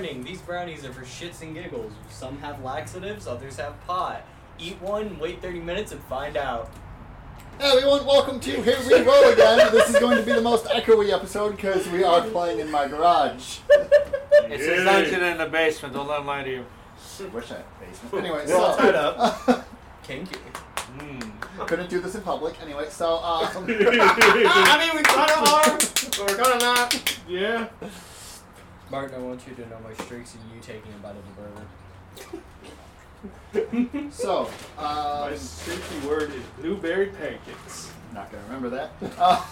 Warning, these brownies are for shits and giggles. Some have laxatives, others have pot. Eat one, wait 30 minutes, and find out. Hey everyone, welcome to Here We Roll Again. this is going to be the most echoey episode because we are playing in my garage. It's a dungeon in the basement. Don't let him lie to you. Wish I had a basement. Anyway, We're all tied so Kinky. couldn't do this in public. Anyway, so um, Ah, I mean, we kind of are, but we're kind of not. Yeah. Martin, I want you to know my streaks and you taking a bite of the burger. so um, My safety word is blueberry pancakes. not gonna remember that. Uh,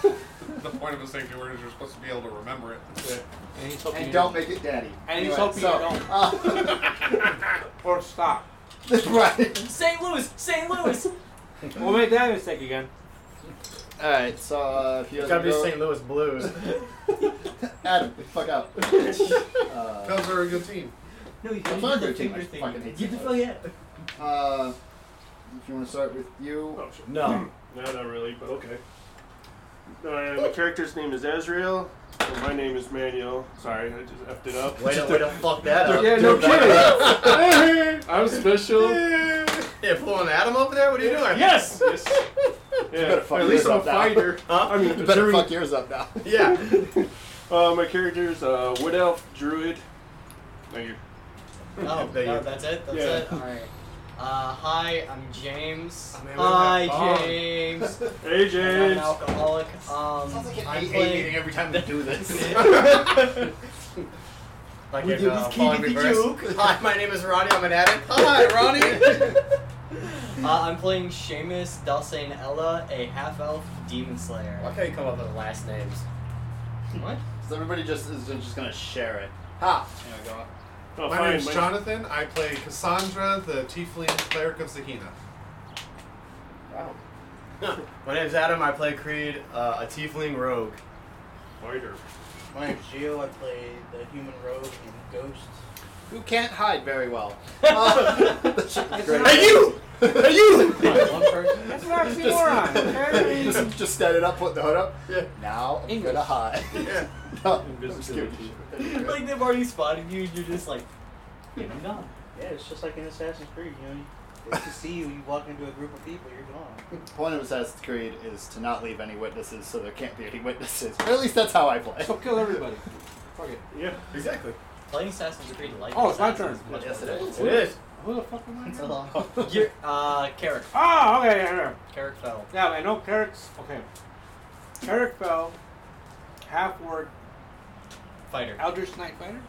The point of a safety word is you're supposed to be able to remember it. And he's and don't make it daddy. And he's anyway, hoping so, you don't. uh, Or stop. right. St. Louis! St. Louis! We'll make that mistake again. All right. So uh, if you It's gotta be go- St. Louis Blues. Adam, fuck out. Uh, Cubs are a good team. No, you I'm can't. sorry, do the good team. finger I thing. fucking hate Get the St. fuck Louis. out. uh, if you want to start with you, Oh, shit. No. No, not really, but okay. Uh, my character's name is Ezreal. and my name is Manuel. Sorry, I just effed it up. Way to, way to fuck that up. yeah, no kidding. I'm special. Yeah, pulling Adam over there? What are you doing? Yes. yes. Yeah, better fuck at least I'm a yourself now. fighter. Huh? I mean, you a better druid. fuck yours up now. Yeah. Uh, my character is uh, Wood Elf Druid. Thank you. Oh, There you no, go. that's it? That's Yeah. it? Alright. Uh, hi, I'm James. I mean, we don't have hi, bong. James. Hey, I'm an James. alcoholic. Um, I play. every time we do this. Like We if, do uh, this falling kinky reverse. juke. Hi, my name is Ronnie. I'm an addict. Hi, Ronnie. Uh, I'm playing Seamus Dalsainella, a half elf demon slayer. Why can't you come up with last names? What? so everybody just is just gonna share it. Ha! Oh, My fine, name's my- Jonathan. I play Cassandra, the Tiefling cleric of Zahina. My name's Adam. I play Creed, uh, a tiefling rogue. Fighter. My name's Gio. I play the human rogue in Ghost. Who can't hide very well. Uh, Hey, you! Hey you! That's an just, just, just stand it up, put the hood up. Yeah. Now I'm gonna hide. Yeah. No, I'm just kidding. Invisibility. like they've already spotted you, and you're just like, you know, no. Yeah, it's just like in Assassin's Creed. You know, they can see you. You walk into a group of people, you're gone. Point of Assassin's Creed is to not leave any witnesses, so there can't be any witnesses. Or at least that's how I play. kill everybody. Fuck it. Yeah. Exactly. Playing Assassin's Creed like Oh, it's my Assassin's turn. much Yes, more it fun. is. It is. Who the fuck am I? So long. You're, uh, Carrick. Oh, okay, yeah, yeah. Carrick fell. Yeah, I know Carrick's. Okay. Carrick fell. Half word Fighter. Eldritch Knight Fighter?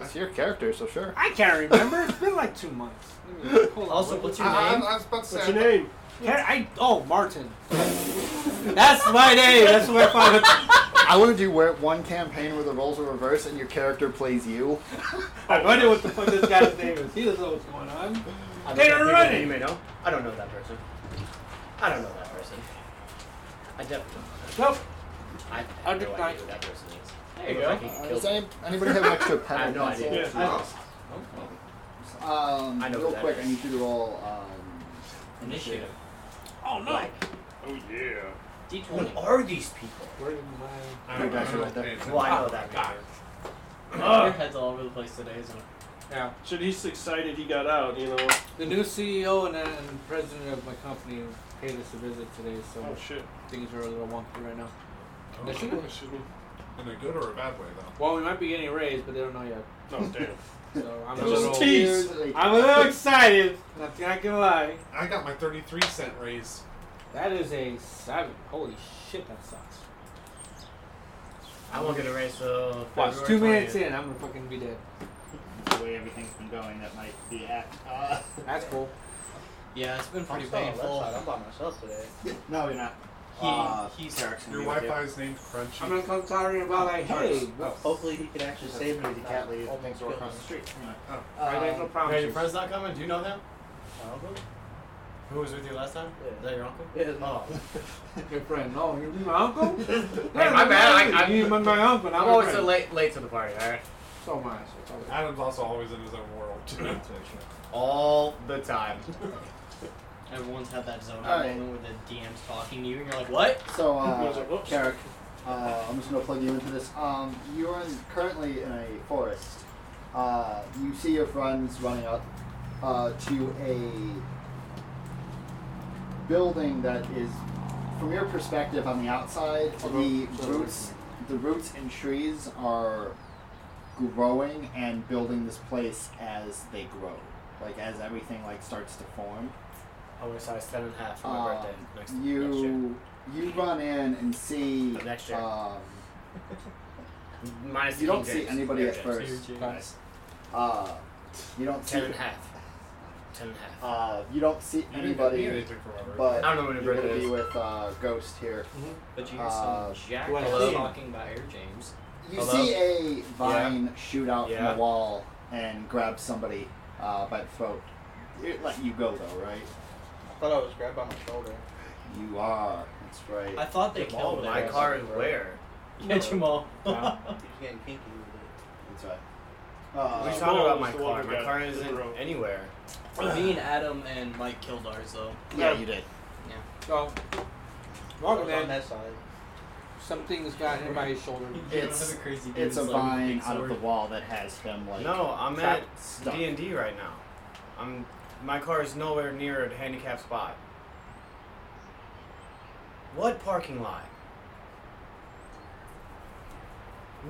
It's your character, so sure. I can't remember. It's been like two months. Let me- Hold on. Also, What- what's your I, I, name? I was about to say. What's your name? Car- I oh Martin. That's my name. That's what I found. it- I want to do where one campaign where the roles are reversed and your character plays you. I wonder what the fuck this guy's name is. He doesn't know what's going on. I Hey, don't know Ronnie. people You may know. I don't know that person. I don't know that person. I definitely don't know Nope. that. I have I'll do no mine. idea who that person is. There you Looks like go. he Uh, killed does any, anybody have an extra pen? I have and no pencil? idea. Yeah. Um, I know real that quick, is. I need you to roll. Um, Initiative. Oh no. Like, Oh yeah. D20. Who are these people? Where am I? I don't Guys are know. right there. It's- Well, I know that guy. Your head's all over the place today, isn't it? Yeah. Should Ah, he's excited he got out, you know. The new CEO and, and president of my company paid us a visit today, so Oh shit. things are a little wonky right now. Oh, excuse me. In a good or a bad way, though. Well, we might be getting a raise, but they don't know yet. No, Oh, damn. So I'm a Those little, teeth. I'm a little excited. Not, not gonna lie. I got my 33 cent raise. That is a seven. Holy shit, that sucks. I won't get a raise till Watch, February two minutes 20th. in, I'm gonna fucking be dead. the way everything's been going, that might be at. Uh, That's cool. Yeah, it's been I'm pretty still on the left painful. side. I'm by myself today. no, you're not. He, Uh, he's Your Wi-Fi is named Crunchy. I'm not gonna talking about like, hey, Oh. Hopefully, he can actually save me. the cat lady that next door across the street. Oh. I Um, have no Wait, your problem. friend's not coming? Do you know him? My uncle? Who was with you last time? Yeah. Is that your uncle? Oh. Yeah, it's my uncle. Your friend? No, you my uncle. hey, my bad, I- I- you my, my uncle. I'm I'm always always so late. late, late to the party. All right. So much. so it's all- Adam's also always in his own world. All the time. Everyone's had that zone Alright. moment where the DM's talking to you, and you're like, what? So, uh, Whoops. Carrick, uh, I'm just gonna plug you into this. Um, you're in, currently in a forest. Uh, you see your friends running up uh, to a building that is, from your perspective on the outside, the roots, the roots and trees are growing and building this place as they grow, like as everything like starts to form. I wish I was ten and a half for my Uh, birthday next, next year. you you run in and see. The next year. Um, Minus you the don't King see James. anybody Yeah, at James. first. Nice. Uh, you don't see. Ten and a half. Ten and a half. Uh, you don't see anybody, but I don't know what you're it gonna be is. with uh, Ghost here. But you hear Uh, some jack what hello? is- talking by Air James. You Hello? see a vine shoot out from Yeah. the wall and grab somebody uh, by the throat. It let you go though, right? I thought I was grabbed by my shoulder. You are. That's right. I thought they Jamal, killed my Air. car is where? Yeah, Jamal. You're just getting kinky with it. That's right. We're Uh, talking about Jamal is my the one car. who My got car it. isn't anywhere. Me and Adam and Mike killed ours though. yeah, you did. So, I was welcome on in. that side. Something's gotten in my shoulder. It's- a crazy. It's a dude, like, vine big out of sword. the wall that has him like. No, I'm at trapped, stuck. D and D right now. I'm my car is nowhere near a handicapped spot. What parking lot?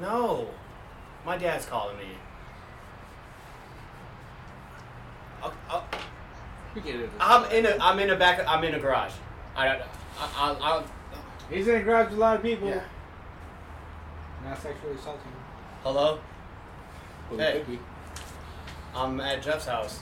No, my dad's calling me. Uh, uh, We get into this. I'm in a I'm in a back I'm in a garage. I I I, I He's in a garage with a lot of people. Yeah. Not sexually assaulting. hello. Well, Hey. you could be. I'm at Jeff's house.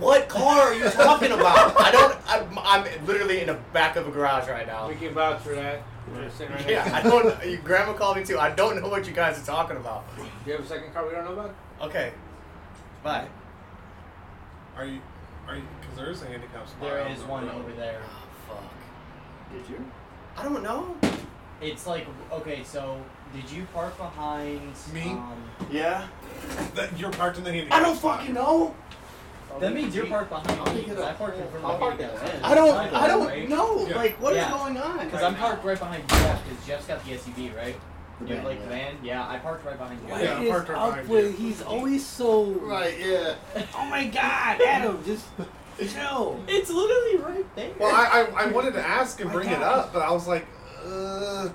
What car are you talking about? I don't. I'm, I'm literally in the back of a garage right now. We can vouch for that. We're sitting right Yeah, I next to don't. Your grandma called me too. I don't know what you guys are talking about. him. Do you have a second car we don't know about? Okay, bye. Are you? Are you? Because there is a handicap spot. There on is the one road. over there. Oh, fuck. Did you? I don't know. It's like okay, so did you park behind Me? Um, Yeah. That, you're parked in the handicap. I don't spot. fucking know. that means you're parked I'll behind me pick it because I up. parked in front I'll of park you that guys. way. I don't. Side I door, don't right? know. Yeah. Like, what is Yeah. going on? Because I'm parked right behind Jeff, because Jeff's got the SUV, right? The You have, van, like yeah. the van? Yeah, I parked right behind you. What What Yeah, is is parked right up up behind with- with? He's always so. Right. Yeah. Oh my God, Adam, just chill. It's literally right there. Well, I, I, I wanted to ask and My bring it God. up, but I was like, uh, Do you,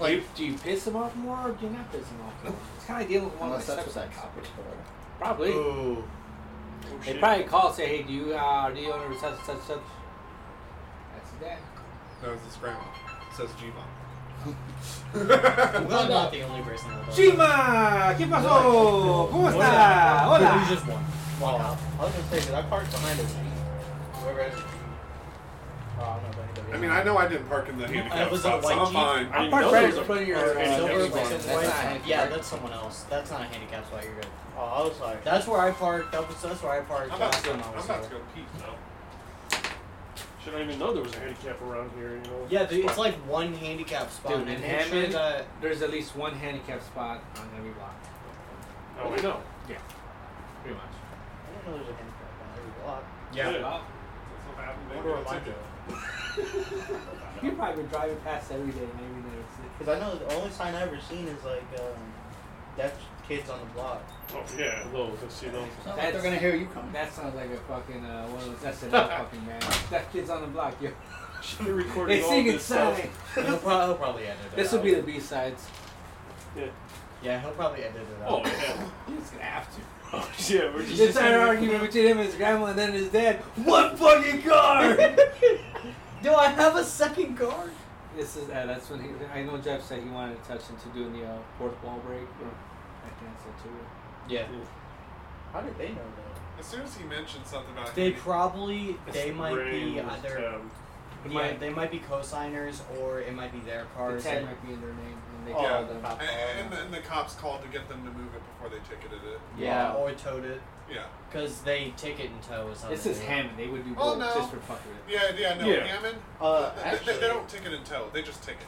like do you piss him off more, or do you not piss him off? More? It's kind of dealing with one Unless of my that's what that stepsons. cop was for. Probably. Ooh. They probably call and say, "Hey, do you uh, do you own such such such?" That's that. no, it's his grandma. It says G I'm mom. glad I'm not the only person that does Chima, ¿qué pasó? ¿Cómo está? that. Hola. There's just one. Wow. I was gonna say, did I park behind a Jeep? Whoever has a Jeep. Oh, I don't know if anybody I has mean, a I know I didn't park in the I handicap was a spot, so white I'm Jeep. fine. I didn't Park know right there in was a front of your. parking uh, handicap Silver, spot. That's silver, not handicapped. yeah, that's someone else. That's not a handicap spot. You're good. Jeep. Oh, I was like, That's where I parked. That was, that's where I parked I'm about last to go. time I I'm was about to here. go pee though. Should I even know there was a handicap around here? You know. Yeah, dude, it's like one handicap spot. Dude, and in make sure Hammond- that There's at least one handicap spot on every block, Now we Oh, know. pretty much. I didn't know there was a handicap on every block. Yeah. Oh, Well, That's what happened. I Maybe wonder it's what a- mine does. You probably been driving past every day, maybe notice it. Because I know the only sign I've ever seen is like, um, that's kids on the block. Oh yeah, those. You know. That's- They're gonna hear you coming. That sounds like a fucking uh, one of those. That's enough, fucking man. That kid's on the block, yo. Should have recorded They all sing this stuff. inside. he'll, pro- he'll probably edit it. This will out. be the B sides. Yeah, he'll probably edit it out. Oh yeah. He's gonna have to. Oh yeah. We're just. Just had an argument between him and his grandma, and then his dad. What fucking car? Do I have a second guard? this is uh, that's when he. I know Jeff said he wanted to touch into doing the uh, fourth wall break. Or, I think so too. Yeah. How did they know that? As soon as he mentioned something about They handicap- probably they It's might be brain, either um, yeah, might- they might be cosigners or it might be their The cars. tag might be in their name, and they Oh, call yeah, them. and, and, the, and the cops called to get them to move it before they ticketed it. yeah, or towed it Yeah, because they ticket and tow is something. This is Hammond. They would do Oh, both no. just for fucking with it. yeah, yeah. No, Yeah. Hammond. Uh, they- they, actually, they don't ticket and tow. They just ticket.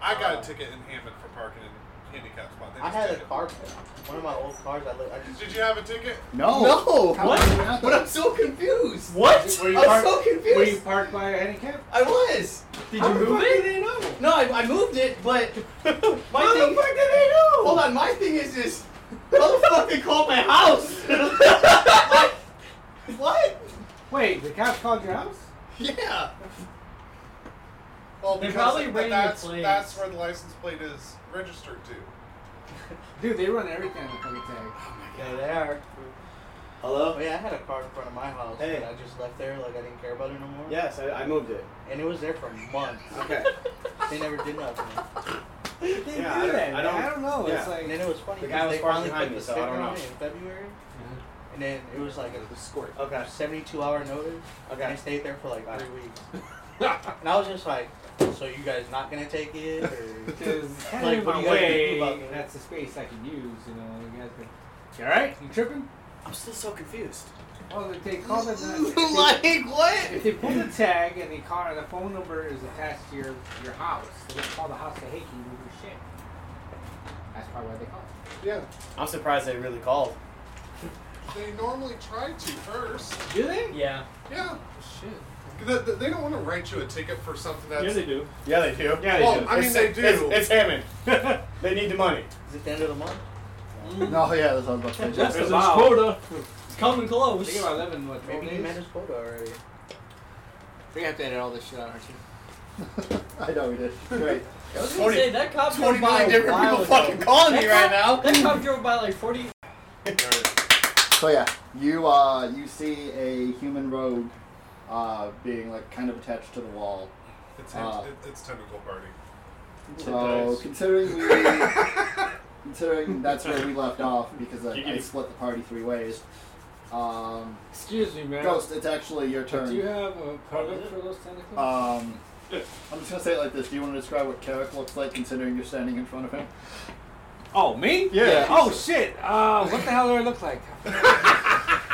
I got a ticket in Hammond for parking in handicap spot. They I just had a ticket. car, one of my old cars. I looked, I just Did you have a ticket? No. No! How What? would you not- But I'm so confused. What? I'm Were you parked- so confused. Were you parked by a handicap? I was. Did you How the move fuck it? did they know? No, I, I moved it, but my How the thing. fuck did they know? Hold on, my thing is this. How the fuck they called my house? Like, what? Wait, the cops called your house? Yeah. Well, They because probably th- ran your that's, plates. that's where the license plate is registered to. Dude, they run everything on the fucking tag. Yeah, they are. Hello? Oh, yeah, I had a car in front of my house Hey. and I just left there like I didn't care about it no more. Yes, I, I moved it. And it was there for months. Okay. they never did nothing. They Yeah, I do don't- that. I I don't- don't, I don't know. It's yeah. And like then it was funny The because guy was they parked finally behind put me, the so I sticker don't on know. Mm-hmm. it in February, and then it was like a squirt. Okay. 72 hour notice. And I Okay. stayed there for like three weeks. and I was just like, so you guys not gonna take it? Or... Because Like, like, what do my you guys do way, about that? that's the space I can use. You know, you guys can. You all right? You tripping? I'm still so confused. Oh, if they call the if, like what? they, if they pull the tag and they call and the phone number is attached to your your house, they can call the house to hey, can you move your shit? That's probably why they call. Yeah, I'm surprised they really called. they normally try to first. Do they? Yeah. Yeah, Shit. they, they- they don't want to write you a ticket for something that's. yeah, they do. Yeah, they do. Yeah, they Well, do. I mean, they do. Hammond. they need the money. Is it the end of the month? No, yeah, that's what I was about to say. Just There's a about. quota. It's coming close. They get about eleven what? Twelve Maybe he days. met his quota already. We have to edit all this shit out, aren't you? I know we did. Great. I was gonna say that cop drove by a different while people ago. fucking calling That me right cop- now. That cop drove by like forty. So yeah, you uh, you see a human rogue uh, being like kind of attached to the wall. It's, Uh, it, it's tentacle party. So Nice. considering we considering that's where we left off because I, You I get- split the party three ways. Um, Excuse me, man. Ghost, it's actually your Do you turn. have a permit for those tentacles? Um, I'm just gonna say it like this. Do you want to describe what Carrick looks like, considering you're standing in front of him? oh, me? Yeah. Oh shit. Uh, what the hell do I look like?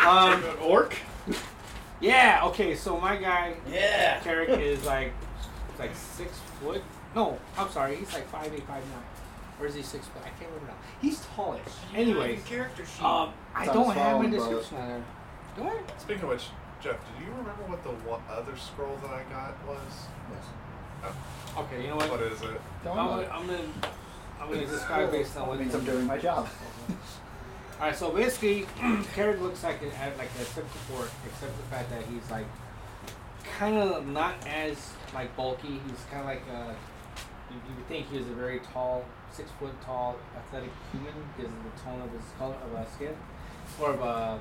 um, An orc? yeah. Okay, so my guy Yeah. Carrick is like like six foot. No, I'm sorry, he's like five eight, five nine. Or is he six foot? I can't remember now. He's tallish. Anyways, character sheet. um, I Sounds don't have my fine, but- description on there. Do I? Speaking of which, Jeff, do you remember what the wa- other scroll that I got was? Yes. Okay, you know What what? is it? I'm Don't gonna, worry. I'm gonna I'm gonna describe based on That what means I'm doing my job. All right, so basically, Carrick looks like an at- like a typical orc, except for the fact that he's like kind of not as like bulky. He's kind of like a you, you would think he was a very tall, six foot tall, athletic human because of the tone of his color of uh, skin, more of a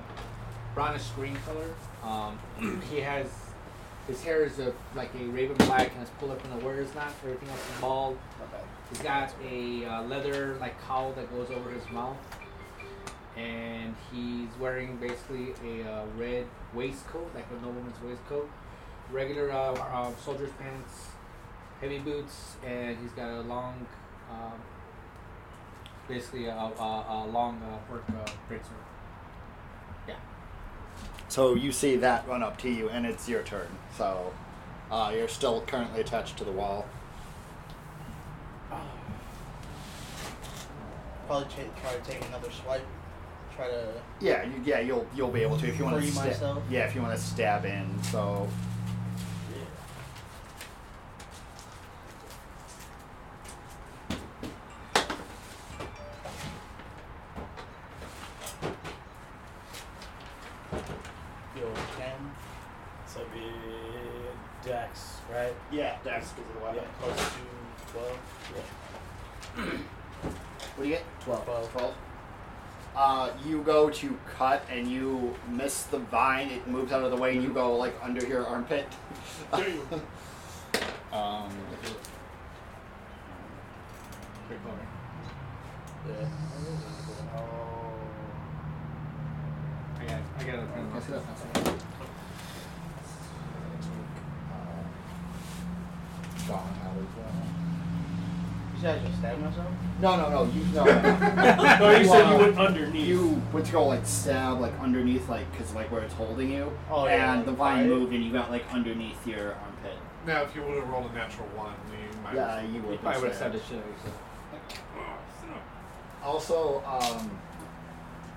brownish green color. Um, he has his hair is a, like a raven black and it's pulled up in a warrior's knot. Everything else is bald. He's got a uh, leather like cowl that goes over his mouth, and he's wearing basically a uh, red waistcoat, like a nobleman's waistcoat, regular uh, uh, soldier's pants, heavy boots, and he's got a long, um, basically a, a, a long uh, work uh, greatsword. So you see that run up to you, and it's your turn. So uh, you're still currently attached to the wall. Probably ch- try to take another swipe. Try to. Yeah, you, yeah, you'll you'll be able to if you want to. Free myself? Yeah, if you want to stab in. So Yo, ten. So it'd be Dex, right? yeah, that's because of the Yeah, close to twelve. What do you get? Twelve. Twelve. Uh, you go to cut and you miss the vine. It moves out of the way and you go like under your armpit. um, Great color. Yeah. I got, I got a I guess pen. that's not so bad. Gone out as well. You said I just stabbed myself? No, no, no. You no. no, no. No, you said Wow. you went underneath. You went to go like stab like underneath like because like where it's holding you. Oh, and yeah, the like, vine right? moved and you got like underneath your armpit. Now, if you would have rolled a natural one, you might. Yeah, you would. You probably would have stab. said the shit out of yourself. Also, um,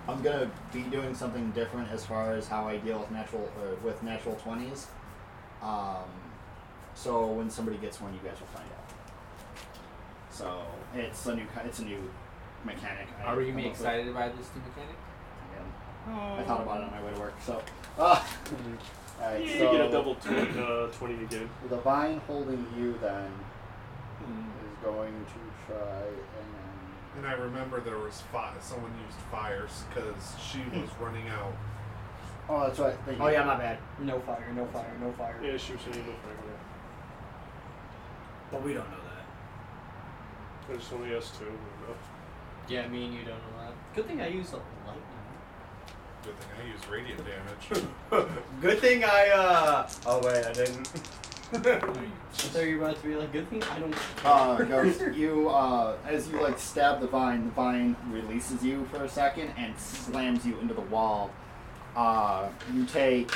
I'm gonna be doing something different as far as how I deal with natural or with natural twenties. Um, so when somebody gets one, you guys will find out. So it's a new ki- it's a new mechanic. I Are had you come up with. excited about this new mechanic? I thought about it on my way to work. So, uh, all right. You so get a double tw- uh, 20 again. The vine holding you then Hmm, is going to try and And I remember there was fi- someone used fires because she was running out. oh, that's right. They, Oh yeah, my bad. No fire, no fire, no fire. Yeah, she was saying no fire. But we don't know that. yeah. There's only us two. I don't know. Yeah, me and you don't know that. Good thing I used a lightning. Good thing I used radiant damage. Good thing I, uh. Oh, wait, I didn't. I thought you were about to be like, good thing I don't. Ah, Uh, Ghost, you uh, as you like stab the vine, the vine releases you for a second and slams you into the wall. Uh, you take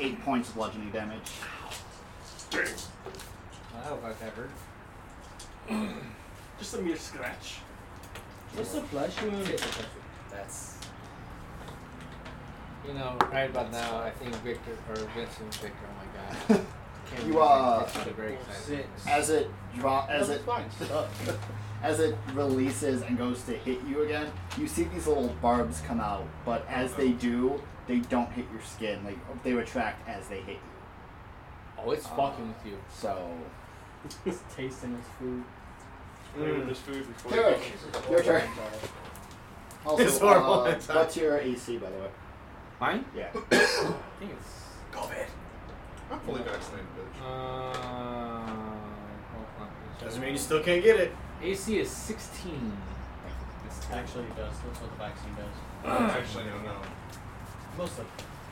eight points of bludgeoning damage. I don't know if that hurt. Just a mere scratch. What's the flesh wound? That's You know, right about now, I think Victor or Vincent Victor. Oh my god. Can't You, believe uh, it. It's very excited. as it drop as it fine. as it releases and goes to hit you again. You see these little barbs come out, but as Uh-huh. they do, they don't hit your skin. Like they retract as they hit you. Oh, it's uh, fucking with you. So, It's tasting his food. Mm. This food before Derek, your turn. Also, It's horrible. uh, what's your AC by the way? Mine? Yeah. I think it's. I'm fully vaccinated, bitch. Uh, hold on. Doesn't mean you still can't get it. AC is 16. Actually, it does. That's what the vaccine does. Uh, Actually, no, no. Mostly.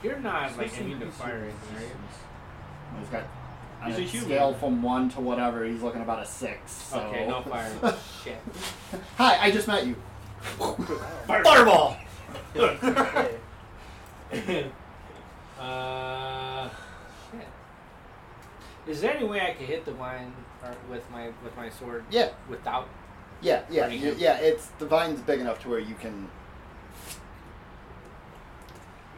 You're not like immune to fire anything, are you? He's got on He's a, a human. scale from one to whatever. He's looking about a six. So. Okay, no fire. Shit. Hi, I just met you. Fireball! Uh, shit. Is there any way I could hit the vine or with my with my sword? Yeah, Without. yeah, yeah, Pretty you- good. yeah. It's the vine's big enough to where you can.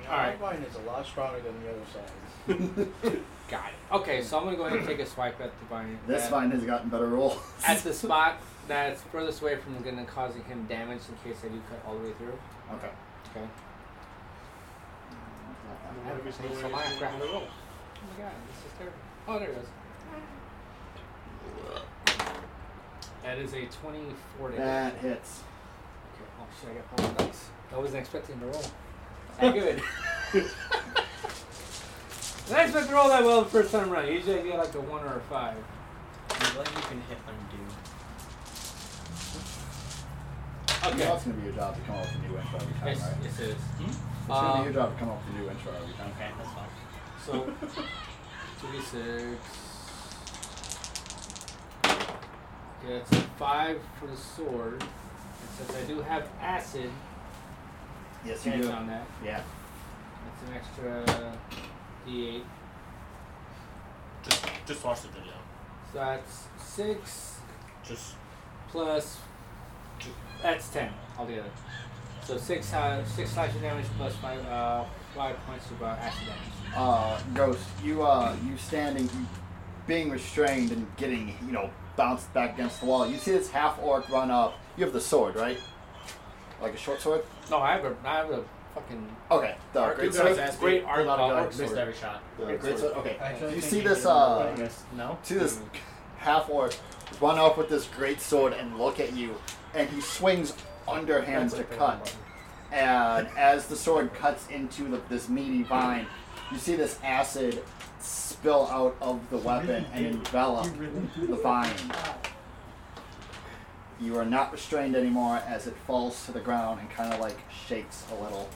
Alright. Mine is a lot stronger than the other side. Got it. Okay, so I'm gonna go ahead and take a swipe at the vine. This at, vine has gotten better rolls. At the spot that's furthest away from gonna causing him damage in case I do cut all the way through. okay. Okay. What if it's no way So I it's grab- going to roll? Oh my god, this is terrible. Oh, there it goes. That is a 24 to hit. That hits. Okay. Oh shit, I got four dice. I wasn't expecting to roll. That good. I expect to roll that well the first time around. Usually I get like a one or a five. I'm glad you can hit undo. You know it's gonna be your job to come up with a new intro every time, Yes, right? yes it is. It's gonna be Um, your job to come up with a new intro every time. Okay, that's fine. so, 2d6. Yeah, it's a five for the sword. And since I do have acid Yes, you damage do. on that, Yeah. that's an extra d8. Just just watch the video. So that's six Just plus that's ten altogether. So six uh, six slashing damage plus five uh, five points of uh, acid damage. Uh, Ghost, you uh, you standing, you being restrained and getting you know bounced back against the wall. You see this half orc run up. You have the sword, right? Like a short sword. No, I have a I have a fucking Okay. The Arc- great it's sword. ass- great arc- Not a uh, dark arc sword. missed every shot. The Great great sword. sword. Okay. Actually, you I see think I this, did uh, right. Yes. No? See this half orc run up with this great sword and look at you, and he swings underhands to cut. And as the sword cuts into the, this meaty vine, you see this acid spill out of the weapon and envelop the vine. You are not restrained anymore as it falls to the ground and kind of like shakes a little.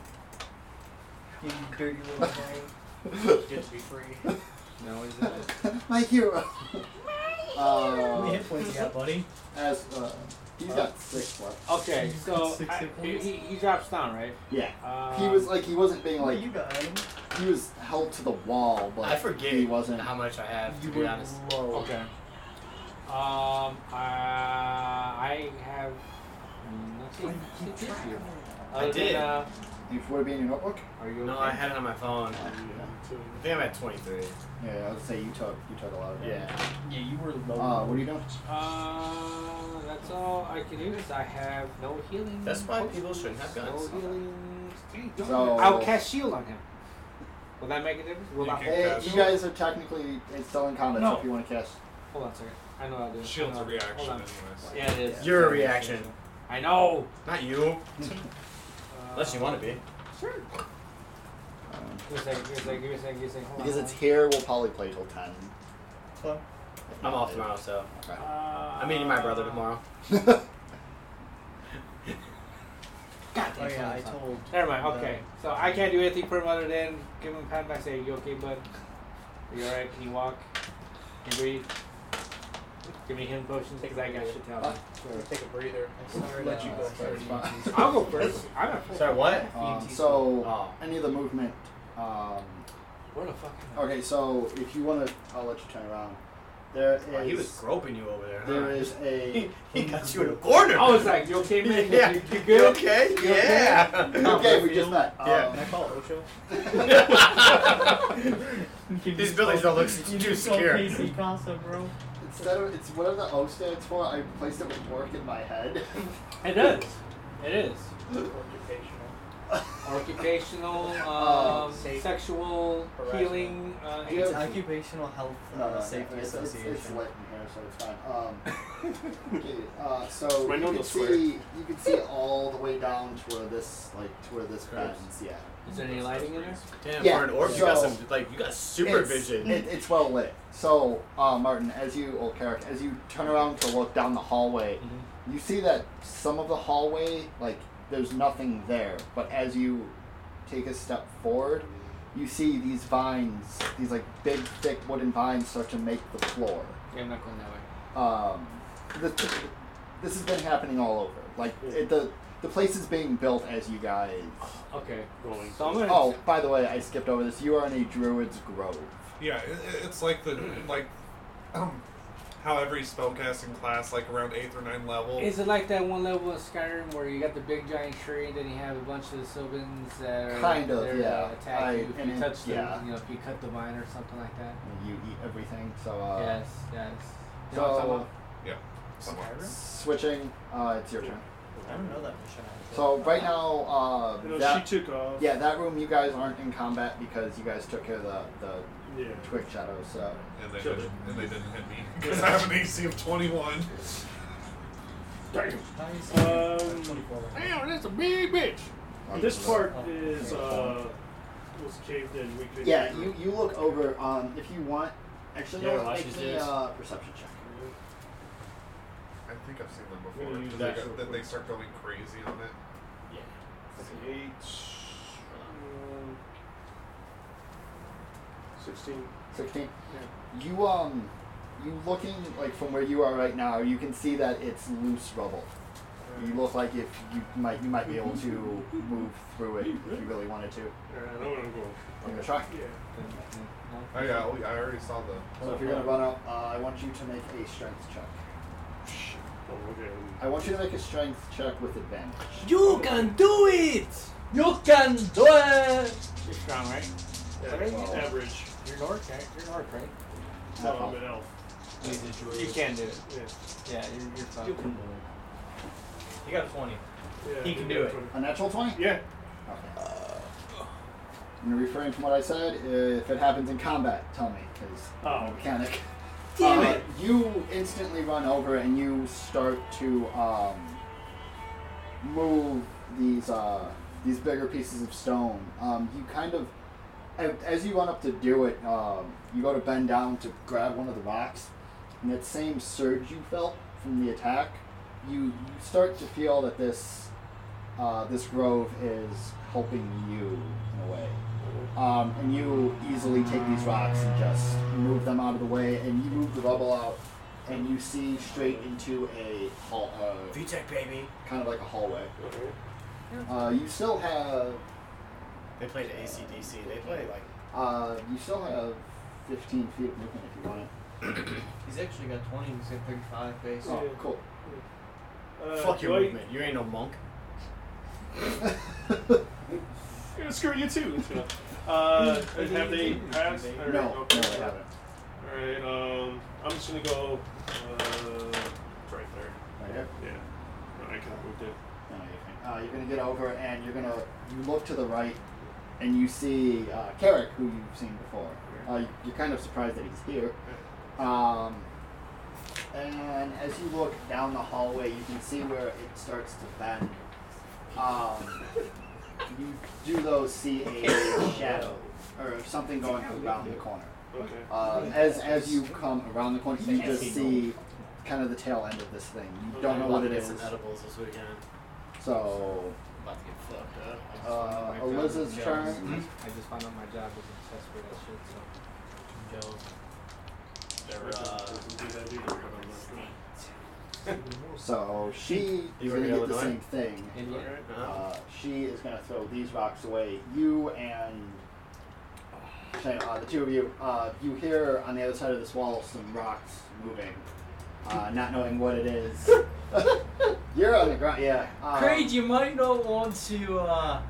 You dirty little thing. Get to be free. no is that My hero. How Oh. many Uh, hit points you got, buddy? as uh, he's got six left. okay? So Six I, hit he, points. he he drops down right. Yeah. Um, He was like he wasn't being Oh, like you guys. he was held to the wall, but I forget he wasn't. how much I have. To You be were honest, low. okay. Um, uh, I have nothing to give you. Other did. Than, uh, You would it be in your notebook? are you okay? no, I had it on my phone. I think I'm at 23. Yeah, I would say you took you took a lot of damage. Yeah. Yeah, you were low. Uh, what are you doing? Uh, That's all I can use. I have no healing. That's why people shouldn't have guns. No healing. So- I'll cast shield on him. Will that make a difference? Will You I can hold, Eh, cast you shield. guys are technically it's still in combat, so No. if you want to cast, hold on a second. I know I'll do it. Shield's a Hold on. reaction, Hold on. anyways. Yeah, it is. You're a reaction. I know. Not you. Uh, Unless you want to be. Sure. Give me a second. Give me a second. Give me a second. Give me a second. Hold because on. it's here, we'll probably play till ten. I'm off tomorrow, so. Okay. Uh, I'm meeting my brother tomorrow. God Oh damn yeah, I son of a- told. Never mind. Okay, so I can't do anything for him other than give him a pat back, say, "You okay, bud? Are you alright? Can you walk? Can you breathe? Give me hand potions because I got shit to help." Take a breather. Let you go Sorry, first. fine. I'll go first. I'm at full. Sorry, what? Um, so Oh. any of the movement. Um, Where the fuck? Am I? okay, so if you want to, I'll let you turn around. There is Oh, he was groping you over there. huh? there is a He got you in a corner. I was like, "You okay, man? yeah. You, you You good?" okay? You okay? yeah. okay. We just met. Yeah. Um, Can I call Osho? These buildings don't look s- too secure. concept, bro. Instead of it's whatever the O stands for, I placed it with work in my head. It does. It is. Occupational. Occupational, Um, um, safe. sexual, Harassment. healing. Uh, Do you It's have- Occupational Health uh, No, no, Safety it's, it's, Association. it's lit in here, so it's fine. Um, okay, uh, so My you nose can will see swear. you can see all the way down to where this like to where this Curves. bends. Yeah, is there any lighting in there? Damn, Yeah, for an orc, you got so- some like you got super it's, vision. It, it's well lit. So uh, Martin, as you old Carrick, as you turn around to look down the hallway, Mm-hmm. you see that some of the hallway like there's nothing there, but as you take a step forward. You see these vines, these like big, thick wooden vines, start to make the floor. Yeah, I'm not going that way. um, the, this has been happening all over. Like it, the the place is being built as you guys. Okay. Rolling. So I'm gonna. Oh, by the way, I skipped over this. You are in a druid's grove. Yeah, it, it- it's like the like um, how every spellcasting class, like around eighth or ninth Oh. level, Is it like that one level of Skyrim where you got the big giant tree, then you have a bunch of Sylvans that are Kind of, there yeah. to attack I- you if and you it- touch them, yeah. you know, if you cut the vine or something like that? You eat everything. So uh, yes, yes. You know what I'm talking So about? somewhere. switching, uh, it's your turn. I don't know that mission. actually. So right now, You uh, know, that, she took off. yeah, that room you guys aren't in combat because you guys took care of the the Yeah. twig shadows. So and they Children. didn't, and they didn't hit me because I have an AC of twenty one. Damn. How do you see? Um, 24 right now. Damn, that's a big bitch. This part Oh. is uh was caved in. We could. Yeah, you, you look over. Um, if you want, actually, Yeah, no, watch make these me dudes. uh, perception check. I think I've seen them We're before. gonna use They that go- real then they quick. start going crazy on it. Eight. um, Sixteen. Sixteen. You um, you looking like from where you are right now. You can see that it's loose rubble. You look like if you might you might be able to move through it if you really wanted to. Alright, I know where I'm going. I'm gonna try. Yeah. Oh yeah, I I already saw the. So if you're gonna run out, uh, I want you to make a strength check. Oh, okay. I'm- I want you to make a strength check with advantage. You can do it! You can do it! You're strong, right? Yeah, What are you- average. You're North, right? You're North, right? Does that No, help? I'm an elf. You can do it. Yeah. Yeah, you're, you're You fine. can do it. You got a 20. yeah He I can think do that's it. what A natural twenty. Yeah. Okay. I'm gonna refrain from what I said. If it happens in combat, tell me, because I'm Oh. a mechanic. Damn Uh, You instantly run over and you start to um, move these uh, these bigger pieces of stone. Um, you kind of, a- as you run up to do it, um, you go to bend down to grab one of the rocks, and that same surge you felt from the attack, you, you start to feel that this uh, this grove is helping you in a way. Um, and you easily take these rocks and just move them out of the way, and you move the rubble out, and you see straight into a hall, uh, VTech baby. kind of like a hallway. Okay. Uh, you still have, They played ACDC. They play like uh, you still have 15 feet of movement if you want it. He's actually got 20, he's got 35 base. Oh, cool. Uh, fuck do your I- movement. You ain't no monk. Yeah, screw you too. Uh, have they passed? no, Or- no, I okay. haven't. All right. Um, I'm just gonna go uh, right there. Right there? Yeah. No, I could have moved it. No, you can't. Uh, you're gonna get over and you're gonna you look to the right, and you see uh, Carrick, who you've seen before. Uh, you- you're kind of surprised that he's here. Um, and as you look down the hallway, you can see where it starts to bend. Um, you do though see a shadow or something going around the corner. Okay. Um, as as you come around the corner, you just see kind of the tail end of this thing. You don't know what it is. Some edibles this weekend. So I'm about to get fucked up. Uh, Eliza's turn. Mm-hmm. I just found out my job was obsessed with that shit, I'm jealous. so. They're, uh, Doesn't do that either, but I'm not gonna- So she is You going already to get the Illinois? same thing. And yeah, Alright. Uh, she is going to throw these rocks away. You and okay, uh, the two of you, uh, you hear on the other side of this wall some rocks moving, uh, not knowing what it is. You're on the ground, yeah. Um, Craig, you might not want to uh,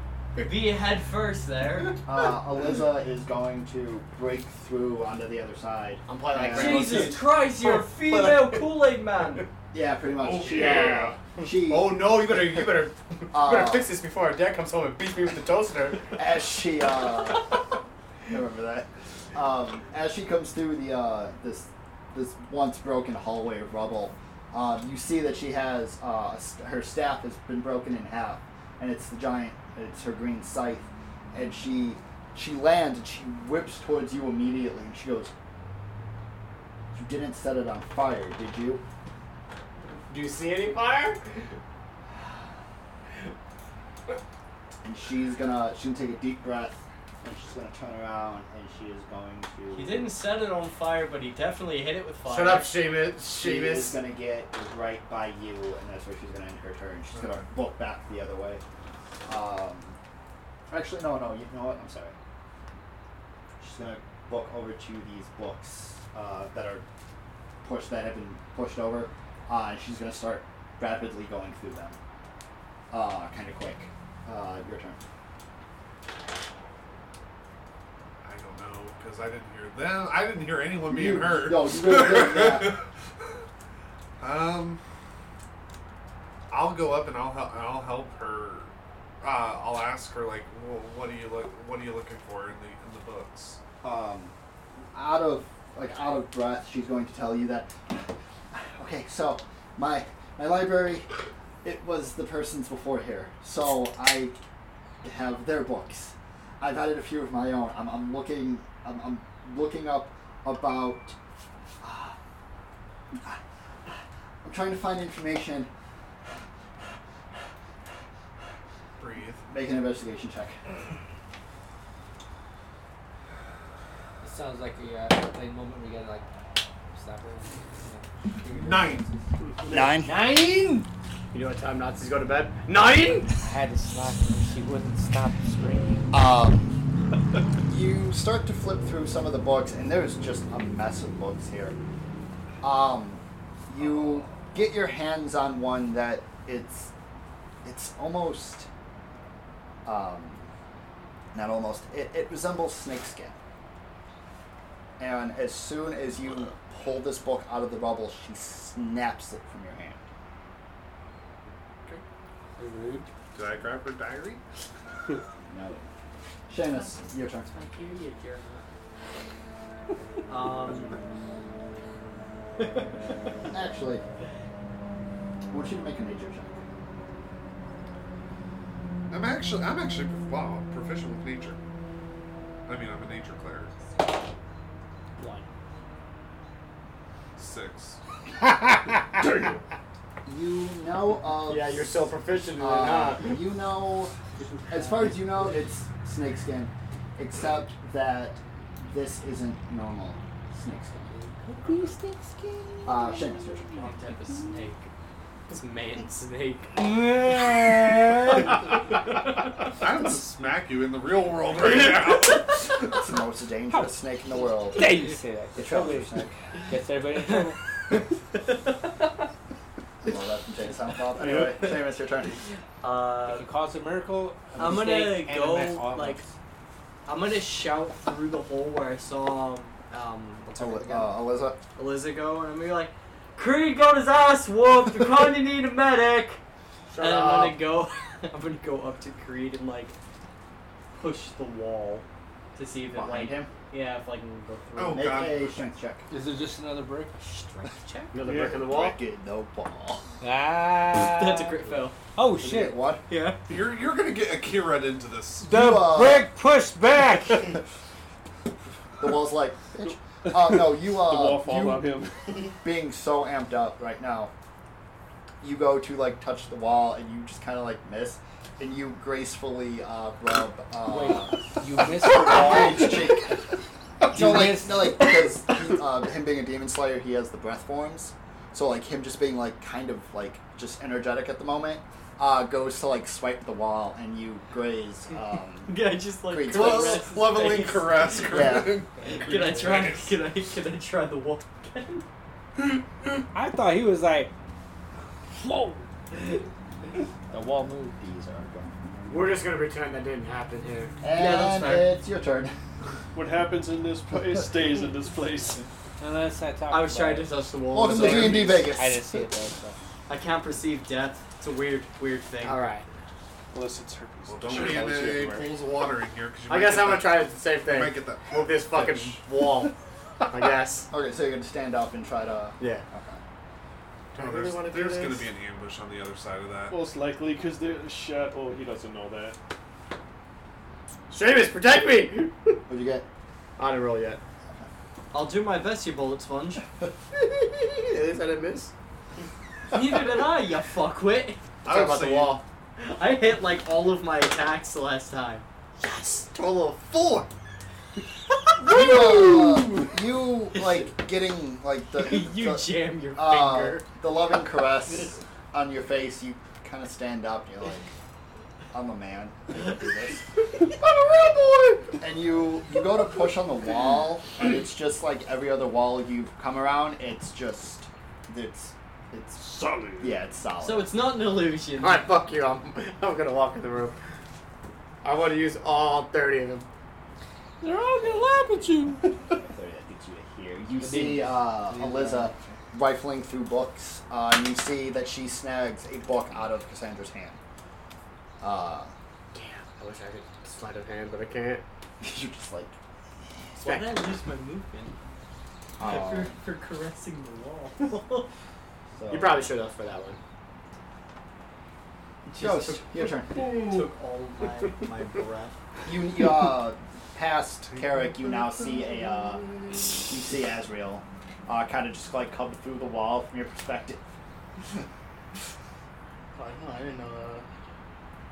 be head first there. Uh, Eliza is going to break through onto the other side. Uh, I'm playing like Yeah. Rainbow Jesus Six. Christ, you're a female Kool Aid man. Yeah, pretty much. Oh, she, yeah. She, Oh no, you better you better you Uh, better fix this before our dad comes home and beats me with the toaster. as she uh, I remember that. Um, as she comes through the uh, this this once broken hallway of rubble, um, you see that she has uh, a st- her staff has been broken in half, and it's the giant. It's her green scythe, and she she lands and she whips towards you immediately, and she goes. You didn't set it on fire, did you? Do you see any fire? And she's gonna she's gonna take a deep breath, and she's gonna turn around, and she is going to. He didn't set it on fire, but he definitely hit it with fire. Shut up, Seamus. She is Seamus. gonna get right by you, and that's where she's gonna end her turn. She's gonna book back the other way. Um, actually, no, no. You know what? I'm sorry. She's gonna book over to these books uh, that are pushed that have been pushed over, uh, and she's gonna start rapidly going through them. Uh, kind of quick. Uh, your turn. I don't know because I didn't hear them. I didn't hear anyone being You- hurt. no, you really didn't, yeah. um, I'll go up and I'll help. I'll help her. Uh, I'll ask her like, well, what are you look? What are you looking for in the in the books? um, out of like out of breath, she's going to tell you that. Okay, so my my library, it was the person's before here, so I have their books. I've added a few of my own. I'm, I'm looking I'm, I'm looking up about. Uh, I'm trying to find information. Breathe. Make an investigation check. it sounds like a uh, like moment we gotta like stop it. Nine. Nine. Nine! You know what time Nazis go to bed? Nine! I had to slap her. She wouldn't stop screaming. Um, you start to flip through some of the books, and there's just a mess of books here. Um, you get your hands on one that it's it's almost um, not almost it, it resembles snakeskin. And as soon as you pull this book out of the rubble, she snaps it from your hand. Did I grab her diary? No. Seamus, your turn. Um, Actually, I want you to make a nature check. I'm actually. I'm actually. Wow. I'm proficient with nature. I mean, I'm a nature cleric. one. Six. You know of. Yeah, you're so proficient in it, huh? Uh, you know, as far as you know, it's snakeskin, except that this isn't normal snakeskin. Uh, Seamus, your turn. Don't have a snake. This man snake. I would smack you in the real world right now. It's the most dangerous snake in the world. Dare you say that? The trouser snake. Gets everybody in trouble. Well, that's from Jamestown Bob. Anyway, Seamus, your turn. If Uh, you cause a miracle, a I'm gonna mistake, and a go, mess all at like- once. I'm gonna shout through the hole where I saw um, what's her So, name uh, again? Eliza. Eliza go, and I'm gonna be like, Creed got his ass whooped. You kind of need a medic. Shut and up. Um, I'm gonna go. I'm gonna go up to Creed and like push the wall to see if it Behind like him. yeah, if like can go through. Oh, Make God. a strength check. Is it just another brick? Strength check. Another Yeah. brick in the wall. Breaking the ball. Ah. That's a crit fail. Oh Did you get shit. What? Yeah. You're you're gonna get Akira into this. The You, uh, brick pushed back. The wall's like, bitch. Uh, no, you, uh, the wall falls you on him. being so amped up right now, you go to, like, touch the wall and you just kind of, like, miss. And you gracefully, uh, rub, uh, you missed the wall. Rage's cheek. No, You like, missed. no, like, because he, uh, him being a demon slayer, he has the breath forms. So, like, him just being, like, kind of, like, just energetic at the moment, uh, goes to, like, swipe the wall and you graze, um, Yeah, just like Creed's caress face. his Leveling face. caress. Yeah. Can I try? Can I? Can I try the wall again? I thought he was like, whoa. The wall moved. These are gone. We're just gonna pretend that didn't happen here. And that's fair. it's your turn. What happens in this place stays in this place. Unless I talked I was about trying it. to touch the wall. Welcome to sorry. D and D Vegas. I didn't see it though. So. I can't perceive death. It's a weird, weird thing. Alright. Unless it's herpes. Well, don't Sure, be in I'll see any everywhere. pools of water in here. 'cause you I might guess get I'm gonna that- try the same You thing. might get that. Move this fucking fish. wall. I guess. Okay, so you're gonna stand up and try to. Yeah. Oh, I really there's wanna do there's gonna this. be an ambush on the other side of that. Most likely, because they're shut. Oh, he doesn't know that. Seamus, protect me! What'd you get? I didn't roll yet. I'll do my best, you bullet sponge. At least I didn't miss. Neither did I, you fuckwit. I Talk would about the say- wall. I hit like all of my attacks last time. Yes, total of four. you, uh, you like getting like the you the, jam your uh, finger. the loving caress on your face. You kind of stand up. and You're like, I'm a man. I can do this. I'm a real boy. and you you go to push on the wall, and it's just like every other wall you've come around. It's just it's it's Solid. yeah, it's solid. So it's not an illusion. Alright, fuck you. I'm, I'm gonna walk in the room. I want to use all 30 of them. They're all gonna laugh at you. Sorry, that gets you to here. You see uh, Eliza rifling through books, uh, and you see that she snags a book out of Cassandra's hand. Uh, Damn, I wish I could slide of hand, but I can't. you just like Why did I lose my movement uh, for, for caressing the wall? so. You probably should have for that one. Just Ghost, your turn. took, took all of my, my breath. You, you uh, past Carrick, you now see a uh, you see Azrael, uh, kind of just like come through the wall from your perspective. I didn't know uh, that.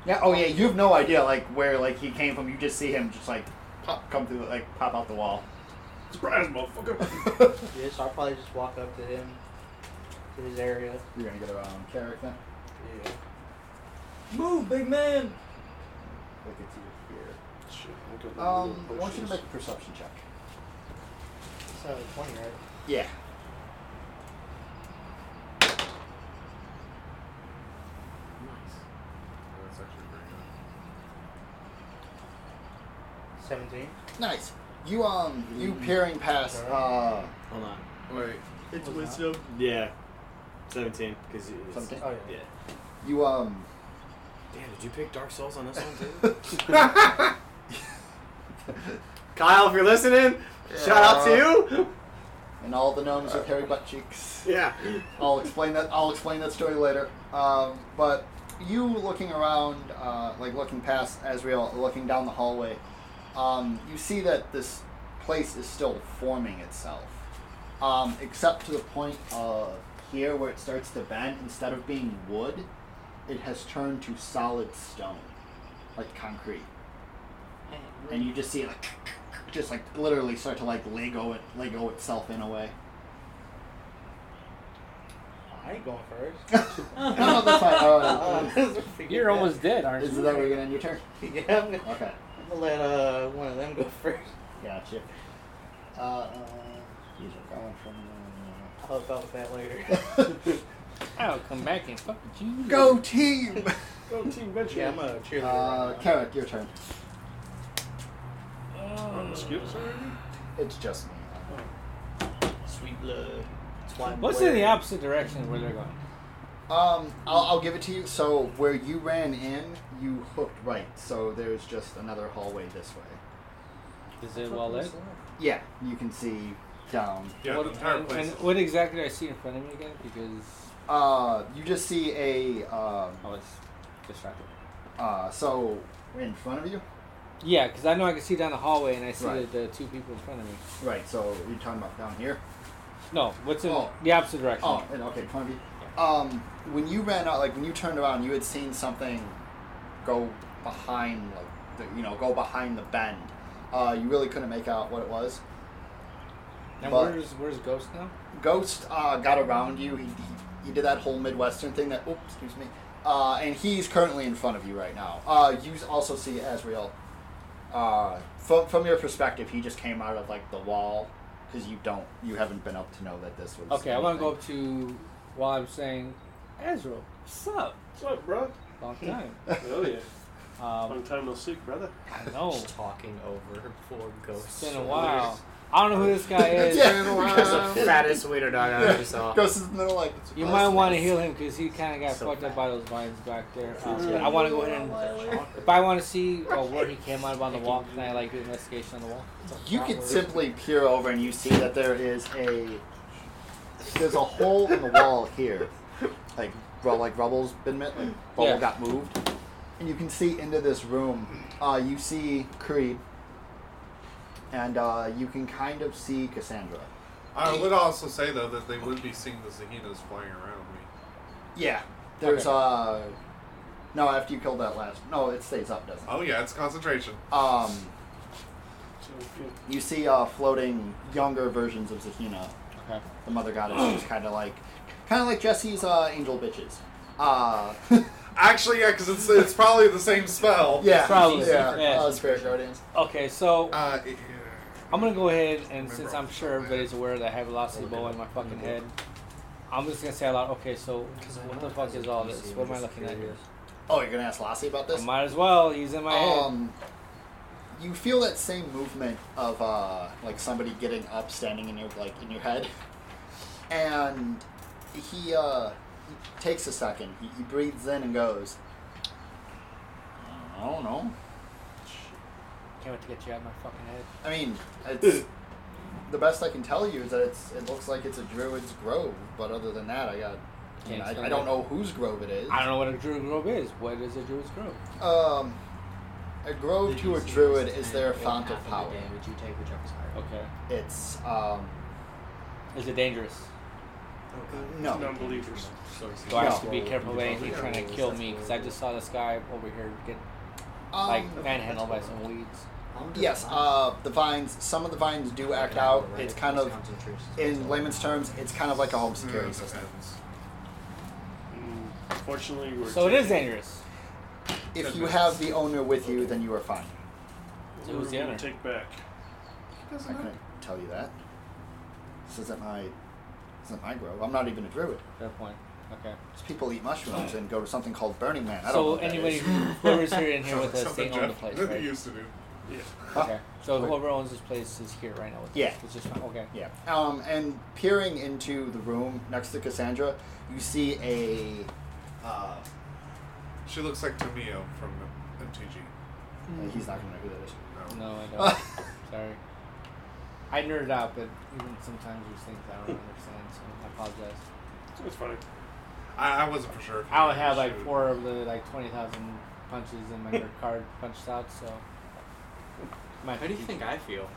Yeah. Oh yeah. You have no idea like where like he came from. You just see him just like pop come through like pop out the wall. Surprise, motherfucker. Yeah, so I'll probably just walk up to him, to his area. You're gonna get around Carrick then. Yeah. Move, big man. Like it's either here. Shit, I'm getting Um, little I want you to pushes. make a perception check. So twenty, right? Yeah. That's actually pretty good. Seventeen. Nice. You um, you peering past uh, Hold on. Wait, It's What was wisdom. Yeah. 17, because you. something. Oh yeah. Yeah. You um, Damn, did you pick Dark Souls on this one too? Kyle, if you're listening, shout out to you. and all the gnomes are hairy butt cheeks. Yeah. I'll explain that. I'll explain that story later. Um, but you looking around, uh, like looking past Azrael, looking down the hallway, um, you see that this place is still forming itself, um, except to the point uh, here where it starts to bend. Instead of being wood, it has turned to solid stone, like concrete. And you just see it like, just like literally start to like Lego it, Lego itself in a way. I ain't going first. No, no, that's fine. Uh, Uh, You're almost dead, aren't is you? that where you're gonna end your turn? yeah, I'm gonna, Okay. I'm gonna let uh one of them go first. Gotcha. Uh, uh These are going from. uh, I'll help out with that later. I'll come back and fuck you. Go team! Go team venture. yeah, I'm a cheerleader. uh, right now. Carrick, your turn. Oh, Skips already? It's just me. Uh, Sweet blood. That's why I'm What's in wary. the opposite direction of where they're going? Um, I'll, I'll give it to you. So where you ran in, you hooked right. So there's just another hallway this way. Is it well lit? Yeah, you can see down. Yeah, what, the entire and- place. and what exactly do I see in front of me again? Because Uh, you just see a um, I was distracted. uh, so in front of you. Yeah, because I know I can see down the hallway and I see Right. the, the two people in front of me. Right. So you're talking about down here. No, what's in Oh. the opposite direction? Oh, and okay, front of you. Um, when you ran out, like when you turned around, you had seen something go behind, like the, you know, go behind the bend. Uh, you really couldn't make out what it was. and but- where's where's Ghost now? Ghost uh, got around you. He, he, he did that whole Midwestern thing that, oops, excuse me. Uh, and he's currently in front of you right now. Uh, you also see Azrael. Uh, from, from your perspective, he just came out of like the wall because you don't, you haven't been up to know that this was. Okay, I want to go anything. up to while I'm saying, Ezra, what's up? What's up, bro? Long time. Oh yeah. Long Um, time no see, brother. I know. talking over poor It's ghosts. been a while. I don't know who this guy is. Yeah. That's the fattest waiter dog I ever saw. Ghost is in the middle, like. You might want to heal him because he kind of got So fucked up fat. by those vines back there. Uh, Mm. but I want to go ahead and if I want to see uh, where he came out of on the wall, can I like do investigation on the wall? You can simply peer over and you see that there is a there's a hole in the wall here, like rub, like rubble's been met, like rubble Yeah. got moved, and you can see into this room. Uh, you see Creed, and uh, you can kind of see Cassandra. I would also say though that they would be seeing the Zahinas flying around me. Yeah, there's Okay. uh, no after you killed that last. No, it stays up, doesn't Oh yeah, it's concentration. it? Um, So, yeah. you see uh, floating younger versions of Zahina. Okay. The mother goddess who's kind of like, kind of like Jesse's uh, angel bitches. Uh, Actually, yeah, because it's it's probably the same spell. yeah, Probably, yeah, yeah. Uh, spirit guardians. Okay, so Uh, it- I'm gonna go ahead and since Remember I'm sure everybody's aware that I have a velocity bow in my fucking head, I'm just gonna say out loud. Okay, so what the fuck is all this? What am I looking at here? Oh, you're gonna ask Lassie about I this? might as well. He's in my head. Um, you feel that same movement of uh, like somebody getting up, standing in your like in your head, and he uh, he takes a second. He, he breathes in and goes, I don't know. Can't wait to get you out of my fucking head. I mean, it's the best I can tell you is that it's it looks like it's a druid's grove, but other than that, I got. I, mean, Can't I, explain I don't it. know whose grove it is. I don't know what a druid grove is. What is a druid's grove? Um, a grove to a druid is their font of power. Would you take whichever is higher? Okay. It's um, Is it dangerous? no. Non-believers. So I No. have to be careful of anything trying to kill me because I just saw this guy over here get Um, like manhandled by some weeds. yes. Uh, the vines. Some of the vines do act out. It's kind of, in layman's terms, it's kind of like a home Hmm. security it system. depends. Mm, Fortunately, we're. So it is dangerous. If you have the owner with you, then you are fine. So who's the we're owner? gonna Take back. I couldn't tell you that. This isn't my, this isn't my grove. I'm not even a druid. Fair point. Okay. These people eat mushrooms and go to something called Burning Man. I don't know So what that anybody, is. whoever's here in here with us, they Something own the Jeff place, right? used to do. Yeah. Huh? Okay. So whoever owns this place is here right now with us. Yeah. Which is fine. Okay. Yeah. Um, and peering into the room next to Cassandra, you see a. Uh, She looks like Tamio from MTG. Hmm. He's not going to know who that is. No. No, I don't. Sorry. I nerd out, but even sometimes there's things I don't understand, so I apologize. So it's funny. I, I wasn't for sure. if I would you have like should- four of the like twenty thousand punches in my nerd card punched out, so. My How do you think I feel?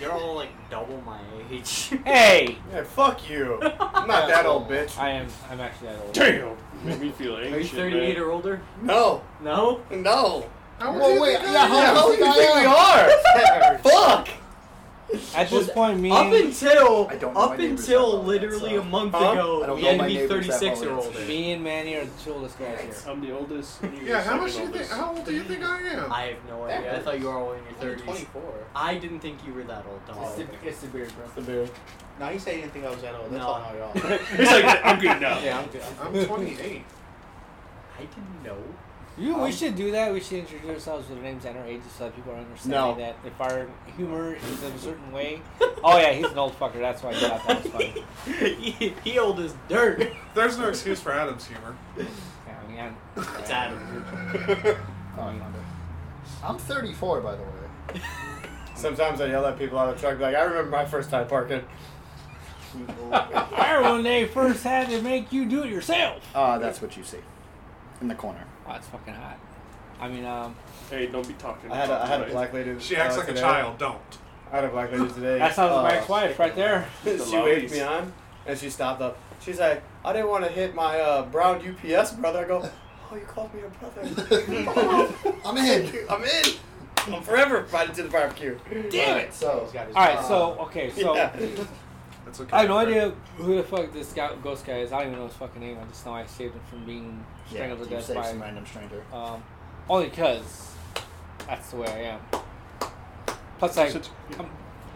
You're all like double my age. Hey, Yeah, fuck you. I'm not that old bitch. I am. I'm actually that old. Damn. Made me feel Are you ancient. 38 man. or older? No, No? no. How Well, old wait, is it? yeah, Yeah, how old who do I you think we am? are? fuck. At this point, me Up and, until I don't know my up neighbors that until well, literally so- a month Huh? I ago, don't we know had my to be neighbors that 36 well, or it's- older. me and Manny are the chillest guys here. I'm the oldest. and you're Yeah, the how much do second you think? oldest. How old do you think I am? I have no idea. I thought you were all in your 30s. 24. I didn't think you were that old, Dom. It's, the, it's the beard, bro. The bear. No, he said he didn't think I was that old. That's No. all I know at all. He's like, I'm good now. Yeah, I'm good. I'm 28. I didn't know. You, we should do that. We should introduce ourselves with our names and our ages so that people are understanding No. that if our humor is of a certain way. Oh yeah, he's an old fucker. That's why he thought that was funny. he, he old as dirt. There's no excuse for Adam's humor. Yeah, I mean, I'm- It's Adam. oh, you know, I'm 34, by the way. Sometimes I yell at people out of the truck, like, I remember my first time parking. I remember when they first had to make you do it yourself. Uh, that's what you see in the corner. Oh, it's Oh, fucking hot. I mean, um, Hey, don't be talking. I had a, I had a tonight. black lady. She acts uh, like a today. child. Don't. I had a black lady today. that sounds like my uh, ex-wife right there. she waved me on, and she stopped up. She's like, I didn't want to hit my uh, brown UPS brother. I go, oh, you called me a brother. I'm in. I'm in. I'm forever invited to the barbecue. Damn it! So, All right, so okay, so yeah. That's okay. I have no idea who the fuck this guy, ghost guy is. I don't even know his fucking name. I just know I saved him from being Yeah, strangled you to death save by some random stranger. Um, only because that's the way I am. Plus, I, I'm,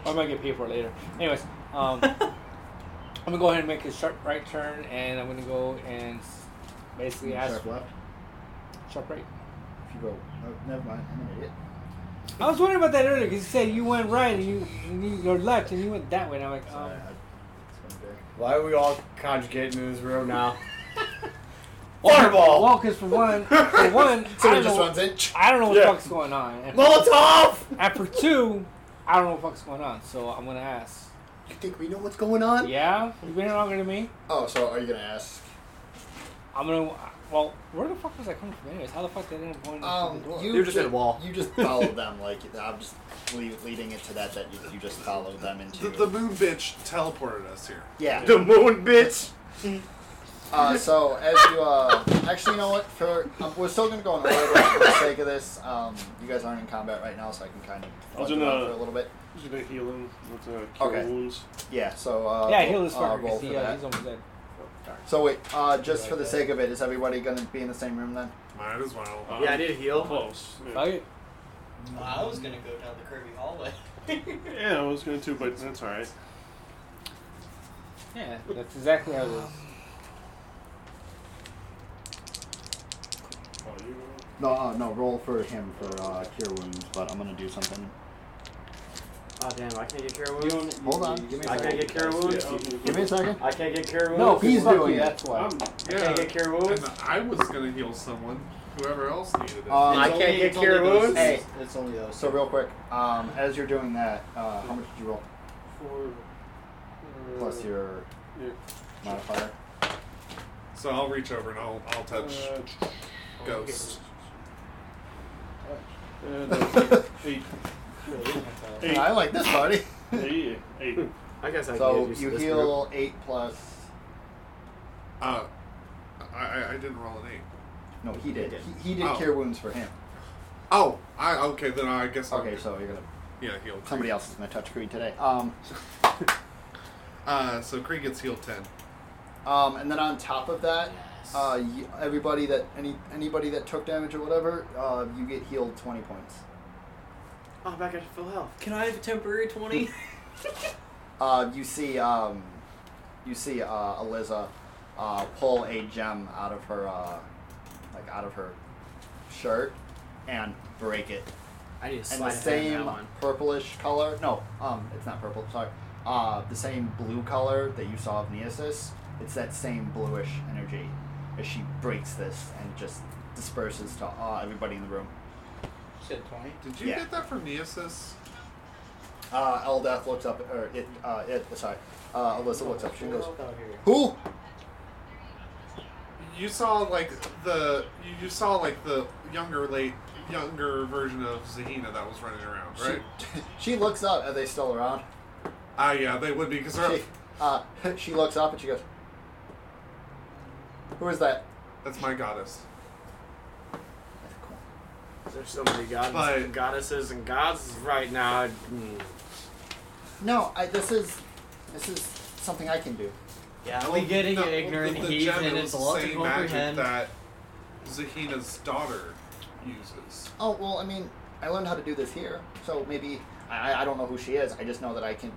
I might get paid for it later. Anyways, um, I'm gonna go ahead and make a sharp right turn, and I'm gonna go and s- basically ask Sharp left. sharp right. If you go, oh, never mind. I'm an idiot. I was wondering about that earlier because you said you went right and you, and you go left and you went that way, and I'm like, um, Sorry, I, it's been a day. why are we all conjugating in this room now? well, Fireball! because for one, for one, I Somebody don't, just know, runs in. I don't know what Yeah. the fuck's going on, and for, Molotov! and for two, I don't know what the fuck's going on, so I'm gonna ask. You think we know what's going on? Yeah, you've been here longer than me. Oh, so are you gonna ask? I'm gonna. Well, where the fuck was I coming from, anyways? How the fuck did I end up going to Um, the door? you You're just in a wall. You just followed them. Like I'm just le- leading it to that. That you, you just followed them into. The, the moon bitch teleported us here. yeah. The moon, bitch! Uh, so as you uh, actually, you know what? For um, we're still gonna go in order for the sake of this. Um, you guys aren't in combat right now, so I can kind of I was fudge in it out a- for a little bit. Just gonna heal him with uh, cure Okay. wounds. Yeah. So uh, yeah, heal this uh, fucker. roll 'cause for he, uh, that. he's almost dead. So wait, uh, just Right for the there. sake of it, is everybody gonna be in the same room then? Might as well. Uh, Yeah, I did heal. Close. Yeah. Fuck it. I was gonna go down the curvy hallway. Yeah, I was gonna too, but that's all right. Yeah, that's exactly how it is. Oh, you No, uh, no. Roll for him for uh, cure wounds, but I'm gonna do something. Oh damn, I can't get cure you wounds. don't- Hold you- on, give me a I can't second. get cure wounds. Yeah, I'll- Give me a second. I can't get cure wounds. No, he's he's fuck doing you, it. That's why. I'm- yeah. I can't get cure wounds. And I was gonna heal someone. Whoever else needed it. Um, I can't get cure wounds. Hey. It's only those. So real quick, um, as you're doing that, uh, how much did you roll Four. plus your Yeah. modifier? so I'll reach over and I'll I'll touch Uh, Ghost. uh, no, eight. Eight. I like this party. Eight. Eight. I guess I so can get you this heal eight plus. Uh, I, I I didn't roll an eight. No, he did. did. He, he did Oh. cure wounds for him. Oh, I okay then I guess I'll Okay, so you're gonna yeah heal. Kree. somebody else is gonna touch Creed today. Um, Uh, so Kree gets healed ten. um, and then on top of that, Yes. uh, you, everybody that any anybody that took damage or whatever, uh, you get healed twenty points. Oh, back at full health. Can I have a temporary twenty? Uh, you see, um, you see, uh, Eliza uh, pull a gem out of her, uh, like out of her shirt, and break it. I need to And slide ahead the on same that one. purplish color. No, um, it's not purple. Sorry. Uh, the same blue color that you saw of Neosis. It's that same bluish energy as she breaks this and just disperses to uh, everybody in the room. said 20. Did you Yeah. get that from Neosis? Uh, Eldath looks up, or it, uh, it. Sorry, uh, Eliza looks up. She goes, Out here. "Who?" You saw like the you, you saw like the younger late younger version of Zahina that was running around, She, right? she looks up. Are they still around? Ah, yeah, they would be because they're. She, uh, she looks up and she goes, "Who is that?" That's my goddess. There's so many gods, But- goddesses and gods right now. Mm. No, I, this is this is something I can do. Yeah, Well, we getting the- an ignorant the, the heathen gem, it and was it's the a lot to same magic comprehend. that Zahina's daughter uses. Oh well, I mean, I learned how to do this here, so maybe I, I- I don't know who she is. I just know that I can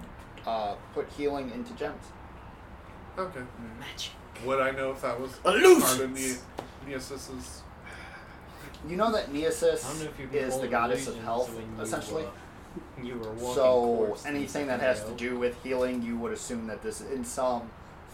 uh, put healing into gems. Okay. Magic. Would I know if that was part Illusions! of Ne- Neosis's You know that Neosis I don't know if you can is hold the goddess of illusions health, when you, essentially. uh, you were walking So towards the anything that has to scenario. do with healing, you would assume that this, in some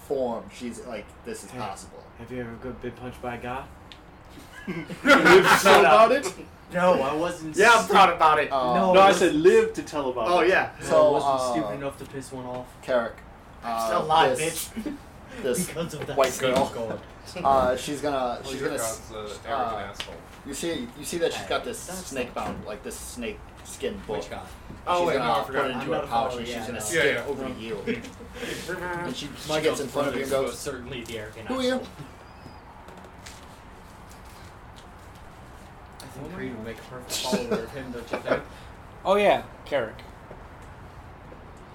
form, she's like this is possible. Have you ever got been punched by a guy? Live to tell about it? No, I wasn't. Yeah, I'm proud about it. Uh, no, No, I was- said live to tell about Oh it. yeah. No, So, I wasn't uh, stupid enough to piss one off. Carrick. Uh, Still alive, this, bitch. This Because of that white same girl. god. uh, she's gonna. Well, She's your gonna. s- god's a uh, arrogant asshole. You see. You see that she's got this That's snake bound, like this snake skin book. Which god? Oh she's wait, gonna no, I put it forgot. I'm into not her a pouch follower, and she's yeah, gonna no. stick Yeah, yeah. over you. and she, she My gets god's in front of brother you and is goes, most certainly the arrogant "Who are you?" asshole. I think Creed would make a perfect follower of him, don't you think? Oh yeah, Carrick.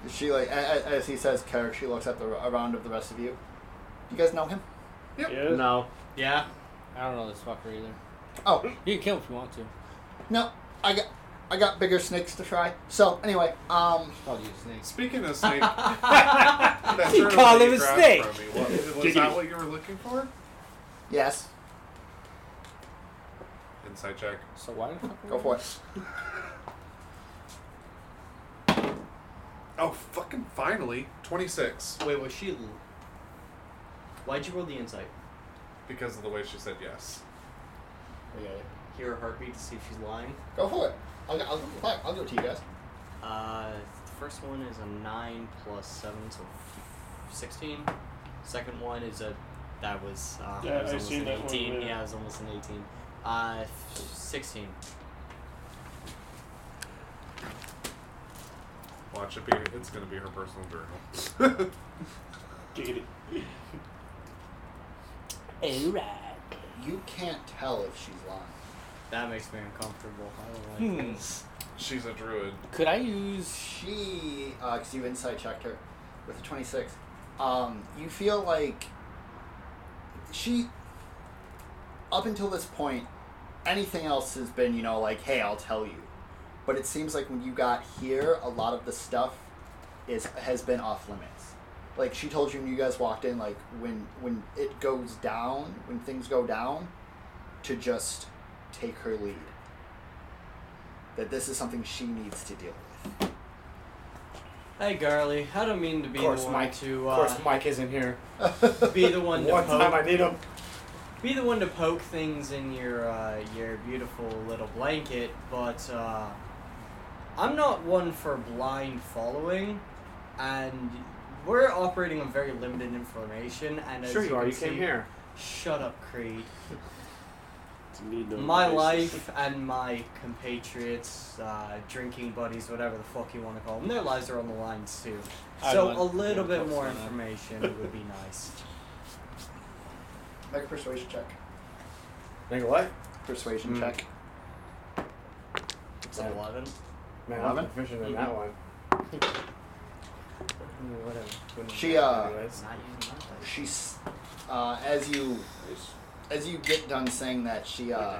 She like a- a- as he says, Carrick. She looks at the around of the rest of you. You guys know him? Yeah. No. Yeah. I don't know this fucker either. Oh You can kill him if you want to. no, I got I got bigger snakes to fry. So anyway, um, Call you a snake. Speaking of snake, that He turtle called that him you a grabbed snake. from me, What, was Giggity. that what you were looking for? yes, Inside check. So why the fuck? go for it. Oh fucking finally, twenty six Wait, was she? Why'd you roll the insight? because of the way she said yes. Hear her heartbeat to see if she's lying. Go for it. I'll, I'll, fuck, I'll give it to you guys. Uh, the first one is a nine plus seven, so sixteen. Second one is a that was uh, Yeah, it was I've almost seen an that one, eighteen. yeah. yeah, it was almost an eighteen. Uh, sixteen. Watch it be. It's gonna be her personal journal. Giggity. You can't tell if she's lying. That makes me uncomfortable. I don't Hmm. like this. She's a druid. Could I use? She, uh, cause you insight checked her with a twenty six. Um, you feel like she, up until this point, anything else has been, you know, like, hey, I'll tell you. But it seems like when you got here, a lot of the stuff is has been off limits. Like she told you when you guys walked in, like when when it goes down, when things go down, to just take her lead. That this is something she needs to deal with. Hey, Garly, I don't mean to be Of the course, one Mike. to Of uh, course, Mike isn't here. be the one to One poke, time I need him. be the one to poke things in your uh, your beautiful little blanket, but uh, I'm not one for blind following, and we're operating on very limited information. And as Sure you are. can You came see- here. Shut up, Creed. Need no my basis. life and my compatriots, uh, drinking buddies, whatever the fuck you want to call them, their lives are on the line too. I so want- a little yeah, bit that's more not- information would be nice. Make a persuasion check. Make a what? Persuasion Mm. check. It's eleven. Man, Eleven? I'm proficient in that one. Mm, Whatever. Wouldn't She, matter uh, anyways. It's not using my dice. She's uh, as you as you get done saying that she uh,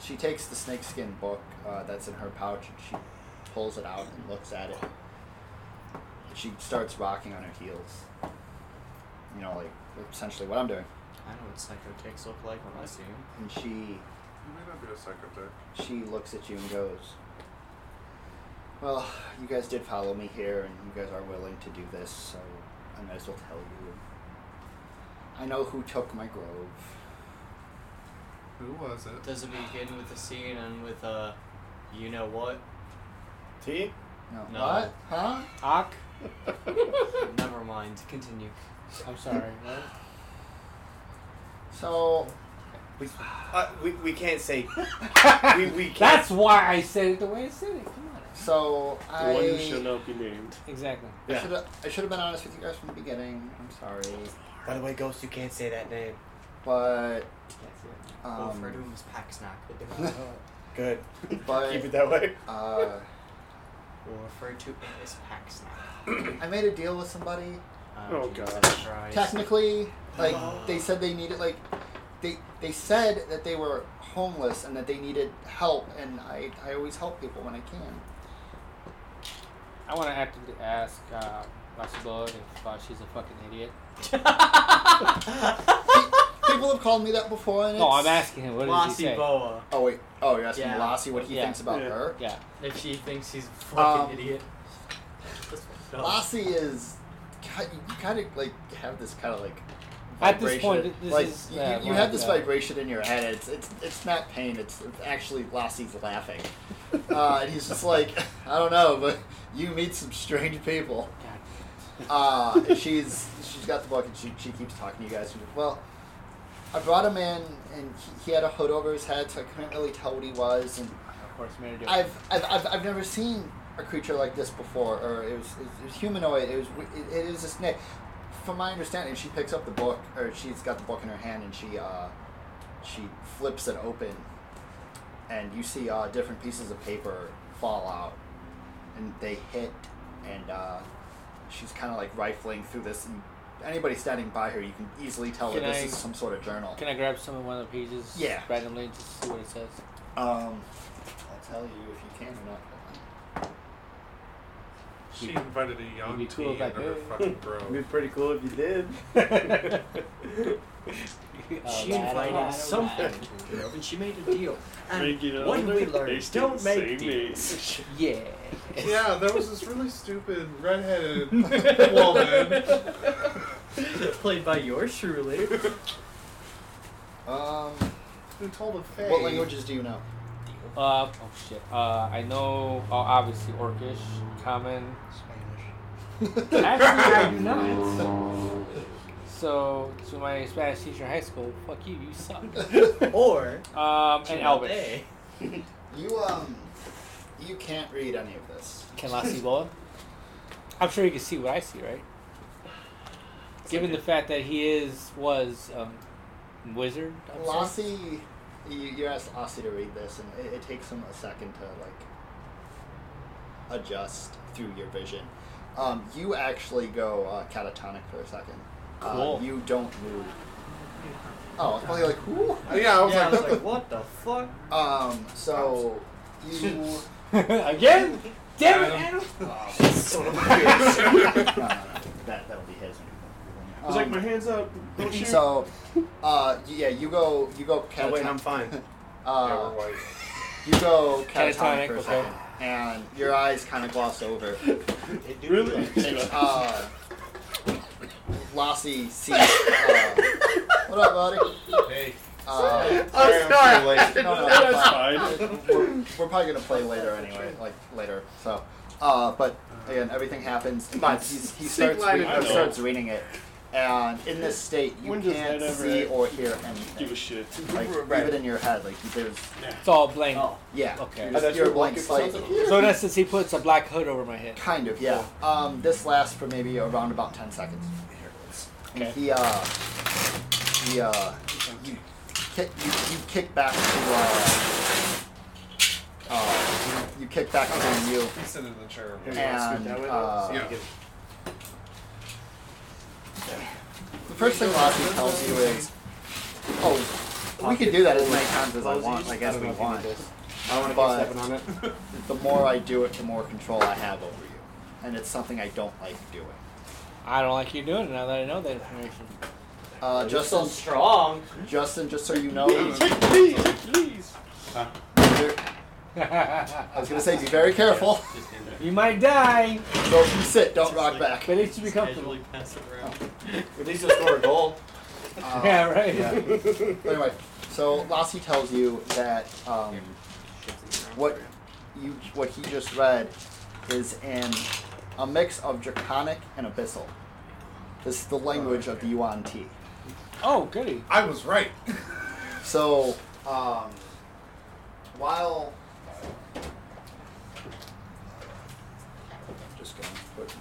she takes the snakeskin book uh, that's in her pouch and she pulls it out and looks at it. She starts rocking on her heels. You know, like essentially what I'm doing. I know what psychotics look like when I see them. And she You may not be a psychotic. she looks at you and goes, "Well, you guys did follow me here, and you guys are willing to do this, so I might as well tell you. I know who took my grove. Who was it? Does it begin with the scene and with a, you know what? T? No, No. what? Huh? Ock. Never mind. Continue. I'm sorry. what? So We, uh, we, we can't say. we, we can't. That's why I said it the way I said it. Come on. so The I one who shall not be named. Exactly. I should have I should have been honest with you guys from the beginning. I'm sorry, By the way, Ghost, you can't say that name. but That's it. well, if we're um, doing this pack snack, Good. Keep but it that way. uh, we'll refer to it as pack snack. I made a deal with somebody. Oh, Jesus gosh. Christ. technically like they said they needed like they they said that they were homeless and that they needed help and i i always help people when i can I want to actively ask uh, Russell Bull if uh, she's a fucking idiot. he, people have called me that before, and No, it's- I'm asking him. What does he Lassie say? Boa. Oh wait. Oh, you're asking Yeah. Lassie what he Yeah. thinks about Yeah. her. Yeah. If she thinks he's a fucking Um, idiot. That's fucked Oh. up. Lassie is. ki- You kind of like have this kind of like. At this vibration. point, this like is, you, yeah, you have like, this uh, vibration in your head. It's it's it's not pain. It's, it's actually Lassie's laughing, uh, and he's just like, I don't know, but you meet some strange people. Uh, and she's she's got the book and she, she keeps talking to you guys. She's like, well, I brought him in and he, he had a hood over his head, so I couldn't really tell what he was. And Of course, made it. I've, I've, I've, I've never seen a creature like this before, or it was, it was humanoid. It was it, it was a snake. From my understanding, she picks up the book, or she's got the book in her hand, and she uh, she flips it open, and you see uh, different pieces of paper fall out, and they hit, and uh, she's kind of like rifling through this, and anybody standing by her, you can easily tell Can that this I- is some sort of journal. Can I grab some of one of the pages? Yeah. Randomly and just see what it says. um, I'll tell you if you can or not. She invited a young Maybe tea two and of that her day. fucking bro. It'd be pretty cool if you did. she invited something, and she made a deal. And Make it what did we older, learn? they still Don't say make deals. me. Yeah. Yeah, there was this really stupid redheaded woman. Played by yours truly. Um, who told a fake. What languages do you know? Uh, oh shit. Uh, I know, uh, obviously, Orcish, Common. Actually, I do not. So, to my Spanish teacher in high school, fuck you, you suck. Or Um, and Elvish. Hey. You um, you can't read any of this. Can Lassie Bola? I'm sure you can see what I see, right? Given the fact that he is, was, um, wizard. I'm sorry. Lassie, you, you asked Lassie to read this, and it, it takes him a second to like adjust through your vision. Um, you actually go uh, catatonic for a second. Cool. Uh, you don't move. Oh, I was probably like, Ooh. Yeah, I was Yeah, I like, was like, what the fuck? um, so you. Again? Damn it, Adam! son of a bitch. no, no, no, that that'll be his. I was like, Um, my hands up. Don't shoot. So, uh, yeah, you go, you go Oh, wait, I'm catatonic. fine. yeah, we're Uh, white. you go Catatonic, catatonic for a okay. second, and your eyes kind of gloss over. really? It's, Oh, uh, Lassie sees. Uh, what up, buddy? Hey. Uh, I'm sorry. no, no, That's it's fine. fine. we're, we're probably gonna play later anyway, like later. So, uh, but again, everything happens. and But he's, he stick starts line reading, is he no. starts reading it, and in this state, you When does can't that ever see or hear anything. Give a shit. like Right. even in your head, like there's It's all blank. Oh. yeah. Okay. You're I just- thought you you're were blank walking- slate. So in essence, he puts a black hood over my head. Kind of, yeah. Um, this lasts for maybe around about ten seconds. And Okay. he uh, he uh, you kick you, you kick back to uh, uh you, you kick back to you He's sitting in the chair. Here, you wanna scoot and that way? uh, So you Yeah. can- the first thing Lassie tells you is, oh, we can do that as many times as I want, like as we want. I don't want to But- keep stepping on it. The more I do it, the more control I have over you, and it's something I don't like doing. I don't like you doing it now that I know that information. Uh, Justin, so strong. Justin, just so you know, um, Please, please. I was gonna say be very careful. You might die, So if you sit, don't rock back. but it should be comfortable. Casually pass it around. At least I score a goal. Uh, Yeah, right. Anyway, so Lassie tells you that um, what you what he just read is in a mix of draconic and abyssal. This is the language of the Yuan Ti. Oh, goody. I was right. So, um, while just gonna put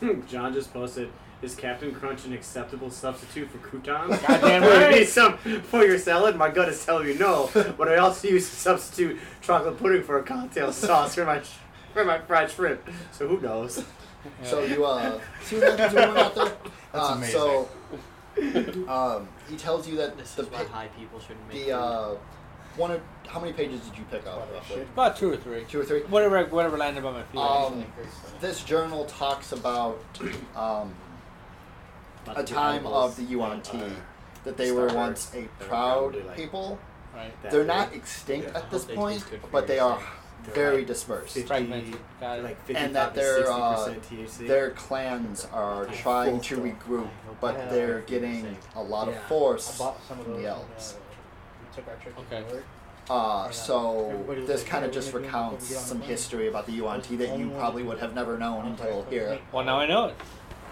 you John just posted, is Captain Crunch an acceptable substitute for croutons? Goddamn Would it be right. some for your salad? My gut is telling you no, but I also used to substitute chocolate pudding for a cocktail sauce for my for my fried shrimp. So who knows? So you uh, see what that doing out there? uh, amazing. So um, he tells you that This the is why pa- high people shouldn't make the uh, one of how many pages did you pick up roughly? About two or three. Two or three. Whatever, whatever landed by my feet. Um, this journal uh, talks about um, a time of the UNT that they were Starburst. once a They're proud probably, like, people. Right. They're that not big. extinct Yeah. at this They taste point, good for but you, they are They're very like dispersed. 50 Fragmented. Got it. like 55 and that to their 60% uh, THC. their clans are trying to regroup, but they're getting a lot of Yeah. force I bought some of from those. the uh, elves. We took our trip to Okay. Norway. Uh, so Everybody was this like, kind "Yeah, of we're just gonna do it before we recounts get on the some plane." history about the UNT that you Only one probably that- would have never known until here. Well, now I know it.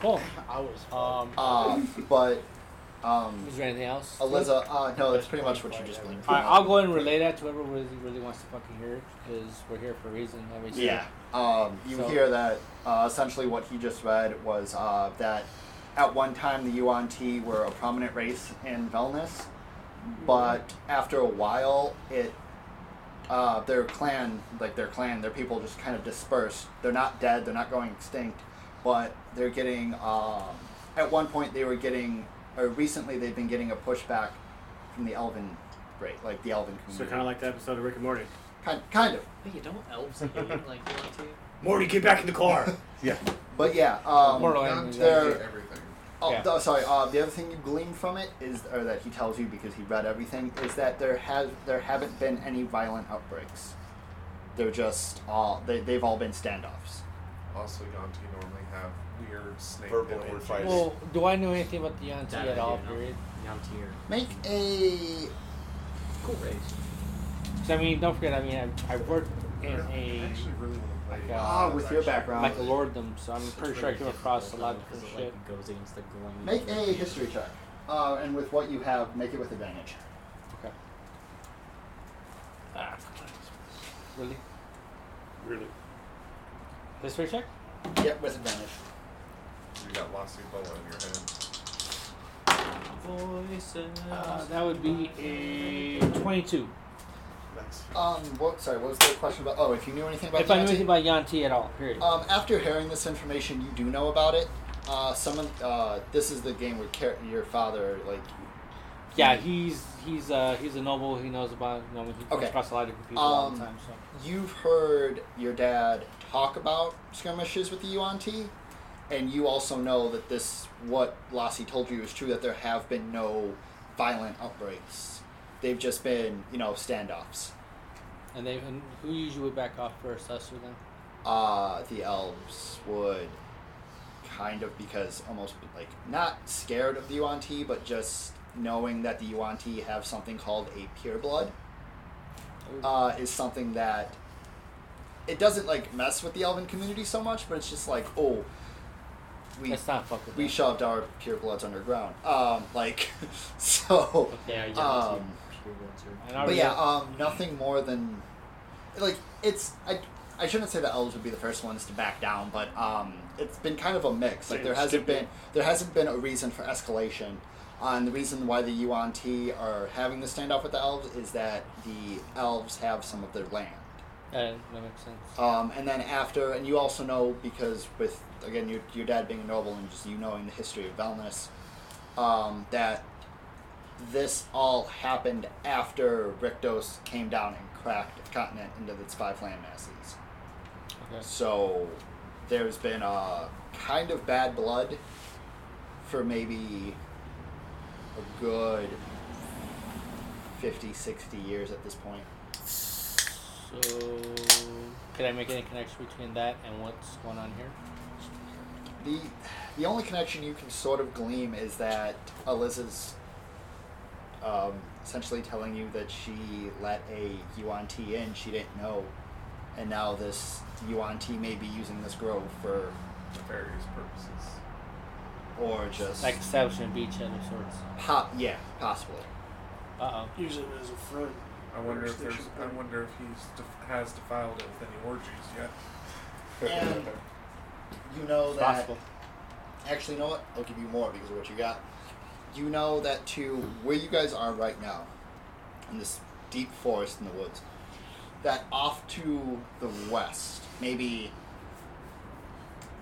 Cool. I was. Um, Uh, but um, is there anything else? Eliza, uh, no, that's pretty much what you just went All right, I'll go ahead and relay that to whoever really, really wants to fucking hear it because we're here for a reason. Obviously. Yeah. Um, you So- hear that uh, essentially what he just read was uh, that at one time the UNT were a prominent race in Velnus, but after a while it uh, their clan, like their clan, their people just kind of dispersed. They're not dead. They're not going extinct, but they're getting. Um, at one point, they were getting, or recently, they've been getting a pushback from the Elven, right? Like the Elven So community. kind of like the episode of Rick and Morty. kind, kind of. Wait, don't elves hate like want to? Morty, get back in the car. Yeah. But yeah, um, Mortal Not enemies. they're- everything. Oh, Yeah. th- sorry. Uh, the other thing you glean from it is, or that he tells you because he read everything, is that there has there haven't been any violent outbreaks. They're just all they they've all been standoffs. Also, Yanti normally have weird snake Verbal orgies. infighting. Well, do I know anything about the Yanti That I at all? do know. Period. Yantir. Make Oh, a Cool race. So I mean, don't forget. I mean, I, I worked I in a actually really want to like play. a- ah with your background. like a lorddom, so I'm pretty sure I came across a lot of because different it shit. like goes against the grain. Make a history check, uh, and with what you have, make it with advantage. Ah, really? Really? History check? Yep, with advantage. You got Lossy Boa in your hand. Voices. Uh, that would be a 22. Nice. Um, what? Sorry, what was the question about? Oh, if you knew anything about If I knew Yanti? anything about Yanti at all, period. Um, after hearing this information, you do know about it. Uh, someone, uh, this is the game where char- your father, like, yeah, he's he's uh, he's a noble. He knows about you know he comes Okay. across a lot of different people all the Um, time. So you've heard your dad talk about skirmishes with the UNT, and you also know that this, what Lassie told you is true, that there have been no violent outbreaks. They've just been, you know, standoffs. and they and who usually would back off first, us or them? Uh, the elves would kind of because almost like not scared of the UNT, but just knowing that the UNT have something called a pure blood uh, is something that it doesn't like mess with the elven community so much, but it's just like oh, we Let's not fuck with we them. shoved our pure bloods underground, um, like so. Yeah, Yantir. Um, pure wizard. And I But would- yeah, um, nothing more than like it's I I shouldn't say the elves would be the first ones to back down, but um, it's been kind of a mix. Like there hasn't been there hasn't been a reason for escalation. Uh, and the reason why the UNT are having the standoff with the elves is that the elves have some of their land. Uh, that makes sense. Um, and then after, and you also know because with again your, your dad being a noble and just you knowing the history of Velnus, um, that this all happened after Rictos came down and cracked the continent into its five land masses. Okay. So there's been a kind of bad blood for maybe a good 50, 60 years at this point. So can I make any connection between that and what's going on here? The the only connection you can sort of glean is that Eliza's um, essentially telling you that she let a UNT in she didn't know, and now this UNT may be using this grove for Various purposes. or just Like establishing a beachhead of sorts. pop yeah possibly. Uh oh. Use it as a front. I wonder if there's. Station I point. wonder if he's def- has defiled it with any orgies yet. And you know that possible. actually, you know what? I'll give you more because of what you got. You know that to where you guys are right now, in this deep forest in the woods, that off to the west, maybe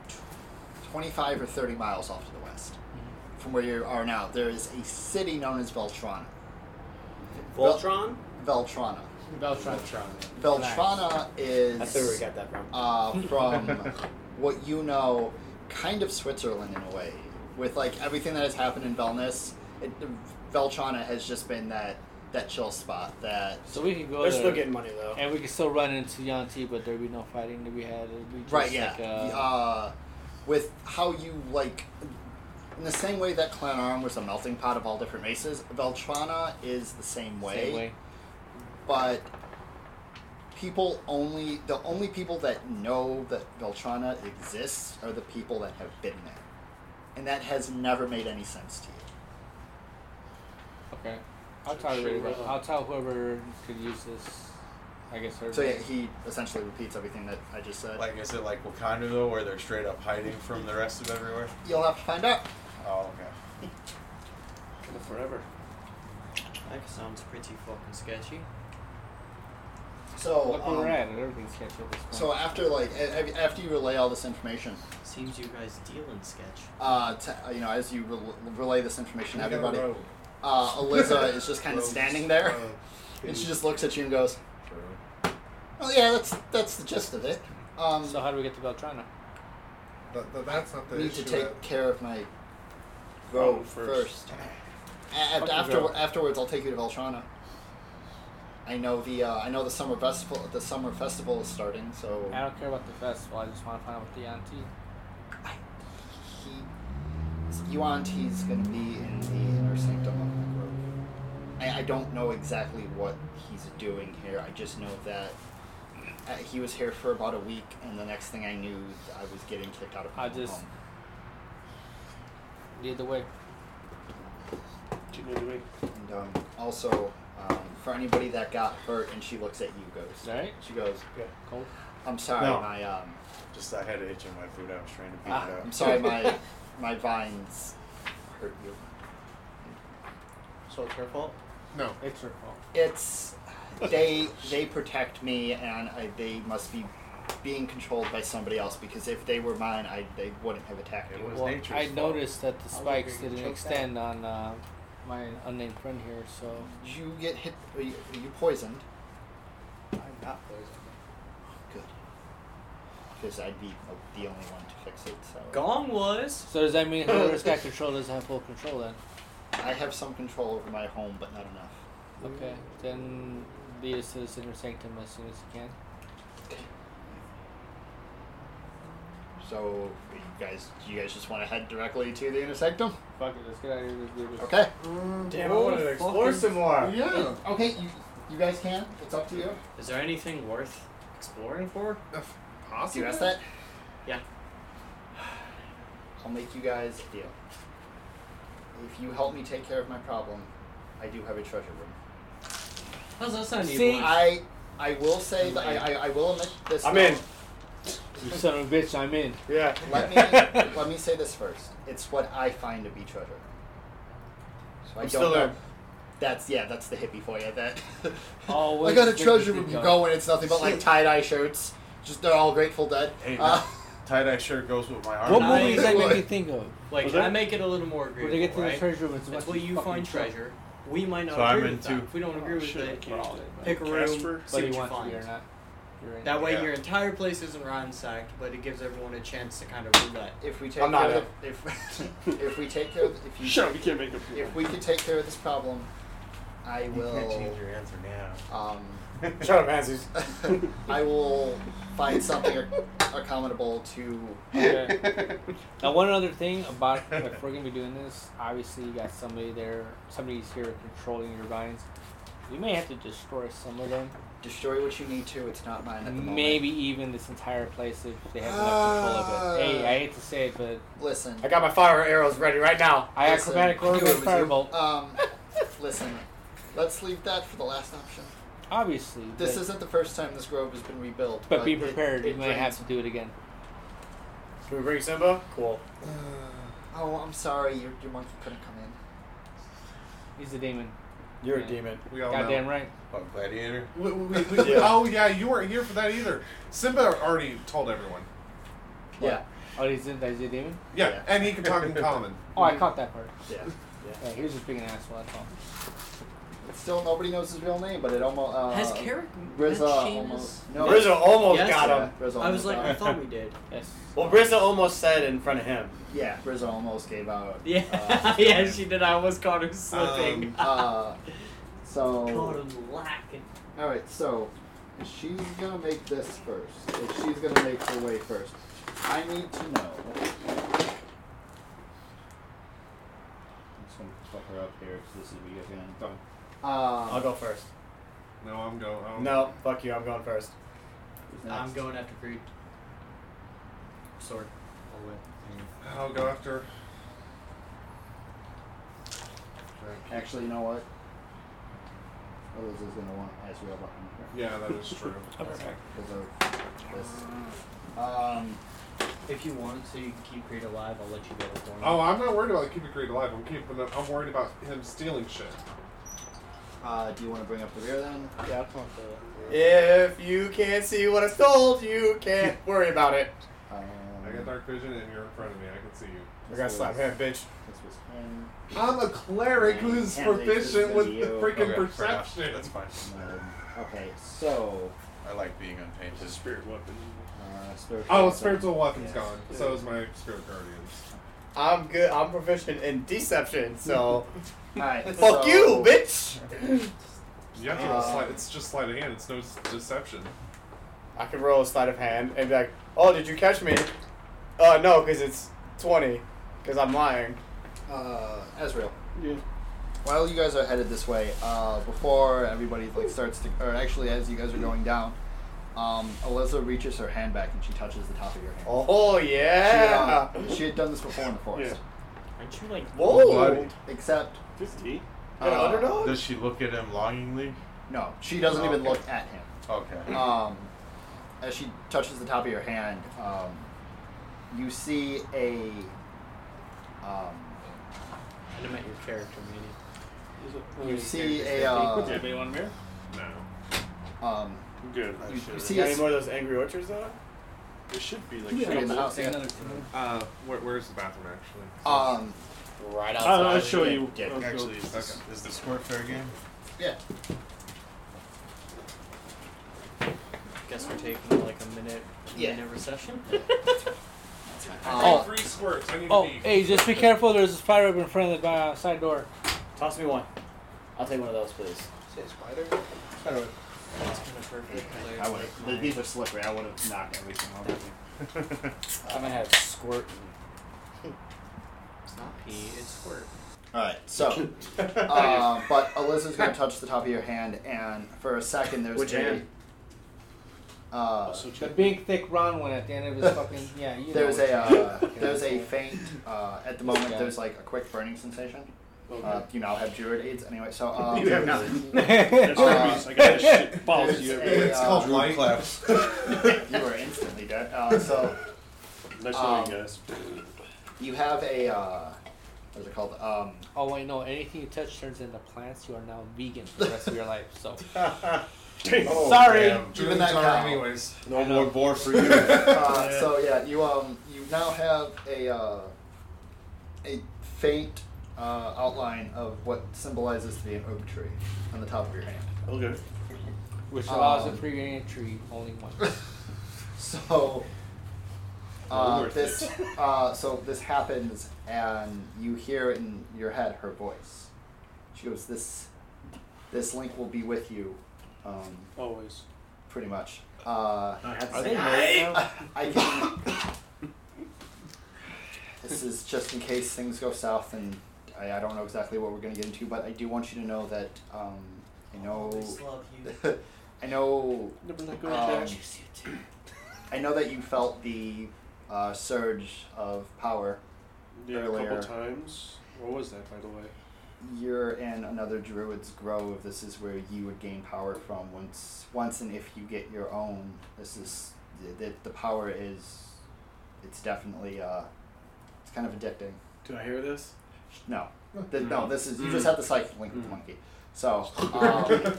tw- 25 or 30 miles off to the west Mm-hmm. from where you are now, there is a city known as Veltrana. Voltron? Veltrana. Beltran. Veltrana is That's where we got that from. uh, from what you know, kind of Switzerland in a way, with like everything that has happened in Velnus it, Velchana has just been that that chill spot that. So we could go. They're there, still getting money, though. and we could still run into Yanti, but there'd be no fighting to be had. It'd be just Right. Yeah. Like a, uh, with how you like, in the same way that Clan Arm was a melting pot of all different races, Veltrana is the same way. Same way. But people only the only people that know that Veltrana exists are the people that have been there, and that has never made any sense to you. okay. I'll tell Sure, whoever. uh, I'll tell whoever could use this. I guess. So yeah, he essentially repeats everything that I just said. Like, is it like Wakanda though, where they're straight up hiding from the rest of everywhere? You'll have to find out. Oh, okay. Forever. That sounds pretty fucking sketchy. So Look where we're um, at. Everything's sketchy at this point. So after like a- a- after you relay all this information, Seems you guys deal in sketch. uh, t- uh, you know, as you rel relay this information to We got everybody, rogue. uh, Eliza is just kind of Rogues. Uh, standing there, Rogue. and she just looks at you and goes, "Oh yeah, that's that's the gist of it. Um, so how do we get to Beltrana? But, but that's not the need issue. to take care of my road first. A- Fuck After, your after, road. afterwards, I'll take you to Veltrana. I know the uh, I know the summer festival the summer festival is starting, so I don't care about the festival. I just want to find out what the auntie. he Yuan T's gonna be in the inner sanctum of the grove. I, I don't know exactly what he's doing here. I just know that uh, he was here for about a week, and the next thing I knew, I was getting kicked out of my I just- home. Either way. And um, also, um, for anybody that got hurt, and she looks at you, goes. Right? She goes. Yeah. Cold. I'm sorry, No. my um. Just I had an itch in my food. I was trying to beat ah, it out. I'm sorry, my my vines hurt you. So it's her fault? No. It's her fault. it's they they protect me and I, they must be being controlled by somebody else because if they were mine I they wouldn't have attacked you. Well, I noticed that the I was spikes gonna didn't choke extend on uh, my unnamed friend here, so you get hit are you, are you poisoned I'm not poisoned. good because I'd be uh, the only one to fix it so Gong was. So does that mean whoever's got control doesn't have full control then? I have some control over my home but not enough Okay, then be a citizen or sanctum as soon as you can. so you guys you guys just want to head directly to the inner sanctum Fuck it, let's get out of here. Let's do this. okay Damn, I wanted to explore some more. yeah okay you you guys can it's up to you Is there anything worth exploring for? If Do you possible. ask that Yeah. I'll make you guys a deal. If you help me take care of my problem, I do have a treasure room. How's that sound? See, I I will say that I, I, I will admit this. I'm now. in. You son of a bitch, I'm in. Yeah. Let me let me say this first. It's what I find to be treasure. So I I'm don't still know. there. That's yeah, that's the hippie for you. That I Always got a with treasure the room. You gun. go and it's nothing but like tie dye shirts. Just they're all Grateful Dead. Hey, Uh, tie dye shirt goes with my arm. What Nice. movie does that make you think of? Like, Was can I that- make it a little more agreeable? they get to the right? treasure room, it's a bunch Until of you fucking find shit. treasure, we might not So I'm agree with into- that. If we don't agree with shit, I it, can't do that. pick a room, Casper? see what Whether you you want to be or find. not. You're in. That way, Yeah. your entire place isn't ransacked, but it gives everyone a chance to kind of roulette. if we take I'm not care of the, if if we take care of the, if you Shut up, you can't make up your if we could take care of this problem, I You can't will. change your answer now. Um, Shut up, Ansies. I will find something accommodable to. Okay. now, one other thing about if we're gonna be doing this, obviously you got somebody there, somebody's here controlling your vines. You may have to destroy some of them, Destroy what you need to. It's not mine at the moment. maybe even this entire place if they have enough control of it. Hey, I hate to say it, but Listen. I got my fire arrows ready right now. I got listen, chromatic I knew orb it was and you. firebolt. Um, listen. Let's leave that for the last option. Obviously, This but, isn't the first time this grove has been rebuilt. But be it- prepared. It, you may have brings- to do it again. Can we bring Simba? Cool. Oh, I'm sorry. Your, your monkey couldn't come in. He's a demon. You're Yeah. a demon. We all Goddamn know. right. Fuck gladiator. We- we- we- we- Yeah. Oh yeah, you weren't here for that either. Simba already told everyone. Yeah. Oh, he's a, he's a demon. Yeah, Yeah. and he can talk in common. Oh, I caught that part. Yeah. Yeah, he was just being an asshole. That's all. Still, nobody knows his real name, but it almost uh, Has Carrick met Rizza Seamus? almost no Rizzo almost Yes. got him. Rizzo I was almost like, got I him. thought we did. Yes. Well, Brissa almost said in front of him. Yeah, Rizzo almost gave out. Yeah, Uh, yeah, she did. I almost caught her Um, slipping. uh, so. caught him lacking. All right, so she's gonna make this first. If she's gonna make her way first, I need to know. I'm just gonna fuck her up here because this is me again. Uh, I'll go first. No, I'm going. um, I'm No, fuck you. I'm going first. who's I'm next? going after Creed. Sword. I'll go after. Actually, you know what? Others is gonna want Ezreal behind her. Yeah, that is true. Okay. Because of this. Um, If you want to keep Creed alive, I'll let you go with one. Oh, I'm not worried about keeping Creed alive. I'm keeping. him- I'm worried about him stealing shit. uh, do you want to bring up the rear then? Yeah. If you can't see what I stole, you can't worry about it. Um, I got dark vision, and you're in front of me. I can see you. I gotta slap him, bitch. This was him. I'm a cleric who's And they just proficient with the video- freaking Okay, fair enough. perception. That's fine. Um, okay, so I like being unpainted. Spirit weapon. uh, spiritual. Oh, spiritual weapon's Yes. gone. So is my spirit guardians. I'm good. I'm proficient in deception, so All right, fuck so- you, bitch. You have to roll Uh, sleight. It's just sleight of hand. It's no s- deception. I can roll a sleight of hand and be like, "Oh, did you catch me?" Uh, no, because it's twenty. Because I'm lying. Uh, Ezreal. Yeah. While you guys are headed this way, uh, before everybody like starts to, or actually as you guys are going down, um, Eliza reaches her hand back and she touches the top of your hand. Oh She, yeah. uh, she had done this before in the forest, Aren't you like Whoa. Bloody. except Fifty. An uh, underdog. Does she look at him longingly? no, she doesn't even Okay. look at him. Okay. Um, as she touches the top of your hand, um, you see a um, And I'm at your character meeting. Is it- You uh, see character a, fifty. uh, Does anybody want a mirror? No. um, Good. you, you You see got a any more of those angry orchards though? It should be like. Yeah, shit on in the the- house, yeah. Uh, where, where's the bathroom actually? Um, right outside? I'll, I'll show you. Yeah, I'll go- Actually, is this, is this score fair game? yeah. Guess we're taking like a minute, Yeah. minute recession. Uh, Three squirts. I need Oh, to be. hey, just be careful. There's a spider up in front of the uh, side door. Toss me one. I'll take one of those, please. That's kind of perfect. 'cause I would. like my- Th- These are slippery. I would have knocked everything over. I'm gonna have squirt. It's not pee. It's squirt. All right. So, um, but Alyssa's gonna touch the top of your hand, and for a second, there's Which a, hand? Uh, The big thick round one at the end of his fucking yeah. You there's know a uh, there's a faint uh, at the moment. Yeah. There's like a quick burning sensation. Uh, you now have druid aids anyway. So um, You have nothing. That's what it means. I got this shit balls There's you. a, everywhere. It's uh, called light claps. you are instantly dead. Uh, so Nice knowing um, you guys. you have a uh, what's it called? Um, Oh wait, no. Anything you touch turns into plants. You are now vegan for the rest of your life. So Oh, sorry. damn. Even that Druids are cow. anyways. No more boar for you. Uh, so yeah, you um you now have a uh, a faint uh, outline of what symbolizes to be an oak tree on the top of your hand. Okay. which allows Um, a free entry only once. So Well uh, worth this uh, so this happens and you hear in your head her voice. She goes, "This this link will be with you." Um, Always. pretty much. Uh, Are they married now? I can. this is just in case things go south, and I, I don't know exactly what we're going to get into, but I do want you to know that um, I know. Oh, Always love you. I know. Never let go of Um, that. I know that you felt the uh, surge of power. Yeah, a earlier. couple times. What was that, by the way? You're in another druid's grove. This is where you would gain power from once, once and if you get your own. This is the, the, the power is. It's definitely. Uh, it's kind of addicting. Do I hear this? Hmm. No, Th- no. This is you just have the psychic link with the monkey. So, um, Oh.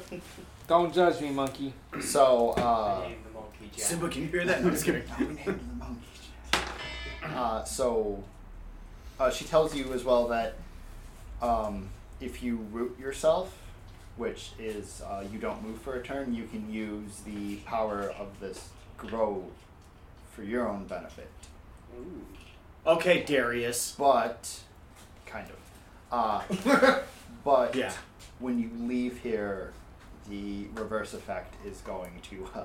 Don't judge me, monkey. so uh, Name the monkey Jack. Simba, can you hear that? I'm just kidding. uh, so uh, she tells you as well that um, if you root yourself, which is uh, you don't move for a turn. You can use the power of this grow for your own benefit. Okay, Darius. But kind of. Uh, but Yeah. when you leave here, the reverse effect is going to. Uh,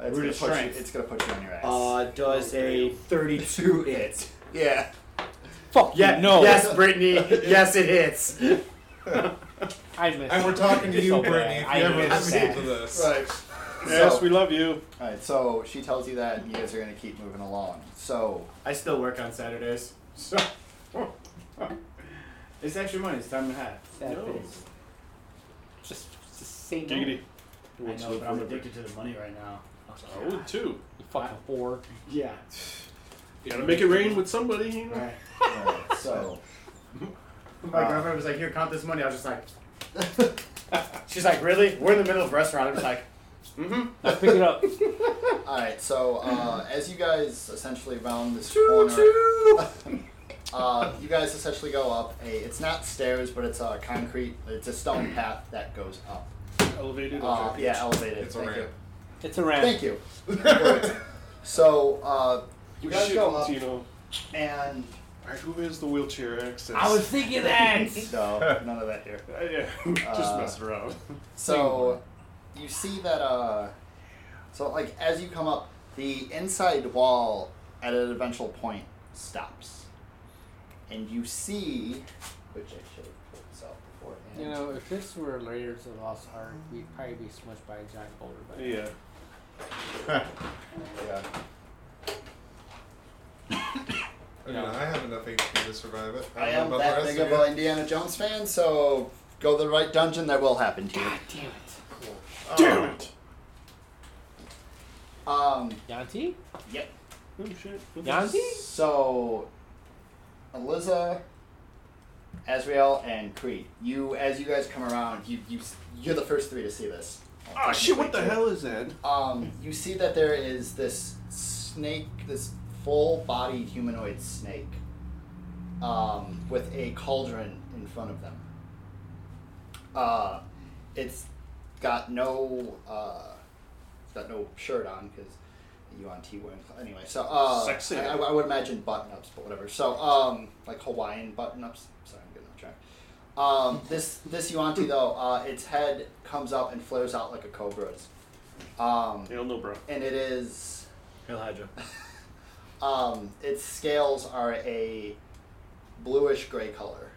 it's gonna, Root of put you, strength. it's gonna put you on your ass. Uh, does a 32 hit? yeah. Fuck yeah, you, no. Yes, Brittany. yes, it hits. I miss And we're talking to you, Brittany. If you I ever miss listen that. to this, Right. Yes, we love you. All right, so she tells you that, and you guys are gonna keep moving along. So I still work on Saturdays. So. it's extra money. It's time and a half. Sad No. face. Just, just say no. Giggity. I know, but I'm addicted to the money right now. Oh, two. You fucking whore. Yeah. You gotta make it rain with somebody, you know? Alright, so My Uh, girlfriend was like, "Here, count this money." I was just like, "She's like, really? We're in the middle of a restaurant." I'm just like, "Mm-hmm." Now pick it up. all right, so uh, as you guys essentially round this corner, uh, you guys essentially go up a. It's not stairs, but it's a concrete. It's a stone path that goes up. Elevated. Uh, yeah, elevated. It's a Thank you. ramp. It's a ramp. Thank you. so uh, you guys Shit, go up Tino. and Alright, who has the wheelchair access? I was thinking that. no, none of that here. Uh, yeah, just Uh, messing around. So you see that uh so like as you come up, the inside wall at an eventual point stops. And you see which I should have pulled this out beforehand. You know, if this were Raiders of the Lost Ark, we'd probably be smushed by a giant boulder. But Yeah. yeah. I, mean, I have enough HP to survive it. I don't know am about the that rest big of of you. an Indiana Jones fan, so go to the right dungeon that will happen to you. damn it. Damn it! Um Yanti? Yep. Oh, shit. Yanti? So, Eliza, Azrael, and Crete. You, as you guys come around, you you you're the first three to see this. Oh, shit, what the hell is that? Um, you see that there is this snake, this full-bodied humanoid snake, um, with a cauldron in front of them. Uh, it's got no uh, it's got no shirt on because you on T wearing anyway. So uh, Sexy. I, I would imagine button ups, but whatever. So um, like Hawaiian button ups. Sorry, I'm getting off track. Um, this this Yuanti though, uh, its head comes up and flares out like a cobra's. Um, Hell no, bro. and it is Hail Hydra. um, its scales are a bluish gray color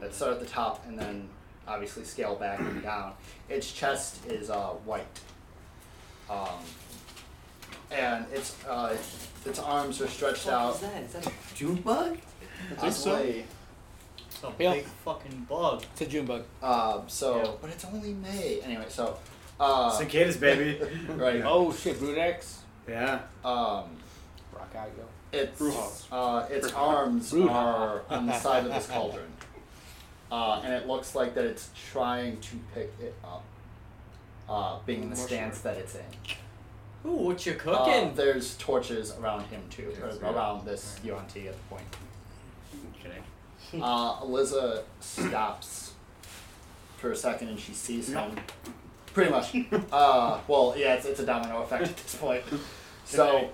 that start at the top and then obviously scale back and down. Its chest is uh, white, um, and its uh, its arms are stretched out. that? Is that a June bug? Possibly, It's a Yeah. big fucking bug. It's a June bug. uh, so, but it's only May anyway. So, uh, Cicadas, baby. right. Oh shit, Brutex. yeah. Um, Rock out, yo. Its Brujas. uh, its arms Brujas. are on the side of this cauldron, uh, and it looks like that it's trying to pick it up, uh, being the stance that it's in. Ooh, what you Uh, cooking? there's torches around him too, or Yes, yeah. around this UNT at the point. Okay. Uh, Eliza stops for a second and she sees him. Pretty much. Uh, well, yeah, it's, it's a domino effect at this point. So,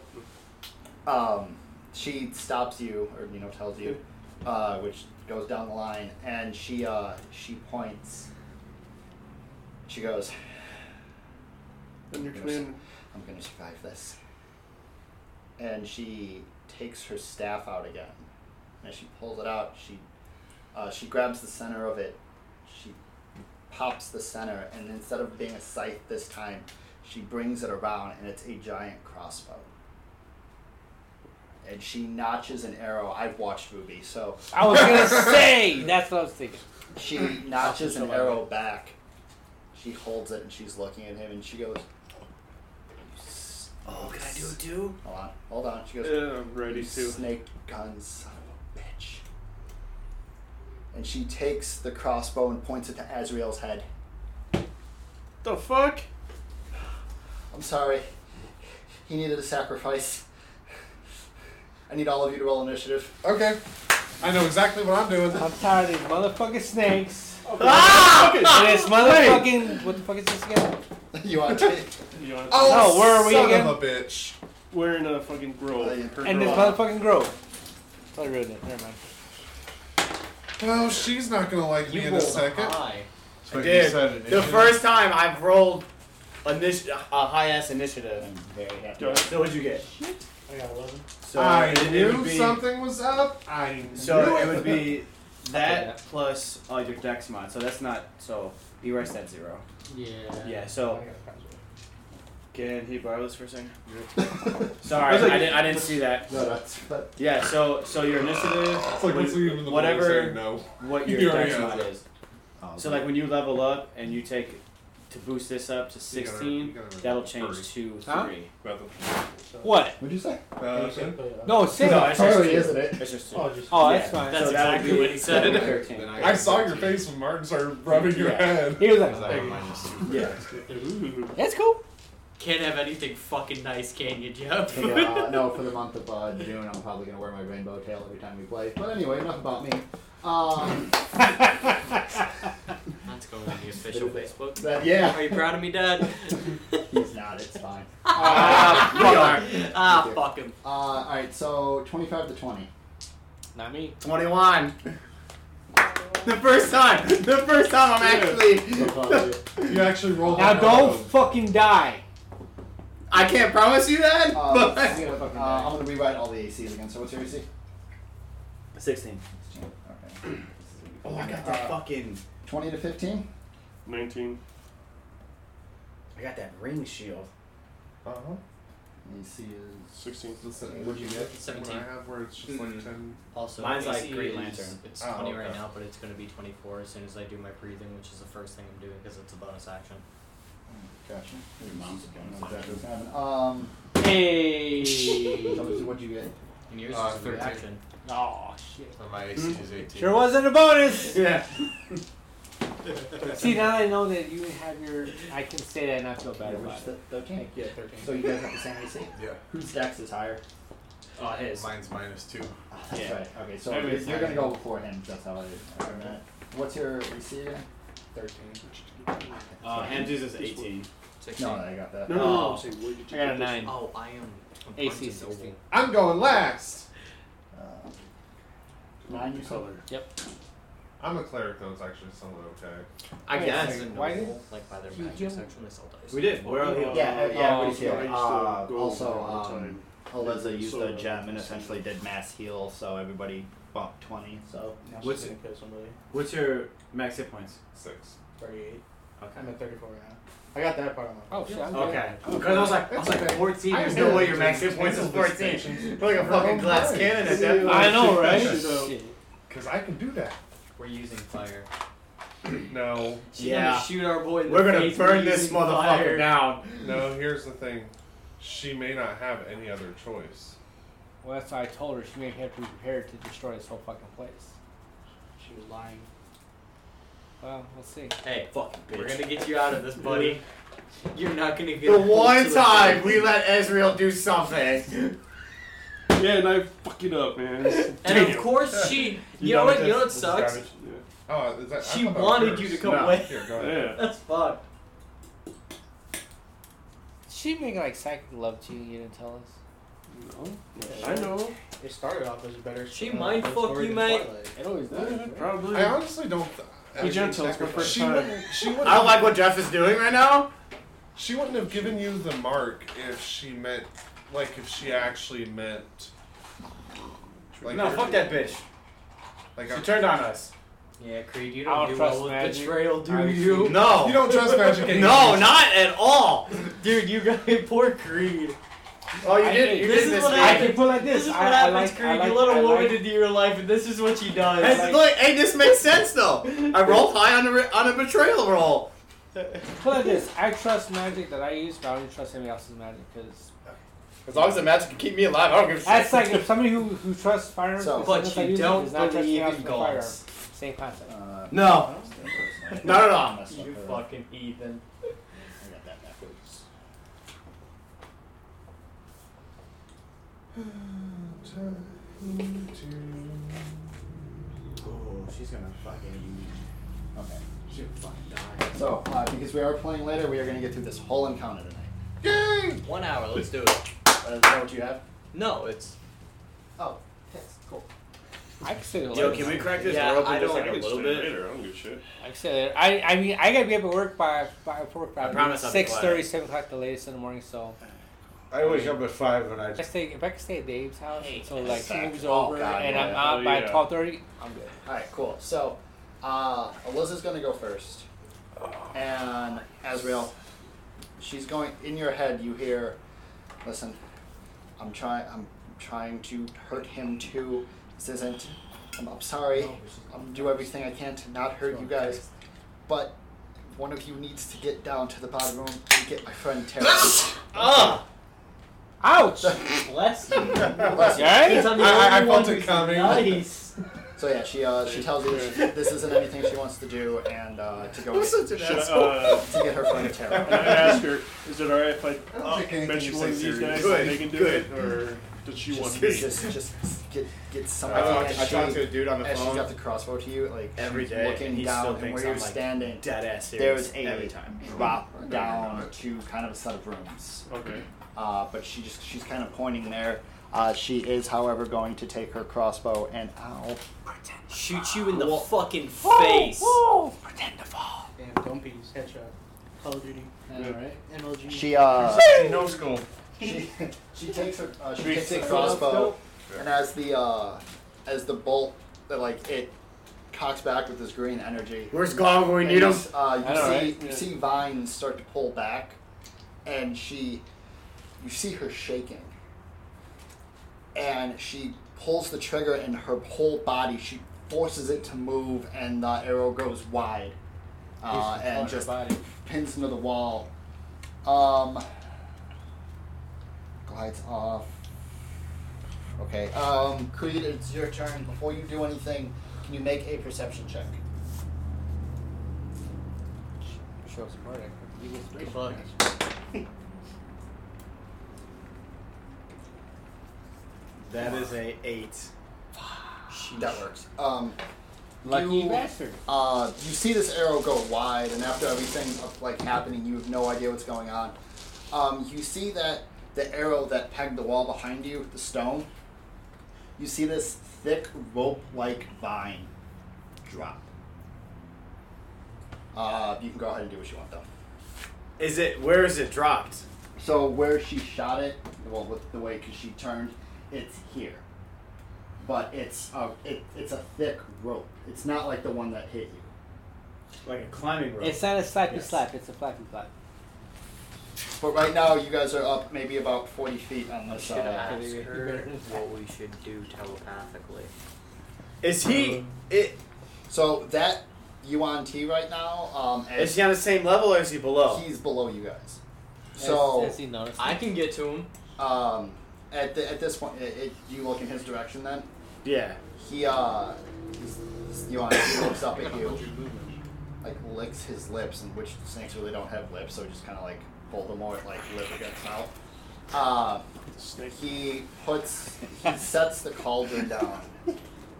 um, she stops you, or you know, tells you, uh, which goes down the line, and she uh, she points. She goes, And your command. "I'm gonna survive this," and she takes her staff out again. And as she pulls it out, she uh, she grabs the center of it. She pops the center, and instead of being a scythe this time, she brings it around, and it's a giant crossbow. And she notches an arrow. I've watched Ruby, so I was gonna say that's what I was thinking. she notches an arrow back. She holds it, and she's looking at him, and she goes, Oh, can I do it too? "Hold on, hold on." She goes, Yeah, I'm ready You to. Snake gun, son of a bitch. And she takes the crossbow and points it to Azrael's head. The fuck? I'm sorry. He needed a sacrifice. I need all of you to roll initiative. Okay. I know exactly what I'm doing. I'm tired of these motherfucking snakes. Oh, Ah! This motherfucking. What the fuck is this again? You want to take? You know, Oh, where are we son again? of a bitch. we're in a fucking grove. Oh, Her And this grove. motherfucking grove. I ruined it. Never mind. Well, Oh, she's not gonna like me in a second. So you Dude, said the initiative. first time I've rolled initi- a high ass initiative. So what'd you get? I got 11. So I it- it knew would be- something was up. I knew So it. it would be that that. plus uh, your dex mod. So that's not. So erase that zero. Yeah. Yeah. Oh, So I got a password. can he borrow this for a second? Sorry, I I, was like- didn't, I didn't see that. No, that's but Yeah. So so your initiative, It's like, when- what's even the point of whatever, saying no? what your You already dex mod answered. is. So like when you level up and you take to boost this up You to gotta- 16, you gotta that'll change to Huh? three. What? what'd you say? Uh, No, six. No, it's just Totally, two. isn't it? It's just two. Oh, just. Oh, Yeah, that's fine. so That's that would exactly be- what he that would be said. 13. Then I saw your face when Martin started rubbing your Yeah. head. He was like, Because I have minus two. Yeah. Ooh. that's cool. Can't have anything fucking nice, can you, Jeff? Yeah, uh, no, for the month of uh, June, I'm probably gonna wear my rainbow tail every time we play. But anyway, enough about me. Um, That's going on the official Facebook. that, yeah, Are you proud of me, Dad? he's not. It's fine. ah, fuck him. Uh, all right, so 25 to 20. Not me. 21. The first time. The first time I'm actually. So probably- You actually rolled. Uh, Now that don't up. fucking die. I can't promise you that. Uh, but I'm, gonna, uh, I'm gonna rewrite all the ACs again. So what's your AC? 16. Okay. Oh, I got that Uh, fucking. 20 to 15. 19. I got that ring shield. Uh-huh. AC is 16. What'd you get? Seventeen. What I have where it's just like ten. Also, Mine's like AC Green is- Lantern. It's Oh, 20 right okay. now, but it's going to be 24 as soon as I do my breathing, which is the first thing I'm doing because it's a bonus action. Gotcha. Your mom's going to Um, Hey. so what'd you get? And yours Uh, is a 13. reaction. oh shit. And my AC is 18. Sure wasn't a bonus. Yeah. See, now that I know that you have your, I can say that and not feel bad Yeah, about which it. is the 13. Yeah, 13. So you guys have the same AC? Yeah. Whose dex is higher? Oh, his. Mine's minus two. Ah, that's Yeah. right. Okay, so Maybe you're, it's you're gonna higher. go before him. That's how I. I remember that. What's your AC again? 13. Uh, Hamzy's is 18. 16. No, uh, I got that. No, no, no. Oh. Say, where did you I got a get this? nine. Oh, I am. I'm AC punching 16. I'm going last. Uh, nine you said? I'm a cleric though. It's actually somewhat okay. I Wait, guess. double. Why Noble, like by their you magic give- section, they sell dice. We did. We're all here. Yeah, uh, yeah, Oh, everybody's so I here. used to Um, Uh, go also, all the um, time. Eliza used So, a gem and uh, essentially did mass heal, so everybody bumped 20. So What's Gonna kill somebody. What's your max hit points? Six. 38. Okay. at 34 right now. I got that part on my. Oh shit. I'm good. Okay. Because I was like, I was like 14. I There's know. no way your max hit points is 14. We're like a fucking glass cannon at that point. I know, right? Yeah. Shit. Cause I can do that. We're using fire. No, She's Yeah. gonna shoot our boy. In We're the gonna face burn using this fire. motherfucker down. no. Here's the thing. She may not have any other choice. Well, that's why I told her she may have to be prepared to destroy this whole fucking place. She was lying. Well, we'll see. Hey, Fucking we're bitch. gonna get you out of this, buddy. You're not gonna get. The pulled to one the time front. we let Ezreal do something. Yeah, and I fuck it up, man. And Damn. of course she. You You, know done what? with You know what this? sucks? Oh, is that? I She thought that was wanted yours. you to come No. with. Here, go ahead. Yeah. That's fucked. She make like psychic love to you. and You didn't tell us. No. I know. It started off as a better. She uh, mind better fuck story you, than mate. Twilight. It always does. right? Probably. I honestly don't. I Be mean, gentle, it's my first she time. Wouldn't, she wouldn't. I don't like what Jeff is doing right now. She wouldn't have given you the mark if she meant, like, if she actually meant. Like, No, fuck that bitch. Like, She I'm, turned on us. Yeah, Creed, you I don't don't do trust well with magic. betrayal, do I- you? No. you don't trust magic anymore. No, not at all. Dude, you got poor Creed. Oh, you I did. think- You this did is this. what to I me. I can put like this. This is what I, I happens, like, Creed. I like, you let a I woman like- into your life, and this is what she does. Hey, look, hey, this makes sense though. I rolled high on a re- on a betrayal roll. Put like this. I trust magic that I use, but I don't trust anybody else's magic because As long as the magic can keep me alive, I don't give a shit. that's like if somebody who who trusts firearms, So- as long but as I you use it, don't does not trust believe anyone else in with a firearm. gods. Same concept. Uh-huh. Uh, no. Not at all. You fucking heathen. I got that backwards. Oh, she's gonna fucking Okay. Shoot, fucking die. So, uh, because we are playing later, we are going to get through this whole encounter tonight. Yay! One hour. Let's do it. Uh, is that what you have? No, it's. Oh, piss. Cool. I could say Yo, can we crack this Yeah, open I just don't- like a I can little stay bit? Later. I don't give a shit. I said I I mean I gotta be up at work by by work by I promise I'll be six thirty quiet. seven o'clock the latest in the morning. So I wake up at five and if I I. stay if I can stay at Dave's house until like suck. she moves Oh, over God, and I'm yeah. out Oh, by yeah. twelve thirty, I'm good. All right, cool. So, uh, Eliza's going to go first. And Azrael, she's going in your head. You hear, listen, I'm trying. I'm trying to hurt him too. This isn't. I'm, I'm sorry. I'm do everything I can to not hurt you guys, but one of you needs to get down to the bottom room and get my friend Terry. Ah! Ouch! Bless you. Bless you. Since I'm the only one who's Nice. So yeah, she uh, she tells you she, this isn't anything she wants to do, and uh, to go Listen get, to that. Shut up. to get her friend Tara. And I asked her, is it alright if I, I don't uh, think anything mention you one say of these serious. guys Good, and they can do good. it, or does she want just, me? just just get get somebody. I talked- as I she- talked to a dude on the as phone She's got the crossbow to you, like every she's day, looking and he down still and thinks where I'm, you're like, standing. dead ass serious There's a every time. drop down to kind of a set of rooms. Okay. Uh, but she just she's kind of pointing there. Uh, she is, however, going to take her crossbow and ow. Shoot you in the fucking Whoa, face. whoa. oh, Pretend to fall. Damn, don't be headshot. Call of Duty. Alright. MLG. She uh no scope. She she takes her uh, she Three takes her six crossbow scope. and as the uh as the bolt that like it cocks back with this green energy. Where's Gog when we and need you him? s- Uh, you I know, see right? you Yeah. see vines start to pull back and she you see her shaking. And she pulls the trigger and her whole body she forces it to move and the arrow goes wide. Uh, Pieces on and her just body. pins into the wall. Um, glides off. Okay. Um, Creed, it's your turn. Before you do anything, can you make a perception check? Show some heart. You get three. Fuck. That is a eight. That works. Um, Lucky you, bastard. Uh, you see this arrow go wide, and after everything of, like happening, you have no idea what's going on. Um, you see that the arrow that pegged the wall behind you, the stone. You see this thick rope-like vine drop. Uh, you can go ahead and do what you want, though. Is it? Where is it dropped? So where she shot it, well, with the way because she turned, it's here. But it's a it, it's a thick rope. It's not like the one that hit you. Like a climbing rope. It's not a slappy Yes. slap. It's a flappy flap. But right now, you guys are up maybe about forty feet on this Should side. ask her what we should do telepathically. Is he? It So that Yuan T right now. Um, and is he on the same level or is he below? He's below you guys. So has, has he noticed? I can get to him. um, at the, at this point, it, it, you look in his direction. Then yeah. he uh, he's- Yuan T looks up at you. like licks his lips, and which snakes really don't have lips, so just kind of like Voldemort, like lip against mouth. Uh, he puts, he sets the cauldron down,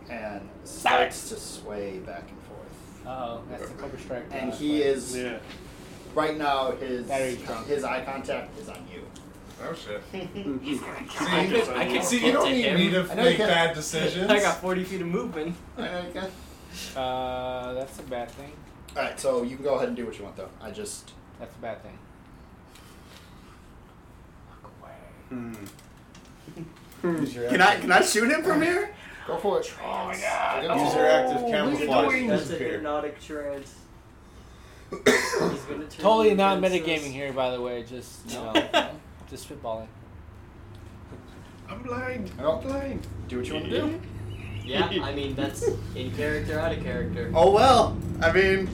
and starts to sway back and forth. Oh, that's the cobra strike. And Uh, he but- is Yeah. right now his Very drunk. his eye contact is on you. Oh shit. I can, I can See, get you don't to need him. me to I know you make can't- bad decisions. I got 40 feet of movement. Uh, that's a bad thing. All right, so you can go ahead and do what you want, though. I just That's a bad thing. Hmm. Can I can I shoot him from here? go for it. Oh my god! Use your active camouflage. That's a Peter. hypnotic trance. He's gonna turn Totally you not into metagaming here, by the way. Just you know, just spitballing. I'm blind. Oh. I'm blind. Do what you want to do. Yeah, I mean, that's in character, out of character. Oh well. I mean,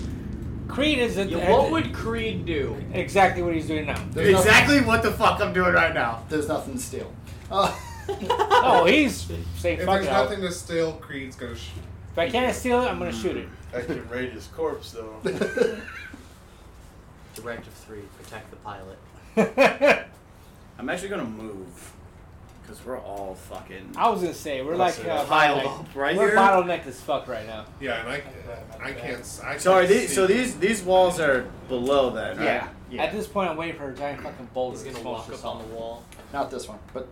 Creed is in Yeah, there- what would Creed do? exactly what he's doing now. There's nothing- exactly what the fuck I'm doing right now. There's nothing to steal. Uh, Oh, he's saying If fuck there's it. out. nothing to steal, Creed's gonna. Sh- If I can't steal it, I'm gonna shoot it. I can raid his corpse though. Directive 3, protect the pilot. I I'm actually gonna move. Because we're all fucking. I was gonna say we're like Listen, uh, piled bottleneck- up right we're here. bottlenecked as fuck right now. Yeah, and I, I can't. I Sorry, can't these, so see. these these walls are below then, right? Yeah. At this point, I'm waiting for a giant fucking boulder. He's gonna walk up on the wall. Not this one, but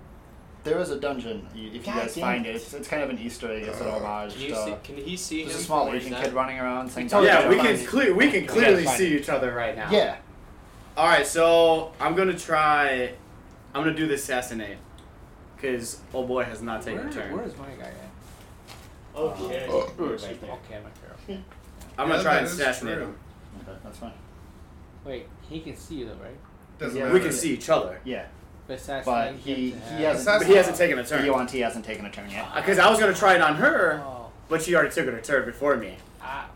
there is a dungeon. you- If you God guys damn find it. it, it's, it's kind of an Easter egg. It's an homage. Can you to- see? Can he see There's him? uh, a small Or is Asian that- kid running around saying. Oh, yeah, "Don't we jump on can me." clear we can gotta clearly find see it. each other right now. Yeah. All right, so I'm gonna try. I'm gonna do the assassinate, cause oh boy has not taken a turn. Where is my guy at? Okay. Uh, Oh, right excuse me. there. Okay, my girl. I'm Yeah, gonna try that and is assassinate true. him. Okay, that's fine. Wait, he can see you though, right? Doesn't We matter. can see each other. Yeah, But assassinate but him he he to have- hasn't. But he hasn't taken a turn. Yuan T hasn't taken a turn yet. Because I was gonna try it on her, Oh, but she already took her turn before me. ah.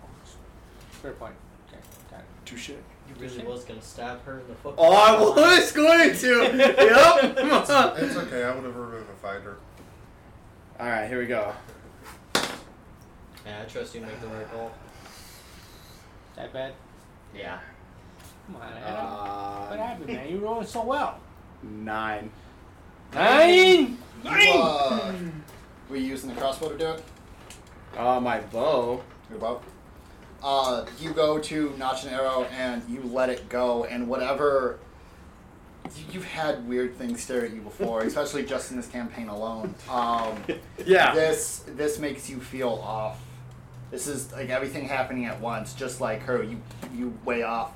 Fair point. Okay, got it. Touche. He really was gonna stab her in the fucking. Oh, I was going to. yep. It's okay. I would have revivified her. All right, here we go. Yeah, I trust you make the right call. That bad? Yeah. Come on, Adam. what Uh, happened, man? You're rolling so well. nine. Nine. You, uh, were you using the crossbow to do it? Oh, my bow. Your bow? Uh, you go to notch an arrow and you let it go, and whatever. You, you've had weird things stare at you before, especially just in this campaign alone. Um, Yeah. This this makes you feel off. This is like everything happening at once, just like her. You you way off.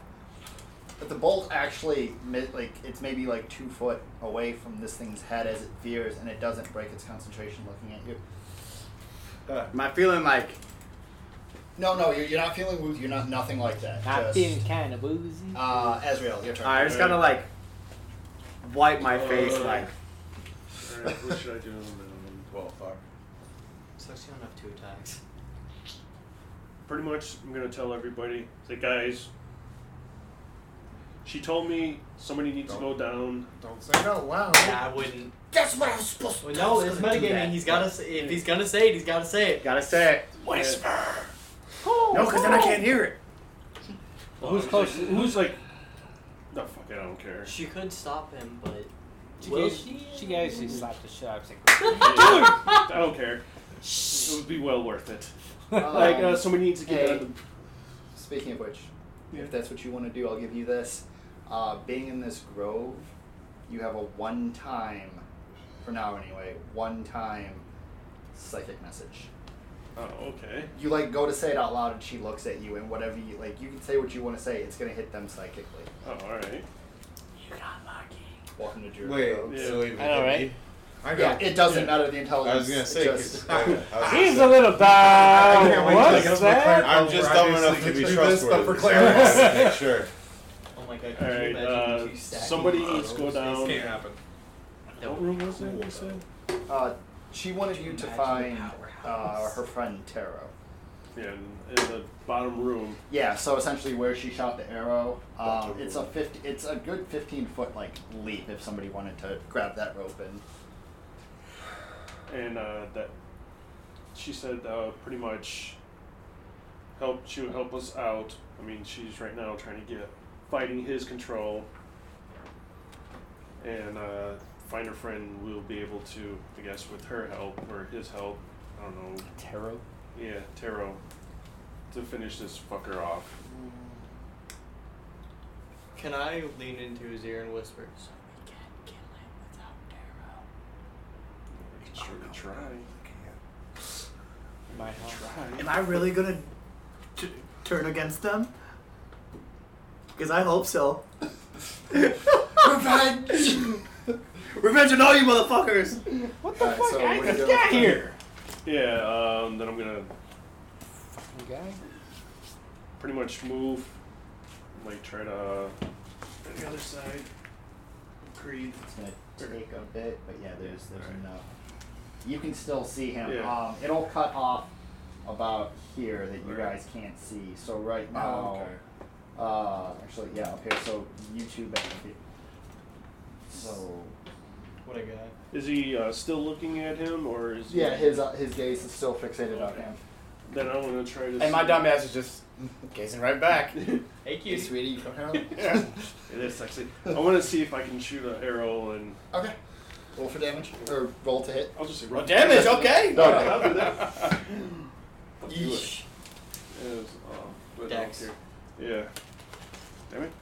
But the bolt actually, mi- like it's maybe like two foot away from this thing's head as it veers, and it doesn't break its concentration looking at you. Am I feeling like No, no, you're, you're not feeling woozy. You're not nothing like that. I've Just, been kind of boozy. uh, Ezreal, your turn. I just gotta like wipe my face Uh, like Alright, what should I do? Well, fuck. So you don't have two attacks. Pretty much, I'm gonna tell everybody that guys. She told me somebody needs to go down. Don't say it out loud. Yeah, I wouldn't. That's what I was supposed Well, no, it's metagaming. He's gotta. Say, if he's gonna say it, he's gotta say it. gotta say it. Whisper. No, because then I can't hear it. Who's like, close? who's like? No, fuck it. I don't care. She could stop him, but She will gave- she? She guys she slapped the shit out of him. I don't care. It would be well worth it. like uh, Um, somebody needs to get hey. down. To, Speaking of which, Yeah. if that's what you want to do, I'll give you this. Uh, being in this grove, you have a one time, for now anyway, one time psychic message. oh, okay. You like go to say it out loud, and she looks at you, and whatever you like, you can say what you want to say. It's gonna hit them psychically. Oh, all right. Welcome to Drew. Wait, Yeah. so even I know, right? hit me? I Yeah, got. it doesn't Yeah. matter the intelligence. I was gonna it say. just- 'cause I- I was gonna He's say- a little Oh, I down. can't wait to look up What's my card. that? I'm just We're dumb enough obviously to be gonna do this, trustworthy. but for so I wanted to clarity. make sure. Oh my god! All Can right. you imagine Uh, two stacking somebody needs to go bottles? Um, down. Can't happen. What room was it? you said? Uh, she wanted you to Imagine find the uh, powerhouse. her friend Taro. Yeah, in, in the bottom room. Yeah, so essentially where she shot the arrow, um, Gotcha. it's a fifty, it's a good fifteen foot like leap if somebody wanted to grab that rope and and uh, that she said uh, pretty much help she would help us out. I mean, she's right now trying to get fighting his control, and uh, find her friend. We'll be able to, I guess, with her help or his help. I don't know. Tarot. Yeah, Taro, to finish this fucker off. Can I lean into his ear and whisper? Sure, to try. My Am Try. I really gonna t- turn against them? Because I hope so. Revenge! Revenge on all you motherfuckers! What the Alright, fuck? so I what are you just doing? got here. Yeah. Um, then I'm gonna Fucking guy. pretty much move, like try to the other side. Creed. it's gonna take a bit, but yeah, there's there's Alright. enough. You can still see him. Yeah. Um, it'll cut off about here that you Alright. guys can't see. So right Oh, now, okay. uh, actually yeah, up here. So you two back here. So What a guy. Is he uh, still looking at him, or is he, yeah, his uh, his gaze is still fixated on him. Then I want to try to. And my see- dumb ass is just gazing right back. Hey, Hey, cutie. sweetie, you come here. Yeah. It is sexy. I want to see if I can shoot an arrow and Okay. We'll for damage or roll to hit? I'll just say roll. Damage, okay. No, I'll do no. that. Let's do Yeesh. it. It was, um, but I don't Dex. care. Yeah. Damn it.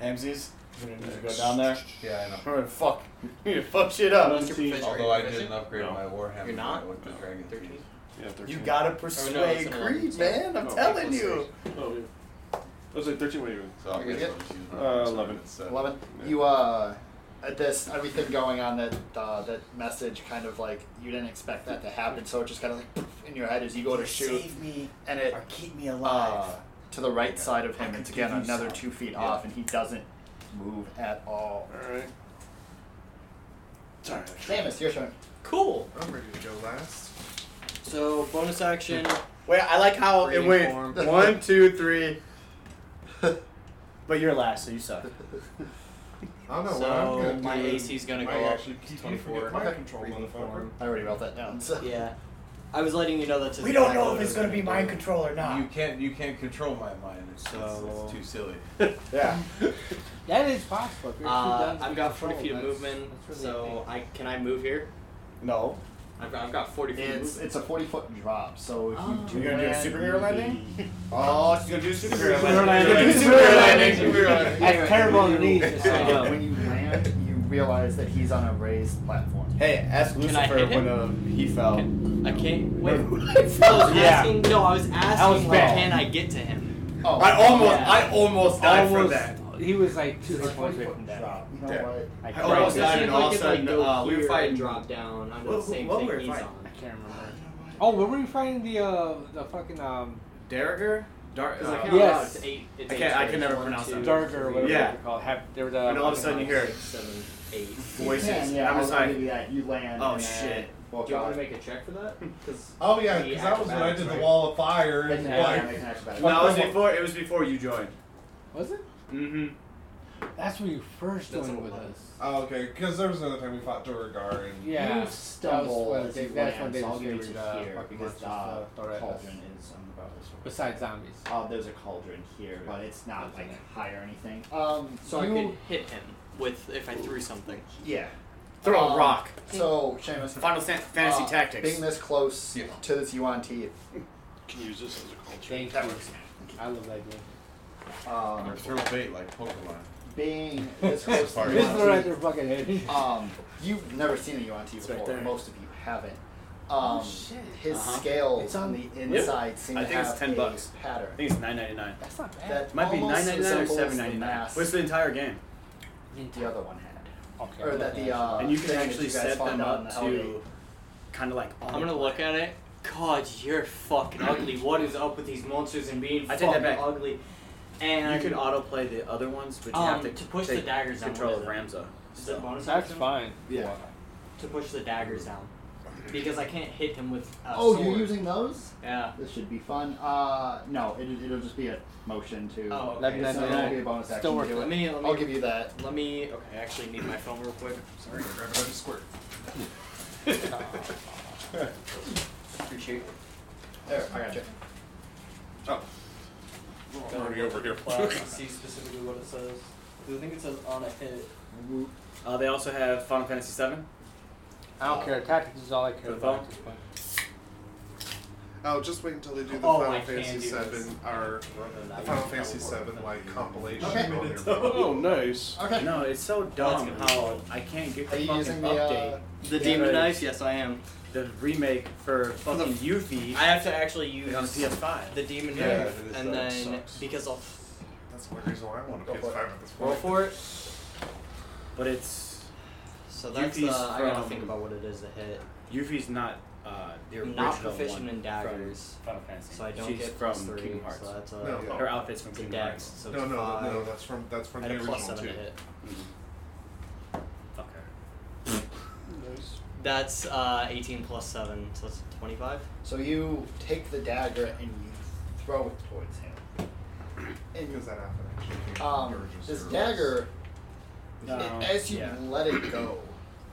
Hamsies, we're gonna need to go Next. down there. Yeah, I know. We're gonna fuck. We're gonna fuck shit up. Unless you're proficient. Although I Are you didn't upgrade No. my Warhammer You're not? I went to Dragon Thirteen. Yeah, 13. You gotta Oh, no, it's persuade an Creed, eleven. man. I'm No, telling plus you. Oh, yeah. I was like 13 waving. So I Okay, guess yeah. I'll just Oh, use my Uh, so 11. it's seven. Eleven. You uh, at this everything going on that uh, that message kind of like you didn't expect that to happen, so it just kind of like poof in your head as you go to shoot, me and it keep me uh, to the right side of him. I It's could give again you another some. two feet Yeah. off, and he doesn't move at all. Alright. Sorry. Samus, your turn. Cool. I'm ready to go last. So bonus action. Wait, I like how it Breeding went form. one, two, three. But you're last, so you suck. I don't know what I'm So gonna do. my AC is gonna I go up actually to keep- you forget 24. my Okay. control, Breeding motherfucker. form. Oh, I already wrote that down. So. Yeah. I was letting you know that's. We don't know exactly if it's what I gonna was be gonna mind do. control or not. You can't. You can't control my mind. It's, it's, So- it's too silly. yeah. That is possible. If you're two Uh, guns I've with got 40 control, feet of that's- movement, that's really so I can I move here? No. I've got, I've got 40 feet. of It's movement. it's a forty foot drop, so if Oh. you do You're gonna do a land, superhero you'll landing? be- Oh, she's gonna do superhero Superhero landing. landing. Superhero Do superhero landing. landing. Superhero landing. Anyway, That's terrible on when the you- knees, just uh, so you know. when you land, you realize that he's on a raised platform. Hey, ask Can I Lucifer hit when uh, he fell. I can't. Wait. I was Yeah. asking. No, I was asking. was like, bad. can I get to him? Oh, I almost, Yeah. I almost died from Almost- that. He was like two it's a hit twenty points away foot from death. drop. You know Yeah. what? I I Oh, almost so died, see and if all I of a could like sudden, go uh, we here were and fighting. drop down onto the What- same what thing were we he's fighting? on. I can't remember. Oh, were we fighting the uh, the fucking um, Darriger? Dar- 'Cause I uh, count Yes. out, it's eight. It's I eight can't- I can turns. never One, pronounce two, that. Darker or whatever three, Yeah. you call. Have there were the And all of a fucking sudden you hunters. hear six, seven, eight. You voices. can, and yeah, I'm just I'll give like, you that. You land. oh, and then shit. walk Do you want out. to make a check for that? Because Oh yeah, because that was when I did the wall of fire. Make And an like, acrobatic, make an acrobatic. no, it was before. It was before you joined. Was it? Mm-hmm. That's when you first That's joined what with it was. us. Oh, okay, because there was another time we fought Duragar and Yeah. You That stumble was as when they- you that's land, when they so I'll give you discovered, to uh, here fucking monsters, because the uh, Thoraides. cauldron is on the brother's sword. Besides zombies. Uh, there's a cauldron here, but it's not like high or anything. Um, so you, I could hit him with if I threw something. yeah. Throw a Um, rock. So Seamus, Final San- Fantasy uh, Tactics. Being this close Yeah. to this Yuan teeth, Can use this as a culture. Thank that you. works. I love that game. Um, Or throw bait like Pokemon. being this close to Sorry. the This is Yuan right teeth, there, fucking head. um, you've never seen a Yuan teeth It's right before. there. Most of you haven't. Um, Oh, shit. His Uh-huh. scales It's on the inside seem I to think it's have 10 a bucks. pattern. I think it's nine ninety nine. That's not bad. That Might be almost nine ninety nine or resembles the seven ninety nine. mask What's the entire game? the other one had. Okay. Or I'm that looking the at uh, and you can thing that actually you guys set found them out in E up Hellgate. to kind of like. on I'm gonna the look play. at it. God, you're fucking ugly. What is up with these monsters and being I take fucking that back. ugly? And You can autoplay the other ones, but you Um, have to, to push the take daggers down, control what of is Is Ramza. it So. bonus That's action? fine. Yeah. To push the daggers down, because I can't hit him with. A Oh, sword. you're using those? Yeah. This should be fun. Uh, no, it, it'll just be a motion to. Oh, okay. Let Let me me- so let me- it'll be a bonus action. Still to worth do Let it. me. Let me. I'll give you that. Let me. Okay, I actually need my phone real quick. Sorry. grab another squirt. Appreciate. There, I got you. Oh, I'm already over here. see specifically what it says. Because I think it says on a hit. Uh, they also have Final Fantasy Seven. I don't care. Tactics is all I care For the about phone? at this point. Oh, just wait until they do the Oh, I Final can Fantasy do this. Seven or the Final Fantasy Seven like compilation. Okay. on their- Oh, nice. Okay. No, it's so dumb gonna be how I can't get Are the you fucking using the, update. uh, The Yeah, demon right. knife. Yes, I am. the remake for fucking Yuffie I have to actually use on PS5. the demon Yeah, knife, it is, and uh, then sucks. because I'll That's the reason why I want to Go PS5 for it. at this roll point. for it. But it's So that's the. Yuffie's I gotta from- think about what it is to hit. Yuffie's not uh, the I'm original not proficient one in daggers, from Final Fantasy. so I don't She's get from plus three. Kingdom Hearts. So that's a, No. Her outfit's from it's a Kingdom dex. Hearts. So No, it's no, five. no, that's from that's from I the had a original plus seven too. to hit. Mm-hmm. Fuck her. That's uh, 18 plus seven, so that's 25. So you take the dagger and you throw it towards him. Because And that happened actually. um, Original this series. dagger, No, as you yeah. let it go,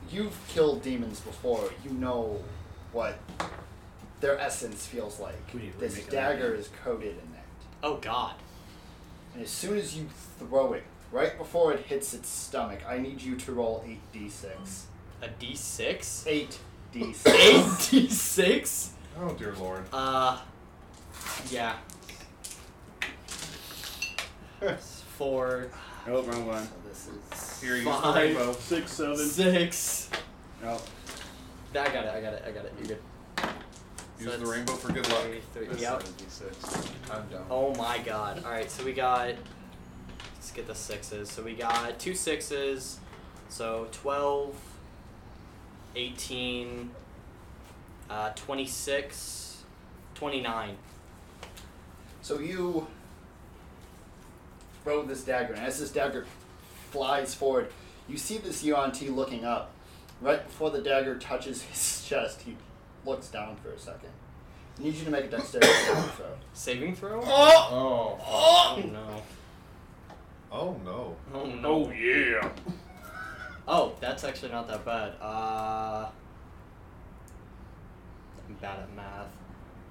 you've killed demons before. You know what their essence feels We need to like. This remake that. dagger is coated in that. Oh God. And as soon as you throw it Right before it hits its stomach, I need you to roll 8d6. A d6? 8d6. 8d6? Oh dear lord. Uh, yeah. Four. Oh, wrong one. this is Here, use the Five. rainbow. Six, seven. Six. No. Nah, I got it, I got it, I got it. You're good. Use the that's rainbow for good luck. three, three, That's yep. 76. I'm down. Oh my god. Alright, so we got. Let's get the sixes. So we got two sixes. So 12, 18, uh, 26, 29. So you throw this dagger, and as this dagger flies forward, you see this Yuan Ti looking up. Right before the dagger touches his chest, he looks down for a second. I need you to make a dexterity saving throw. Saving throw? Oh. Oh, no. Oh no. Oh no. Oh yeah. Oh, that's actually not that bad. Uh, I'm bad at math.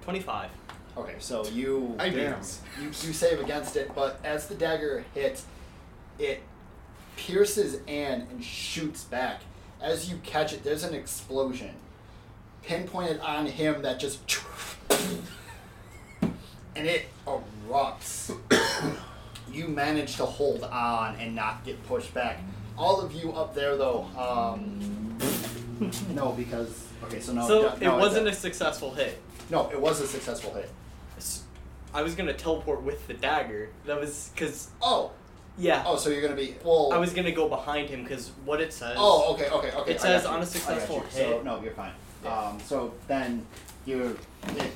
25. Okay, so you I you, damn. you save against it, but as the dagger hits, it pierces Anne and shoots back. As you catch it, there's an explosion pinpointed on him that just and it erupts. you manage to hold on and not get pushed back. All of you up there though, um, no, because okay, so now so now it wasn't I- a successful hit. no, it was a successful hit. S- I was gonna teleport with the dagger. That was because Oh, yeah. Oh, so you're gonna be well. I was gonna go behind him because what it says. Oh, okay, okay, okay. It I got says you. on a I got successful you. So hit. no, you're fine. Yeah. Um, so then you're it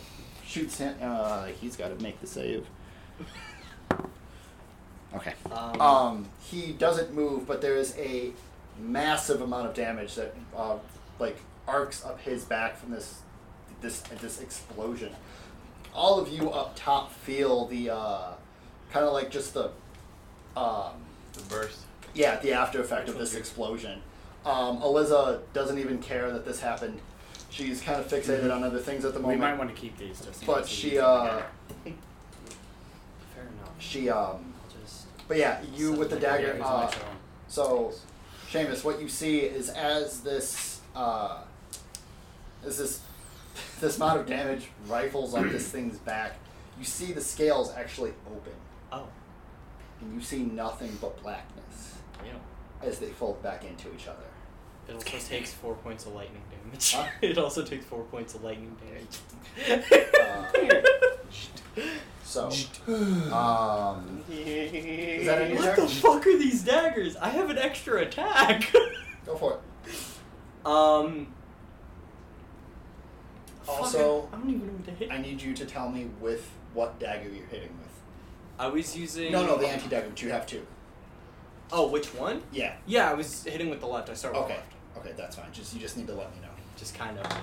shoots him. Uh, he's got to make the save. Okay. Um, Um, he doesn't move, but there is a massive amount of damage that uh, like arcs up his back from this this this explosion. All of you up top feel the uh, kind of like just the um, The burst. yeah, the after effect of this explosion. Um, Eliza doesn't even care that this happened. She's kind of fixated on other things at the Mm-hmm. We moment. might want to keep these just. in but case we she, use them uh, Fair enough. she, um, Just but yeah, you set with the them like- dagger. yeah, uh, it's like so. so, Seamus, what you see is as this, uh, as this, this amount of damage rifles on this thing's back, you see the scales actually open, Oh, and you see nothing but blackness yeah. as they fold back into each other. It also takes four points of lightning damage. Huh? it also takes four points of lightning damage. Uh, So, um, is that any what there? the fuck are these daggers? I have an extra attack. Go for it. um. Also- fuck, I don't even know what to hit. I need you to tell me with what dagger you're hitting with. I was using. No, no, the anti dagger, but you have two. Oh, which one? Yeah. Yeah, I was hitting with the left. I started with the Okay. left. Okay, that's fine. Just you just need to let me know. Just kind of.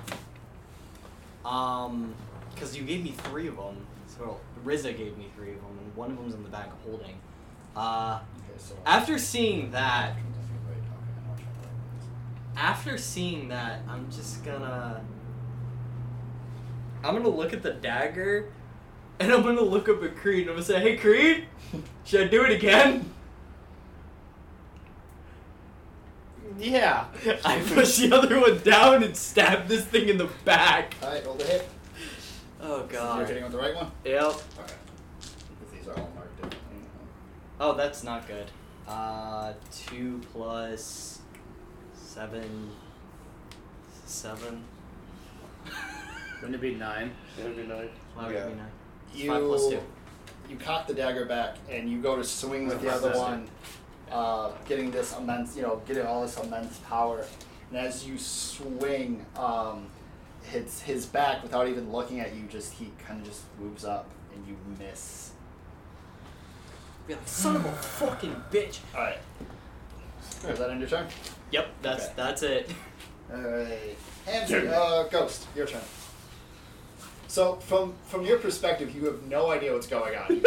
Um, because you gave me three of them. So Riza gave me three of them, and one of them's in the bag of holding. Uh, Okay, so after seeing that, Wait, okay, I know which one after seeing that, I'm just gonna. I'm gonna look at the dagger, and I'm gonna look up at Creed, and I'm gonna say, "Hey, Creed, should I do it again?" Yeah. I push the other one down and stab this thing in the back. that is. Alright, roll the hit. Oh You're god. hitting with the right one? Yep. Okay. Because these are all marked differently. Oh, that's not good. Uh, two plus seven, seven. Wouldn't it be nine? That'd be nice. That would Yeah. be nine. You, Five plus two. You cock the dagger back and you go to swing with the other one, uh, getting this immense, you know, getting all this immense power. And as you swing, um, hits his back without even looking at you. Just he kind of just moves up and you miss. Be like, Son of a fucking bitch. All right. Is that end your turn? Yep, that's Okay. that's it. All right, Andrew, uh, Ghost, your turn. So from from your perspective, you have no idea what's going on.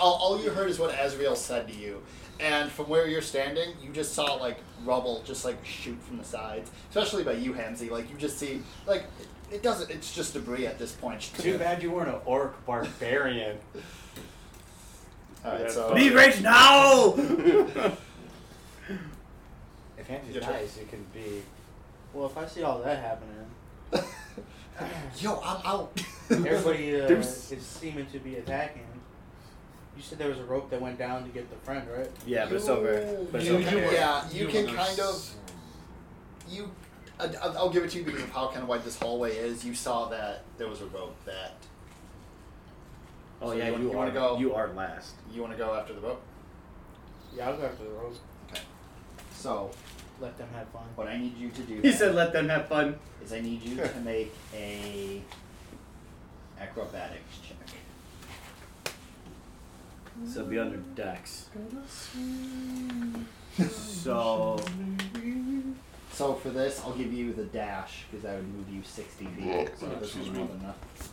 all, all you heard is what Azrael said to you, and from where you're standing, you just saw like rubble just like shoot from the sides, especially by you, Hamzy. Like you just see like it, it doesn't. It's just debris at this point. Too bad you weren't an orc barbarian. All Yeah, right, so fuck. Be rich now! Oh, If Andrew Your turn. dies, you can be. Well, if I see all that happening, Yo, I'm out. everybody uh, There's- is seeming to be attacking. You said there was a rope that went down to get the friend, right? Yeah, but it's over. But it's You- over. you- yeah, you, You can were kind of. You, I, I- I'll give it to you because of how kind of wide this hallway is. You saw that there was a rope that. Oh So yeah, you, you, want are. to go? You are last. You want to go after the rope? Yeah, I'll go after the rope. Okay. So Let them have fun. what I need you to do. He then said, "Let them have fun." is I need you to make a acrobatics check. So be under Dex. So So for this, I'll give you the dash because that would move you sixty feet. So Oh, this excuse is me. more than enough.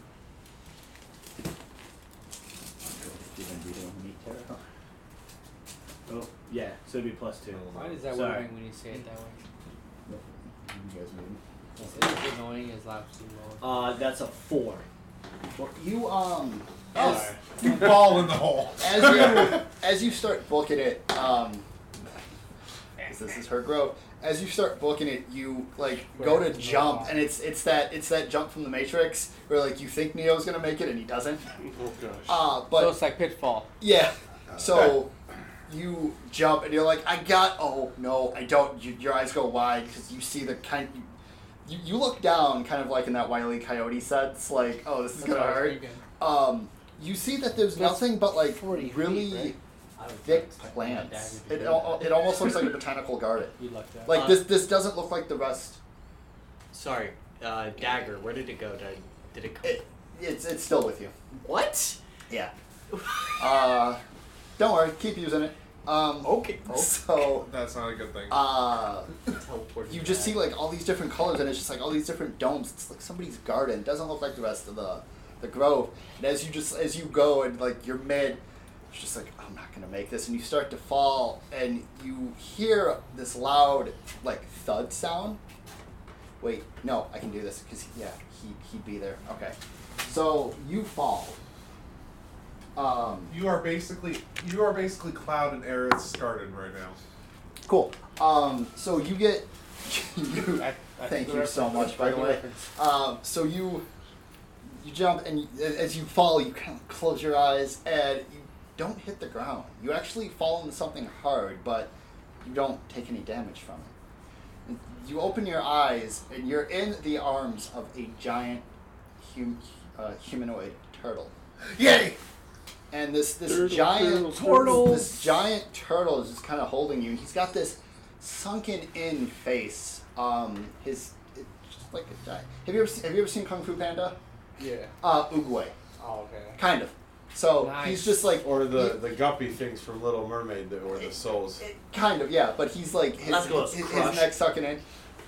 You're gonna be doing meat terror. oh yeah, so it'd be plus two. Why does that Sorry. worry me when you say it that way? You guys move. It's it's annoying as laps too low. Uh, that's a four. Well, you um as, Oh, You fall in the hole. as you as you start booking it, um 'cause this is her growth. As you start booking it, you like go to jump and it's it's that it's that jump from the Matrix where like you think Neo's gonna make it and he doesn't. Oh gosh. Uh So but it's like pitfall. yeah. So you jump and you're like, I got. Oh no, I don't. You, your eyes go wide because you see the kind. You, you look down, kind of like in that wily coyote sense, like, oh, this is That's gonna what I was hurt. thinking. Um, you see that there's That's nothing but like 40 feet, really right? thick I think that plants. would be It, good. al- it almost looks like a botanical garden. You lucked out. Like Uh, this, this doesn't look like the rest. Sorry, uh, dagger. Where did it go? Did, I, did it come? It, it's it's still with you. What? Yeah. Uh, don't worry, keep using it. Um, okay. So That's not a good thing. uh, Teleported you just back. see like all these different colors, and it's just like all these different domes. It's like somebody's garden. doesn't look like the rest of the the grove. And as you just as you go and like you're mid, it's just like I'm not gonna make this, and you start to fall, and you hear this loud like thud sound. Wait, no, I can do this because yeah, he he'd be there. Okay, so you fall. Um, You are basically you are basically Cloud and Aerith's Garden right now. Cool. Um, so you get. you, thank you so much, by the way. Um, so you you jump and you, as you fall, you kind of close your eyes and you don't hit the ground. You actually fall into something hard, but you don't take any damage from it. And you open your eyes and you're in the arms of a giant hum, uh, humanoid turtle. Yay! And this this Turtle, giant turtle, turtle. this giant turtle is just kind of holding you, and he's got this sunken in face. Um, his it's just like a giant. Have you ever se- have you ever seen Kung Fu Panda? Yeah. Uh, Oogway, Oh, okay. kind of. So Nice. he's just like Or the, the guppy things from Little Mermaid that were the souls. kind of yeah, but he's like his Let's go, let's his, his crush. neck sunken in.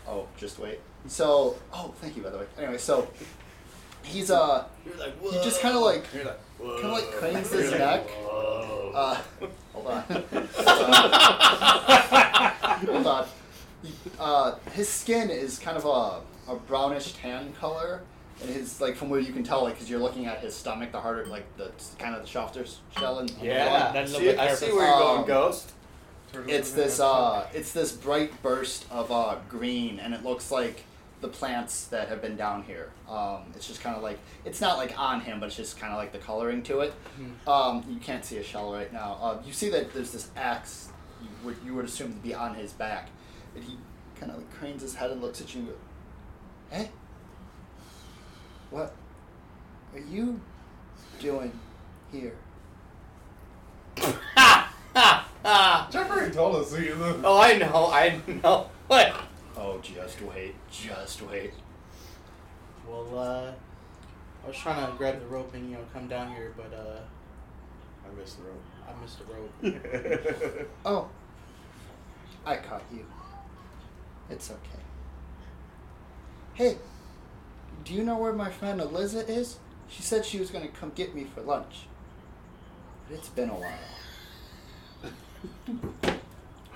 Oh, just wait. So oh, thank you by the way. Anyway, so he's uh You're like, he just kind of like You're like, kind of Oh, like cranes his You're like, neck. Whoa. Uh, hold on. Uh, hold on. Uh, his skin is kind of a, a brownish tan color, and his like from where you can tell, like, because you're looking at his stomach, the harder, like, the kind of the softer s- shell. And Yeah. That little See, bit I see where careful. you're Um, going, Ghost. it's this uh, it's this bright burst of uh, green, and it looks like the plants that have been down here. Um, it's just kind of like it's not like on him, but it's just kind of like the coloring to it. Um, you can't see a shell right now. Uh, you see that there's this axe you would you would assume to be on his back, and he kind of like cranes his head and looks at you. and goes, Hey, what are you doing here? Jeffrey told us. He, the, Oh, I know, I know. What? Oh, just wait, just wait. Well, uh, I was trying to grab the rope and you know come down here, but uh, I missed the rope. I missed the rope. Oh, I caught you. It's okay. Hey, do you know where my friend Eliza is? She said she was gonna come get me for lunch. But it's been a while.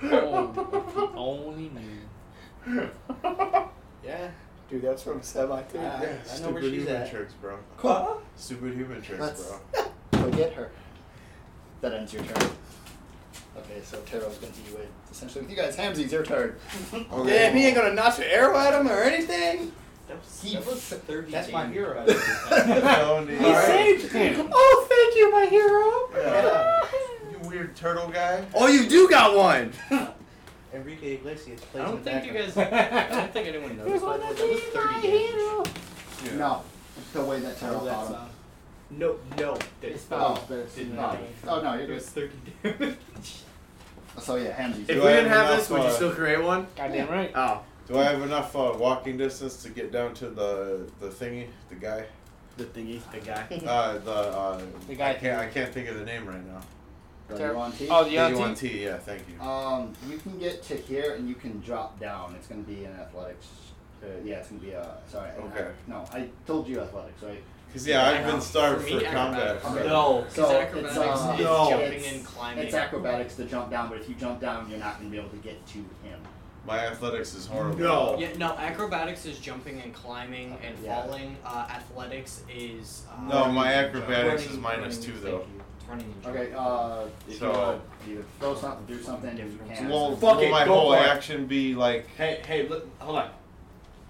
Oh, only knew. Yeah, Dude, that's from Semi too. Yeah. I know Stupid where she's human at. tricks, bro. Cool. Stupid human tricks, Let's bro. go get her. That ends your turn. Okay, so Taro's going to be with essentially with you guys. Hamzy's your turn. Damn, he ain't gonna notch an arrow at him or anything. That was, that was 30 That's my damage. hero. No, dude. He saved him. Oh, thank you, my hero. Yeah. You weird turtle guy. Oh, you do got one. Enrique Iglesias plays I in don't the think you background. guys. I don't think anyone knows. but that was 30 damage. Yeah. No, the way that Taro Oh, that's, thought uh, No, no. that- It's Oh, not. it's did not. not. Oh, no, you're It good. was 30 damage. him. So yeah, Hamzy's. Do If I we didn't have have this, enough, would you uh, still create one? Goddamn right. Oh, Do I have enough uh, walking distance to get down to the the thingy, the guy? the thingy, the guy. Uh, the uh, The guy I can't, I can't think of the name right now. Go to your on team. Oh, the D other one team. T. Yeah, thank you. Um, you can get to here and you can drop down. It's going to be an athletics. Uh, yeah, it's going to be a. Sorry. I- uh, Okay. no, I told you athletics, right? Cause yeah, I've Yeah. been starved for, me, combat. acrobatics. so- No, 'cause So acrobatics it's, uh, is no. jumping and climbing. It's acrobatics to jump down, but if you jump down, you're not going to be able to get to him. My athletics is horrible. No. Yeah, no, acrobatics is jumping and climbing and Yeah. falling. Uh, athletics is. Uh, No, my running, acrobatics is minus running, two thank though. you. It's running and jumping. Okay. Uh, if So- you, uh, you throw something, do something, you can. Will, Fuck will it, my go whole for it. action be like Hey, hey, look, hold on.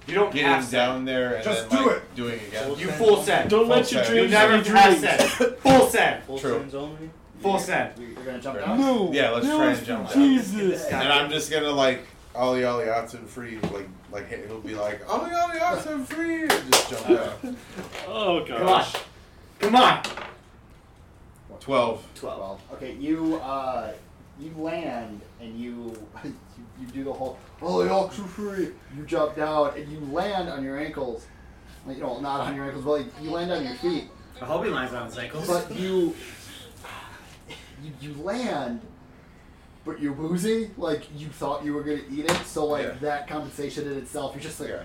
You don't getting pass that. down there and Just then do like, doing it again? You full send. Don't let Okay. your You dreams never be pass dreams. that. Full send. Full True. turns only. Full send. You're, you're going to jump Fair down. enough. Yeah, let's try and jump down. Jesus. And I'm just gonna like ollie ollie Otson free, like like hey, he'll be like ollie ollie Otson free, and just jump Uh, down. Oh gosh. Come on. Come on. Twelve. Twelve. Okay, you uh, you land and you you, you do the whole oh y'all too free. You jump down and you land on your ankles. Like, you know, not on your ankles, but like, you land on your feet. I hope he lands on his ankles. But you, you you land, but you're woozy. Like you thought you were gonna eat it, so like Yeah. that compensation in itself, you're just like. Yeah.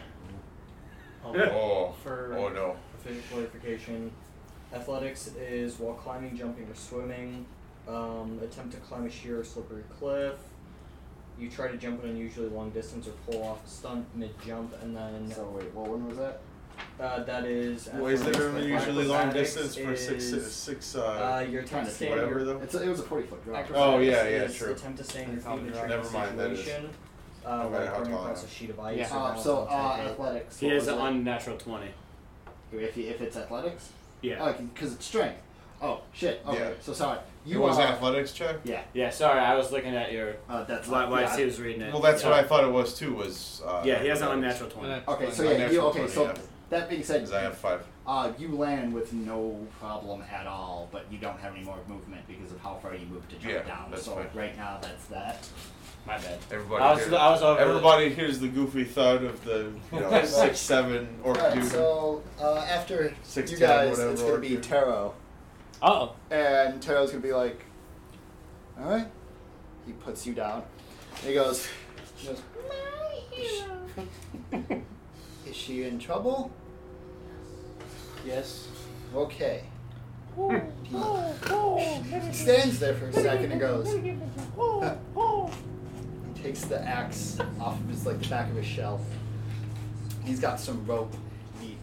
Oh, Oh. For- Oh no. for clarification, athletics is while climbing, jumping, or swimming. Um, attempt to climb a sheer or slippery cliff. You try to jump an unusually long distance or pull off a stunt mid jump, and then So wait, what one was that? uh, that is. Well, is there athletics, but usually long acrobatics distance for six is, six Uh, uh, your attempt to Kinda stay. whatever Whatever. though? It's a, it was a forty foot drop. Oh, yeah, yeah, is true. Attempt to stay on your feet in a Never triangle mind, that is- situation. Uh, Okay, like I'll running call it across a out. sheet of ice. Yeah. or Uh, else so I'll uh, take it. athletics. He what has was an it? unnatural 20. If, if it's athletics? Yeah. Oh, because it's strength. Oh, shit. Okay, Yeah. so sorry. It You was are, athletics check. Yeah, Yeah, sorry, I was looking at your. uh, that's Why, not- why yeah. he was reading it. Well, that's yeah. what I thought it was too. Was uh, Yeah, he has an athletics. unnatural 20. Okay, so My yeah, you, natural okay, 20, so yeah. that being 'Cause I have said, five. uh, you land with no problem at all, but you don't have any more movement because of how far you moved to jump Yeah, down. that's so fine. right now, that's that. My bad. Everybody. I was- hears- I was over- Everybody hears the goofy thud of the you know, six seven orc Alright, dude. so uh, after Six, you ten, guys, whatever it's going to orc be dude. Taro. Oh, And Taro's gonna be like, "All right." He puts you down. And he goes, he goes, "Is she in trouble?" Yes. Okay. He stands there for a second and goes, "Huh." He takes the axe off of his like the back of his shelf. He's got some rope. He,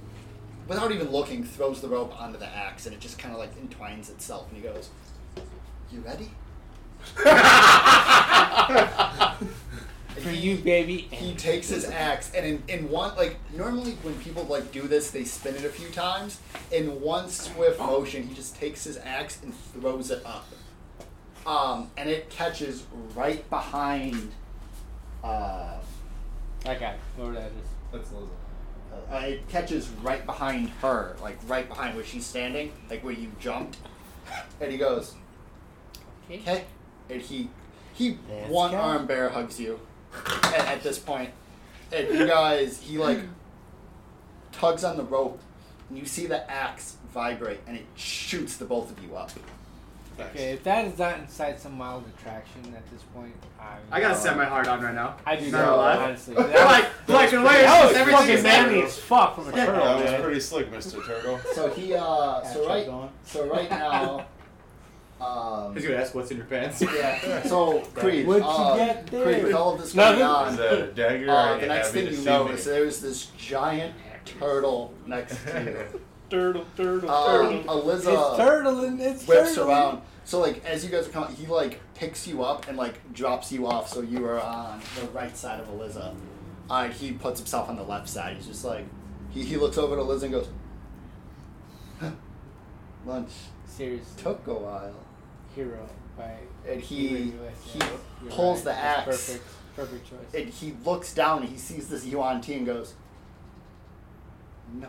without even looking, throws the rope onto the axe, and it just kind of like entwines itself. And he goes, "You ready?" And for he- you, baby. he takes his axe and in, in one like normally when people like do this they spin it a few times in one swift motion he just takes his axe and throws it up um, and it catches right behind uh, That guy, whoever that is. That's Liz. uh, it catches right behind her like right behind where she's standing like where you jumped and he goes okay and he he Let's one go. arm bear hugs you at, at this point and you guys he like tugs on the rope and you see the axe vibrate and it shoots the both of you up Okay, if that is not inside some mild attraction at this point, I'm. I gotta set my heart on right now. I do Not that, alive. honestly. like, That like, the way it's was, that was everything fucking is manly happening. as fuck from a turtle, That was man. pretty slick, Mister Turtle. so he uh so Hatchet right gone. so right now um He's gonna ask what's in your pants. yeah so creed What'd you uh, get there? creed with all of this Nothing. going on Is that a dagger? Are Uh, the you next happy thing to you see know me? is there's this giant turtle next to you. Turtle, turtle, Um, turtle. It's Eliza turtling. It's uh, whips turtling. around. So like as you guys are coming, he like picks you up and like drops you off, so you are on the right side of Eliza. Uh, he puts himself on the left side. He's just like, he, he looks over to Eliza and goes, "Lunch Seriously. took a while." Hero by And he- Hero US, he yeah. You're pulls the That's axe. Perfect, perfect choice. And he looks down and he sees this Yuan T and goes, No.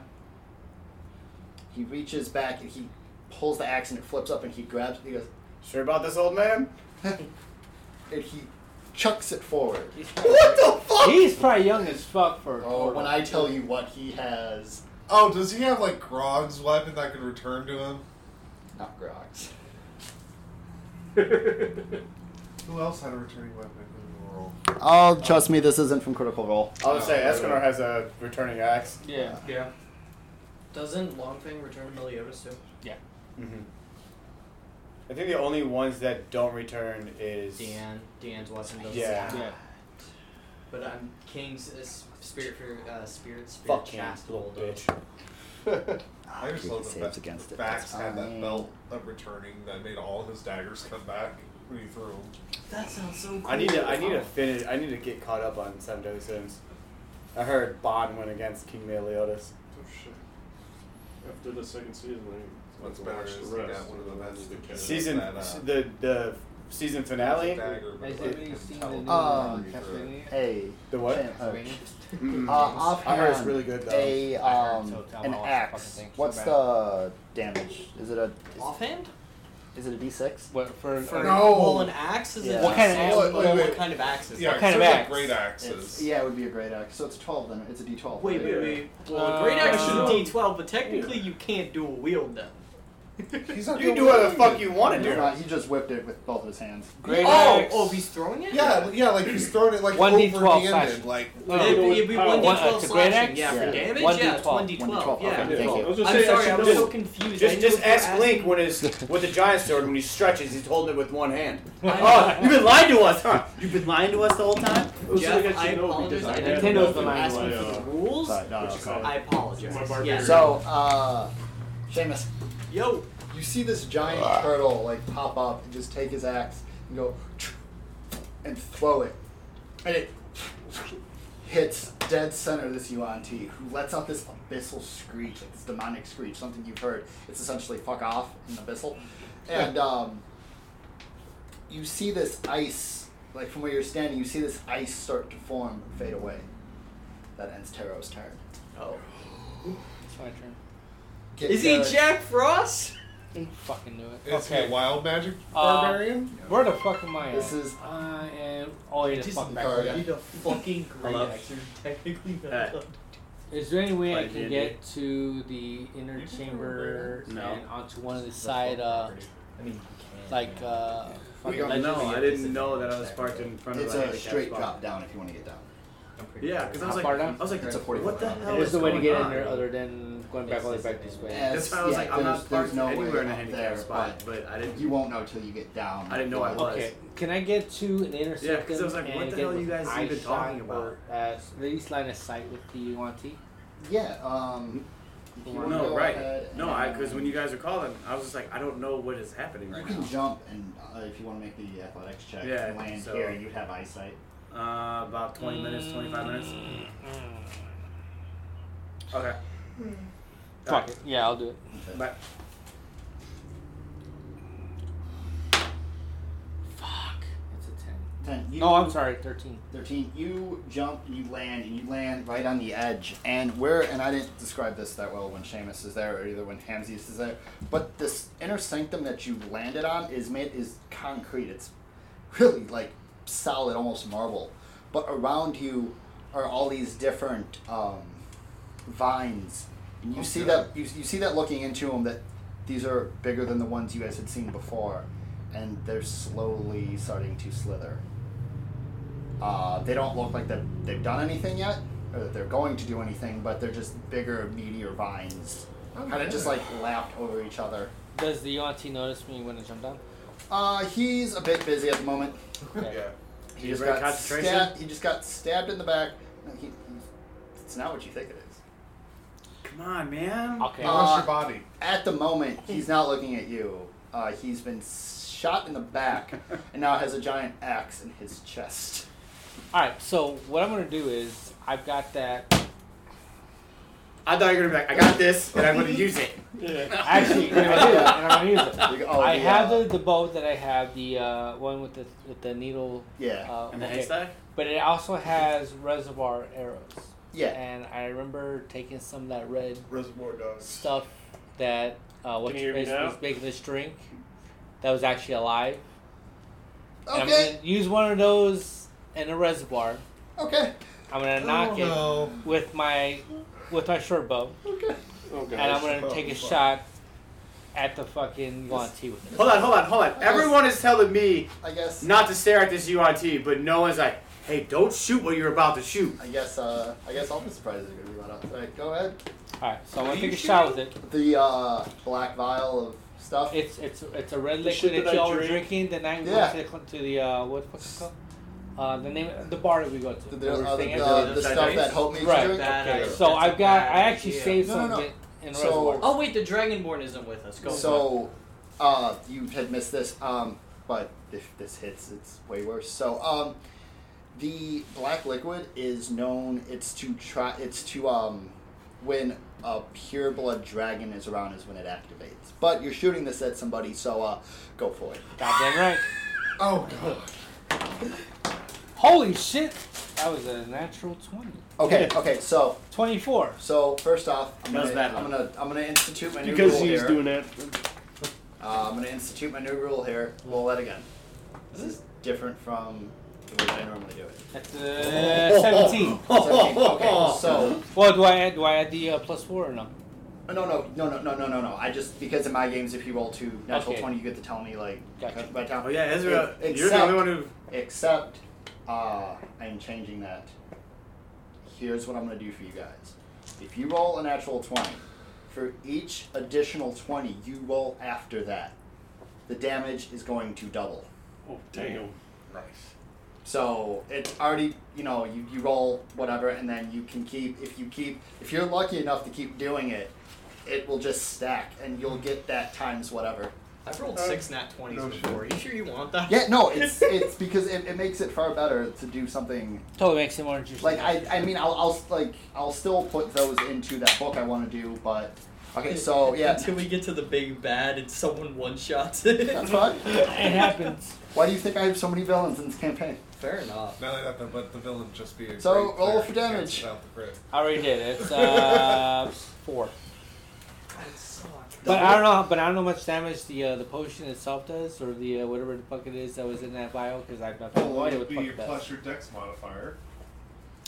He reaches back and he pulls the axe and it flips up and he grabs it and he goes, Sure about this, old man? and he chucks it forward. What the fuck? He's probably young as fuck for. Oh, when I tell you what he has, Oh, does he have like Grog's weapon that could return to him? not Grox. Who else had a returning weapon in the world? Oh, trust me, this isn't from Critical Role. I was Oh, gonna say Escanor has a returning axe. Yeah. Yeah. Doesn't Longfang return to Meliodas too? Yeah. Mm-hmm. I think the only ones that don't return is Deanne. Deanne's Watson doesn't. Yeah. Yeah. But I'm King's uh, s- spirit for uh, spirit spirit Fuck King, cast little will do. bitch. I just Ah, he love the saves fact against it. Bax That's had that fine. belt of returning that made all his daggers come back when he threw them. That sounds so cool. I need to. I need to finish. I need to get caught up on Seven Deadly Sins. I heard Bond went against King Meliodas. Oh shit. After the second season, I What's to better watch is the he rest. got one of the best Need to catch up. Season that, uh, the the season finale. Dagger, but Has it anybody can seen the teleport new uh, Um, when you throw it. Castlevania? A The what? fan hook. Mm. Uh, offhand, I heard it's really good though. A I heard um, so, too. I an wanna watch the axe. fucking thing so What's bad. the damage? Is it a Offhand? is it a D six? What for? For, No. Well, an axe is Yeah. a What kind of axe? axe? What, Wait, wait, wait. kind of axe is Yeah, that? kind of it's like axe? great It's, axes. yeah, it would be a great axe. So it's twelve then. It's a D twelve. Wait, wait, wait. Well, a great Uh, axe is a I should- D12, but technically you can't dual wield them. He's not You can do doing whatever the anything. fuck you want to No, do. no, he just whipped it with both his hands. Great oh, axe. oh, if he's throwing it? Yeah, yeah, like he's throwing it like 1d12 overhanded, slash. like It'd be, it'd be Oh, one one- uh, D12 it's a great slashing. axe? Yeah, Yeah. for damage? One yeah, it's D12. one D12. 1d12. Yeah, Okay, thank I you. was just I'm saying, I sorry, should I was know. so confused. I Just, knew just if you were ask Link asking- when his with the giant sword when he stretches, he's holding it with one hand. I- Oh, you've been lying to us, huh? You've been lying to us the whole time. It was Jeff, like I I should know because apologize. I I had didn't Nintendo's nothing the on asking my, for the uh, rules. Sorry, no, What no, you sorry. call it? I My apologize. barbarian. Yeah. So, uh, Seamus, yo, you see this giant turtle like pop up and just take his axe and go and throw it, and it hits dead center this Yuan Ti, who lets out this abyssal screech, like this demonic screech, something you've heard. It's essentially "fuck off" in abyssal, and um, you see this ice, like from where you're standing, you see this ice start to form and fade away. That ends Taro's turn. oh, It's my turn. Get is he Jared. Jack Frost? Fucking knew it. Is he a wild magic Uh, barbarian? Where the fuck am I? At? This is- I am. Oh, yeah, Just fuck back. card. yeah. need a fucking great Hello? axe. You're technically not Uh, allowed to Is there any way I Play can D&D. get to the inner You can chamber do it. No. and onto one of the It's a side, fucking uh, property. I mean, you can, like, yeah. uh, We fucking got- ledges? No, I didn't know that I was It's parked in front It's of a a handicapped straight spot. drop down if you want to get down. I'm pretty Yeah, sure. because I was How like, far down? I was like, It's a what the 45 hell It is the way to going get on? in there other than going back all the way back this way. As- That's why I was yeah, like, I'm there's- not parked there's no anywhere in a way up handicapped there, spot, but but I didn't. You won't know till you get down. I didn't know I was. Okay, can I get to an intersection? Yeah, 'cause I was like, what and the get hell are you with guys eye even shot talking or, Uh, at least line of sight with the UNT. Yeah. Um. if you wanna No, go right? ahead No, and- I because when you guys are calling, I was just like, I don't know what is happening You right can now. jump, and uh, if you want to make the athletics check, Yeah, and land so- here, you'd have eyesight. Uh, about 20 minutes, 25 minutes. Okay. Fuck it. Yeah, I'll do it. Okay. Bye. Fuck. That's a ten. Ten. You, No, I'm sorry, thirteen. Thirteen. You jump, and you land, and you land right on the edge, and where and I didn't describe this that well when Seamus is there, or either when Hamsies is there, but this inner sanctum that you landed on is made is concrete. It's really like solid, almost marble. But around you are all these different um, vines, and you see that you, you see that looking into them that these are bigger than the ones you guys had seen before, and they're slowly starting to slither. Uh, they don't look like they've, they've done anything yet, or that they're going to do anything, but they're just bigger, meteor vines, kind of just like lapped over each other. Does the UNT notice me when I jump down? Uh, he's a bit busy at the moment. Okay. He just read got concentration? stabbed. He just got stabbed in the back. No, he, he's- it's not what you think it is. Uh, Come on, man. Okay. Now, what's your body? At the moment, he's not looking at you. Uh, he's been shot in the back and now has a giant axe in his chest. All right. So what I'm gonna do is I've got that. I thought you were gonna be like, I got this, and I'm gonna use it. Actually, and I do, and I'm gonna use it. You- oh, I the, have uh, the, the bow that I have, the uh, one with the with the needle. Yeah. Uh, And the okay. haystack? But it also has reservoir arrows. Yeah. And I remember taking some of that red Reservoir Dogs. stuff that uh, what Can you hear me now? was making this drink that was actually alive. And I'm Okay. gonna use one of those in a reservoir. Okay. I'm gonna knock it no. with my with my short bow, Okay. Oh, God. and I'm gonna Oh, take a fuck. shot at the fucking Yuan-Ti with it. Hold on, hold on, hold on. Everyone is telling me I guess. not to stare at this UNT, but no one's like, hey, don't shoot what you're about to shoot. I guess. Uh, I guess all the surprises are gonna be let out tonight. Go ahead. All right, so I'm What gonna are take a you shot with it. The uh, black vial of stuff. It's it's it's a red The liquid shit that that y'all I were drink. drinking the night we Yeah. went to the, cl- to the uh, what the fuck is it called? Uh, the name the bar that we go to. The, where the, we were uh, staying the, at. uh, the stuff that Hope made Right, you drink. that okay, idea. so That's a I've got bad I actually idea. saved No, no, some no. of it in So- reservoir. Oh wait, the dragonborn isn't with us. Go. for So, uh, you had missed this, um, but if this hits, it's way worse. So, um, the black liquid is known. It's to try. It's to um, when a pure blood dragon is around is when it activates. But you're shooting this at somebody, so uh, go for it. Goddamn right. Oh god. Holy shit! That was a natural twenty. Okay. Okay. So, Twenty-four. so first off, I'm That was gonna, bad I'm one. gonna I'm gonna institute my new Because rule he's here. doing that. Uh, I'm gonna institute my new rule here. Roll that again. This is different from the way that I normally do it. That's uh, seventeen. Okay, so Well, do I add do I add the uh, plus four or no? Oh, no, no, no, no, no, no, no, no. I just because in my games, if you roll two natural Okay. twenty, you get to tell me like Gotcha. by time. Oh, yeah, Ezra, Ex- you're the except- only one who. Except, uh, I'm changing that. Here's what I'm gonna do for you guys. If you roll a natural twenty, for each additional twenty you roll after that, the damage is going to double. Oh, damn. So it's already, you know, you, you roll whatever, and then you can keep, if you keep, if you're lucky enough to keep doing it, it will just stack and you'll get that times whatever. it. I've rolled six nat twenties no before. Are you sure you want that? Yeah, no, it's it's because it, it makes it far better to do something Totally makes it more interesting. like I, I mean I'll, I'll like I'll still put those into that book I want to do, but okay, so yeah, Until we get to the big bad and someone one shots it. that's fine. it happens. Why do you think I have so many villains in this campaign? Fair enough. Not only that, though, but the villain just be a So, great roll cleric for damage. cancels out the crit. I already did. It's uh four. But I don't know. But I don't know how much damage the uh, the potion itself does, or the uh, whatever the bucket is that was in that vial, because I've not Well, it idea what would the be your bucket plus does. your dex modifier.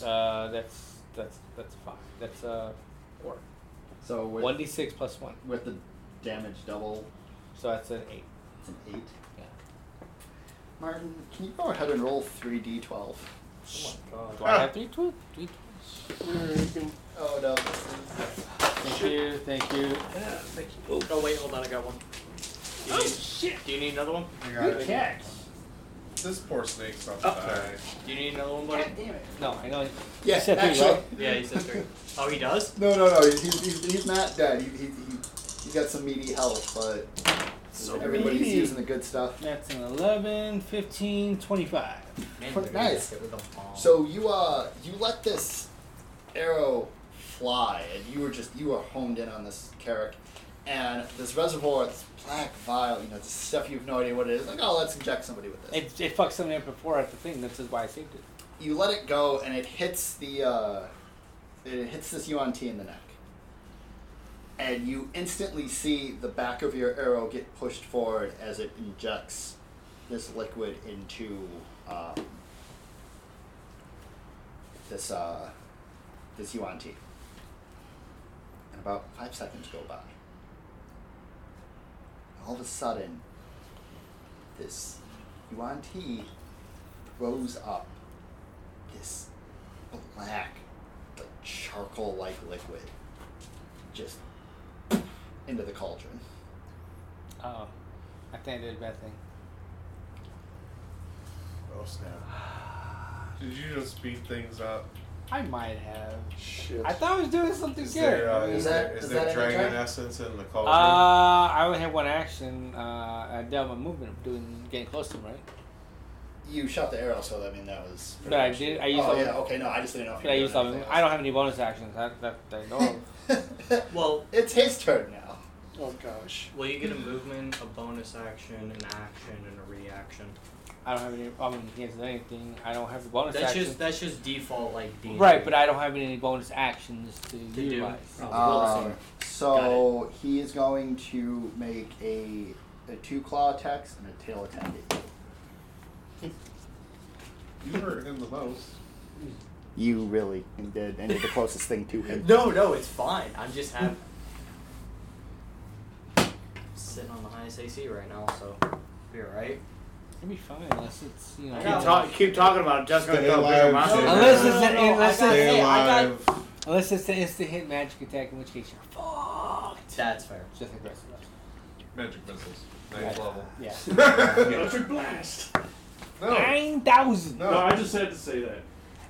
Uh, that's that's that's five. That's uh four. So with, One d six plus one, with the damage double, so that's an eight. it's an eight. Yeah. Martin, can you go ahead and roll three d twelve? Do Ah. I have three tw- three Oh no. tw- Thank you, thank you. Oh wait, hold on, I got one. Do you need, shit! Do you need another one? Good catch. This poor snake's not die. Do you need another one, buddy? damn it. No, I know. Yeah, You said three, actually. right? Yeah, he said three. Oh, he does. No, no, no. He's, he's, he's not dead. He, he, he, he got some meaty health, but everybody's meaty. using the good stuff. That's an 11, 15, 25. Man, But they're nice. gonna hit with a bomb. So you uh you let this arrow fly, and you were just you were honed in on this carrick, and this reservoir, this black vial, you know, this stuff you have no idea what it is. Like, oh, let's inject somebody with this. It, it fucked something up before at the thing. This is why I saved it. you let it go, and it hits the uh, it hits this UNT in the neck, and you instantly see the back of your arrow get pushed forward as it injects this liquid into um, this uh, this UNT. And about five seconds go by. All of a sudden, this UNT rose up this black, like charcoal like liquid just into the cauldron. Oh, I think I did a bad thing. Oh snap! Oh, Did you just speed things up? I might have. Shit. I thought I was doing something Is good. there, uh, I mean- is there, is there dragon essence in the Uh, culture? I only had one action. Uh, I dealt my movement of doing getting close to him, right? You shot the arrow, so I mean that was. But I did. I used. Oh all- yeah. Okay. No, I just didn't know. If But I you used. all- I don't have any bonus actions. That that that I know. of. Well, it's his turn now. Oh gosh. Well, you get a movement, a bonus action, an action, and a reaction. I don't have any. I mean, he hasn't done anything. I don't have a bonus that's action. just that's just default like D. right, but I don't have any bonus actions to, do. utilize. Oh, Um, so he is going to make a, a two claw attacks and a tail attack. You hurt him the most. You really did, and you're the closest thing to him. Um, No, no, it's fine. I'm just have sitting on the highest AC right now, so be alright. It'd be fine unless it's you know. I Keep, got talk, keep talking about it. Just gonna Stay throw a alive, bigger amount. Jake. Unless it's No, an, no, no, unless I got- it's Stay hey, I got- alive. unless it's an instant hit magic attack, in which case you're fucked. That's fair. It's Just aggressive. Magic missiles. Ninth level. Yeah. Electric blast. No. Nine thousand. No, I just had to say that.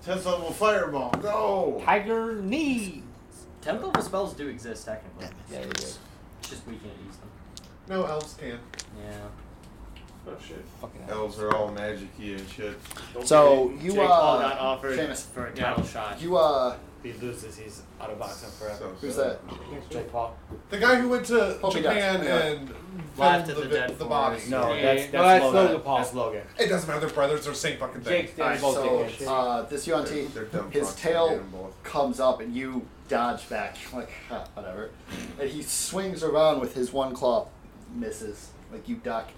Tenth level fireball. No. Tiger knee. Tenth level spells do exist technically. Yeah, yeah. It's just we can't use them. No elves can. Yeah. Oh shit. Fucking hell. Elves are all magic-y and shit. Don't So forget, you Jake Paul got uh, offered Seamus. for a title shot. you uh, If he loses, he's out of boxing forever. So uh, who's sad. that? Jake Paul. The guy who went to Polka Japan dots. and Laughed found at the dead the body. forest. No, Yeah, that's that's, no, that's Logan. Logan Paul. That's Logan. It doesn't matter. They're brothers. They're the same fucking thing. Jake's Alright, dead. Both so taking shit. uh, this UNT, They're- they're dumb his fucks. They hit tail 'em both. comes up and you dodge back. You're like, "Huh, whatever. And he swings around with his one claw, misses. Like, you duck.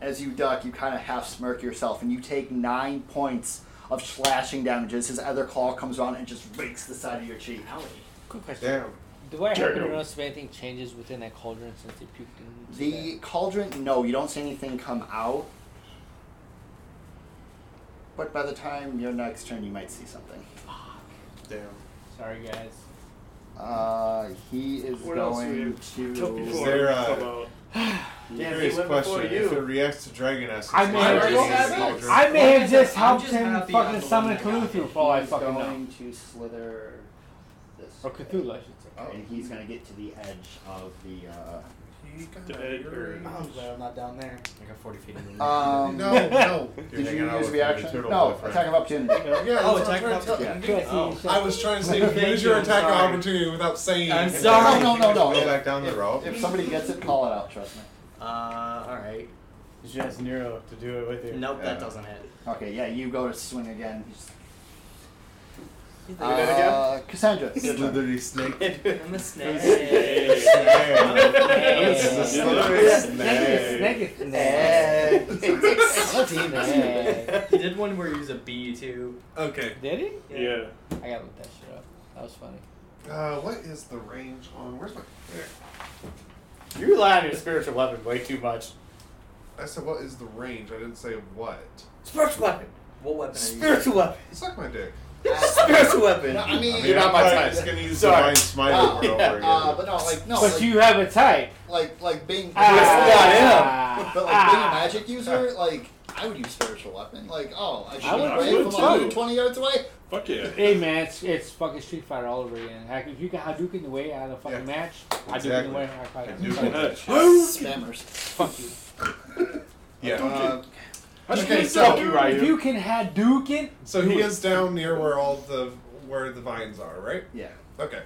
As you duck, you kind of half smirk yourself and you take nine points of slashing damages. His other claw comes around and just rakes the side of your cheek. Quick question. Damn. Do I happen to notice if anything changes within that cauldron since they puked in? The cauldron, no, you don't see anything come out. But by the time your next turn, you might see something. Damn. Sorry, guys. Uh, he is What else do we going have to. Tell people there, to uh, come out. Curious went before question. you. If it reacts to dragon essence, I may why have would it just- use the I cauldron? I may have just I'm helped just him happy I'm fucking the summon one that got Cthulhu for all I He's fucking know. going to slither this. Or way. Oh, Cthulhu, I should say. Okay, And he's going to get to the edge of the. Uh, He got Dead or- your- glad I'm not down there. I got forty feet. In um, No, no. You're Did hanging you out use with your reaction? turtle No, boyfriend. attack of opportunity. Yeah, Oh, that's what I'm attack trying to of tell you. Good, Oh. I was trying to say Thank use you, your I'm attack sorry. opportunity without saying. I'm anything. sorry. No, no, no, Go no. back down the route. If somebody gets it, call it out. Trust me. Uh, all right. You should ask Nero to do it with you. Nope, Yeah. that doesn't hit. Okay, yeah, you go to swing again. He's- Do it again? Uh, Cassandra. your turn. Slithery snake. I'm a snake. It's a slithery snake. Negative. Eh, he did one where he was a bee too. Okay. Did he? Yeah. I gotta look that shit up. That was funny. Uh, what is the range on? Where's my? There. You rely on your spiritual weapon way too much. I said, what is the range? I didn't say what. Spiritual weapon. What weapon are you? Spiritual weapon. Suck my dick. Spiritual weapon. I mean, I mean, You're not I'm my probably type. just gonna use Sorry. divine smite over and over again. uh, but no, like no, but like, you have a type. like like being. Ah. But like being a magic user, like I would use spiritual weapon. Like, oh, I should would- I away would from too. 120 yards away. Fuck yeah. Hey man, it's, it's fucking Street Fighter all over again. Heck, if you can Hadouken the way out of a fucking Yeah. match, Hadouken the Exactly. way out of a fucking Hadouken. Sorry. Yeah. Spammers. Fuck you. yeah. Uh, Okay, So, so you, Ryu. if you can Hadouken, so he is down near where all the where the vines are, right? Yeah. Okay.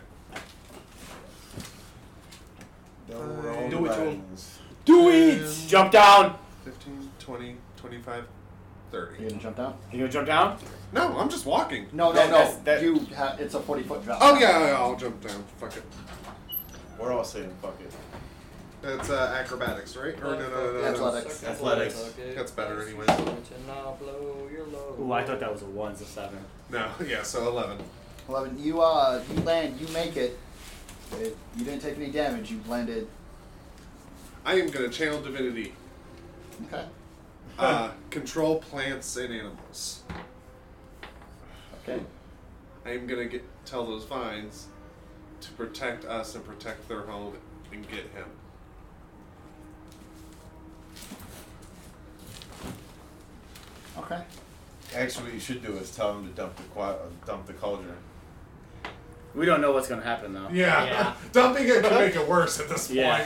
Do it to do it. jump down. 15, 20, 25, You 30. gonna jump down? You gonna jump down? No, I'm just walking. No, no, That- no. that's- that- You ha- it's a 40 foot drop. Oh, yeah, yeah, I'll jump down. Fuck it. We're all saying fuck it. That's uh, acrobatics, right? Or no, no, no, no, no. Athletics. Athletics. That's better anyway. Ooh, I thought that was a one to seven. No, yeah, so 11. 11. You uh, you land. You make it. it. You didn't take any damage. You landed. I am going to channel divinity. Okay. Uh, control plants and animals. Okay. I am going to get tell those vines to protect us and protect their home and get him. Okay. Actually, what you should do is tell him to dump the qua- uh, dump the cauldron. We don't know what's gonna happen though. Yeah. Dumping it could make it worse at this point. Yeah.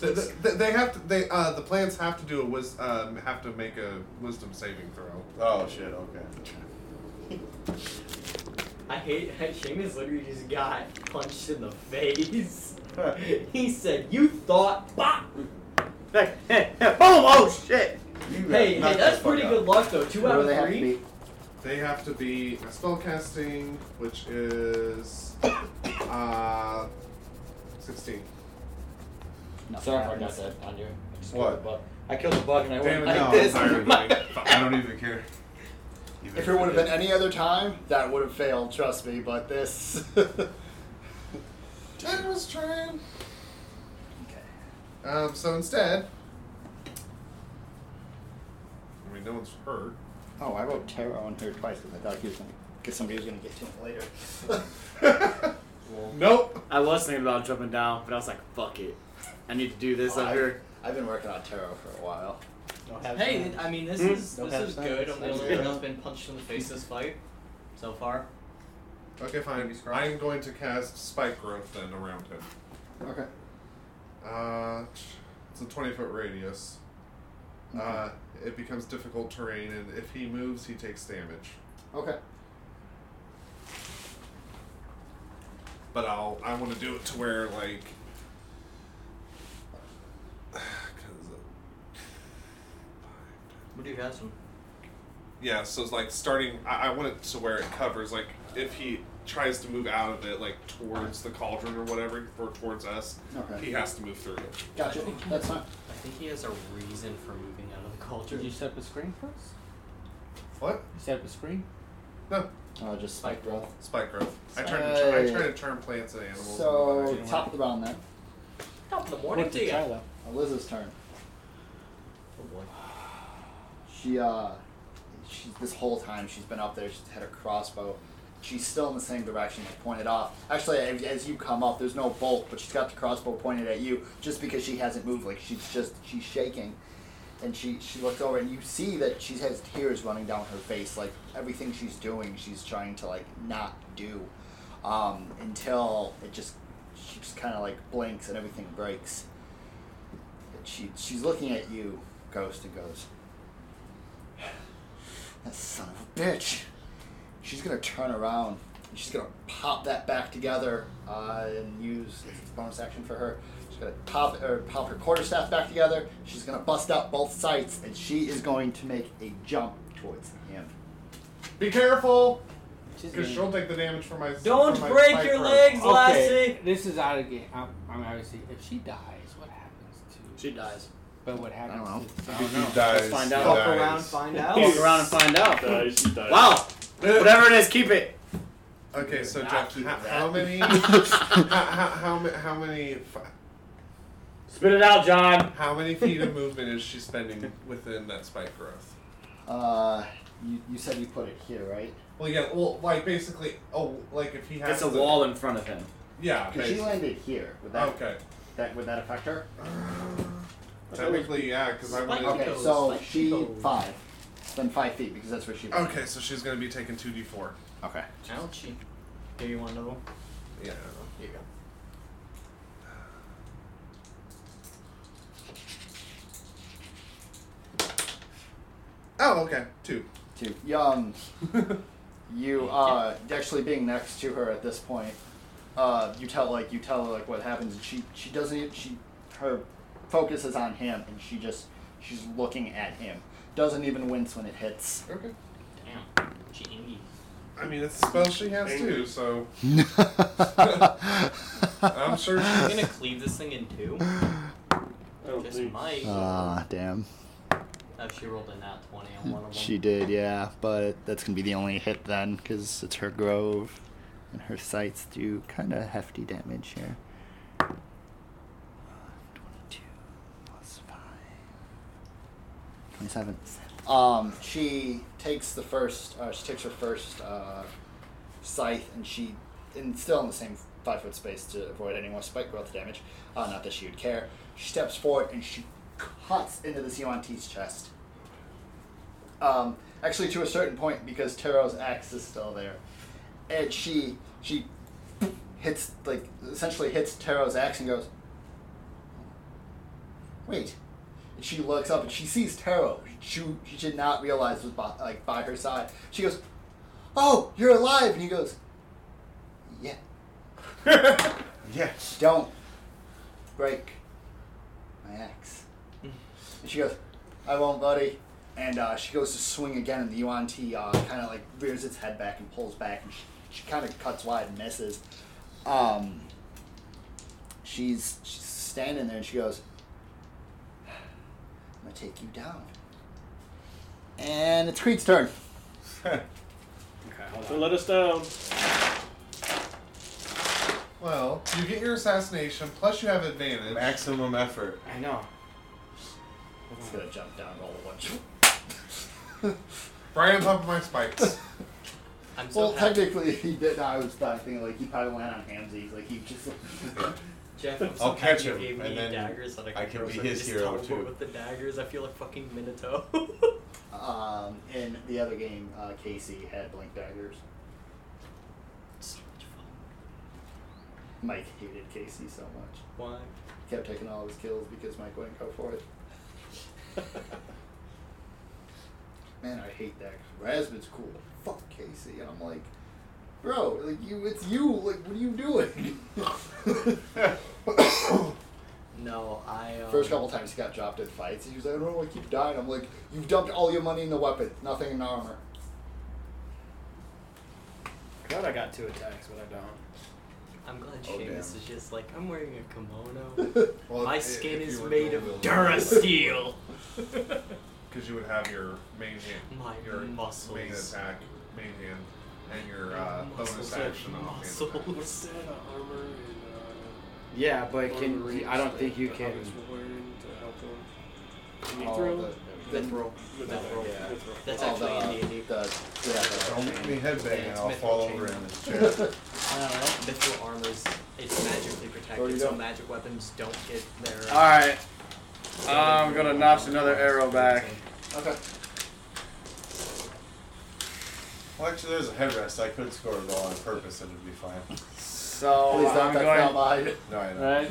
Th- th- th- they have to. They uh, the plants have to do a wis- um, have to make a wisdom saving throw. Oh shit! Okay. I hate Seamus literally just got punched in the face. he said, You thought bop! Like, oh, oh shit! Hey, hey, that's pretty good luck though. Two out of three. They have to be a spell casting, which is uh, sixteen. No, Sorry I if I got missed that on you. I just What? killed the bug. I killed the bug and I Damn went it! like no, this. I'm sorry. I don't even care. Even If it would have I been did. any other time, that would have failed, trust me, but this. It was trying. Okay. Um. So instead, I mean, no one's hurt. Oh, I wrote Terra on here twice because I thought he was going to. Because somebody was going to get to him later. Nope. I was thinking about jumping down, but I was like, fuck it. I need to do this up I- here. I've been working on Tarot for a while. Hey, I mean this Hmm? is Don't this have is sense. good. I'm the That's only one good. that's been punched in the face this fight so far. Okay, fine. I'm going to cast spike growth then around him. Okay. Uh, it's a 20 foot radius. Uh, it becomes difficult terrain, and if he moves, he takes damage. Okay. But I'll I want to do it to where like. What do you guys? Yeah, so it's like starting. I, I want it to where it covers, like, if he tries to move out of it, like, towards the cauldron or whatever, or towards us, Okay. he has to move through it. Gotcha. That's fine. I think he has a reason for moving out of the culture. Did you set up a screen for us? What? You set up a screen? No. Oh, just spike growth. Spike growth. I try to, tr- I Hey. try to turn plants and animals. So, into life. top of the round then. Top of the morning Worth to a you. try, though. Eliz's turn. Oh boy. She uh, she's this whole time she's been up there. She's had her crossbow. She's still in the same direction, like pointed off. Actually, as, as you come up, there's no bolt, but she's got the crossbow pointed at you, just because she hasn't moved. Like she's just she's shaking, and she she looks over, and you see that she has tears running down her face. Like everything she's doing, she's trying to like not do, um, until it just she just kind of like blinks and everything breaks. She she's looking at you, Ghost, and goes. That son of a bitch. She's gonna turn around. And she's gonna pop that back together uh, and use it's a bonus action for her. She's gonna pop or pop her quarterstaff back together. She's gonna bust out both sights, and she is going to make a jump towards him. Be careful! She's Because in. she'll take the damage from my. Don't from my break spike your growth. legs, Okay, Lassie. This is out of game. I'm, I'm obviously. If she dies, what happens to? She dies. But what happens? I don't To, If he dies, Let's find out. he Walk dies. Around, find out. Walk around and find out. Dies, he dies. Wow. Whatever it is, keep it. Okay, so Nah, Jeff, keep how, that. how many? how, how, how, ma- how many? fi- Spit it out, John. How many feet of movement is she spending within that spike growth? Uh, you, you said you put it here, right? Well, yeah. Well, like basically, oh, like if he has It's a the- wall in front of him. Yeah. Because she basically. landed here. Would that okay. that would that affect her? Technically, yeah, because I Spike wanted. Okay, goes, so like, she goes. five, then five feet because that's where she. landed. Okay, so she's gonna be taking two d four. Okay. Ouchie. Here you want another one? Yeah. Here you go. Oh, okay. Two. Two. Um, you uh, actually being next to her at this point, uh, you tell like you tell her like what happens, and she she doesn't even- she her focus is on him, and she just she's looking at him. Doesn't even wince when it hits. Okay. Damn. She angry. I mean, it's a spell she has too, so I'm sure I'm she's gonna cleave this thing in two. I don't Just think- might. Ah, damn. Oh, she rolled a nat 20 on one of them. She did, yeah, but that's gonna be the only hit then, because it's her grove, and her sights do kind of hefty damage here. Uh, Twenty-two plus five, twenty-seven. Um, she takes the first. Uh, she takes her first uh, scythe, and she, and still in the same five foot space to avoid any more spike growth damage. Uh, not that she would care. She steps forward and she cuts into this Yuan-T's chest. Um, actually, to a certain point, because Taro's axe is still there, and she she hits like essentially hits Taro's axe and goes, "Wait." And she looks up and she sees Taro. She, she did not realize was by, like by her side. She goes, "Oh, you're alive!" And he goes, "Yeah." yes. Don't break my axe. and she goes, "I won't, buddy." And uh, she goes to swing again, and the Yuan Ti uh, kind of like rears its head back and pulls back, and she, she kind of cuts wide and misses. Um, she's she's standing there, and she goes, "I'm gonna take you down." And it's Creed's turn. Don't let us down. Well, you get your assassination, plus you have advantage. Maximum effort. I know. It's gonna jump down all the bunch. Right on top of my spikes. I'm so Well, happy. technically, he did. I was thinking like he probably went on Hamzy. Like he just. Jeff, I'm so I'll happy catch you him, gave me and then daggers that I can, I can throw be so I can his just hero, teleport too. With the daggers, I feel like fucking Minotaur. um, in the other game, uh, Casey had blank daggers. so much fun. Mike hated Casey so much. Why? Kept taking all his kills because Mike wouldn't go for it. Man, I hate that. 'cause Rasmus cool. Fuck Casey, and I'm like, bro, like you, it's you. Like, what are you doing? No, I. Um, First couple times he got dropped in fights, he was like, I don't know, I keep dying. I'm like, you've dumped all your money in the weapon, nothing in armor. Glad I got two attacks, but I don't. I'm glad Oh, Seamus damn. is just like I'm wearing a kimono. Well, My i- skin if is you were made of dual wielding, Durasteel. Because you would have your main hand, My your main muscles. attack, main hand, and your uh, bonus action off. Muscles. What's that uh, armor and? Yeah, Uh, but can armor he- I don't that think you the can. hobbits were wearing to help them. All Mithril? the- Mithril. Mithril, Mithril. yeah. That's all actually Oh, the, uh, in D&D. the- yeah, the- Don't make me headbang and I'll It's fall Mithril over in Chamber. this chair. I don't know. Mithril armor's it's magically protected, so magic weapons don't get their. uh, All right. I'm gonna notch another arrow back. Okay. Well, actually, there's a headrest. I could score a goal on purpose and it'd be fine. So Please I'm don't that's going. not mine. No, I know. Right?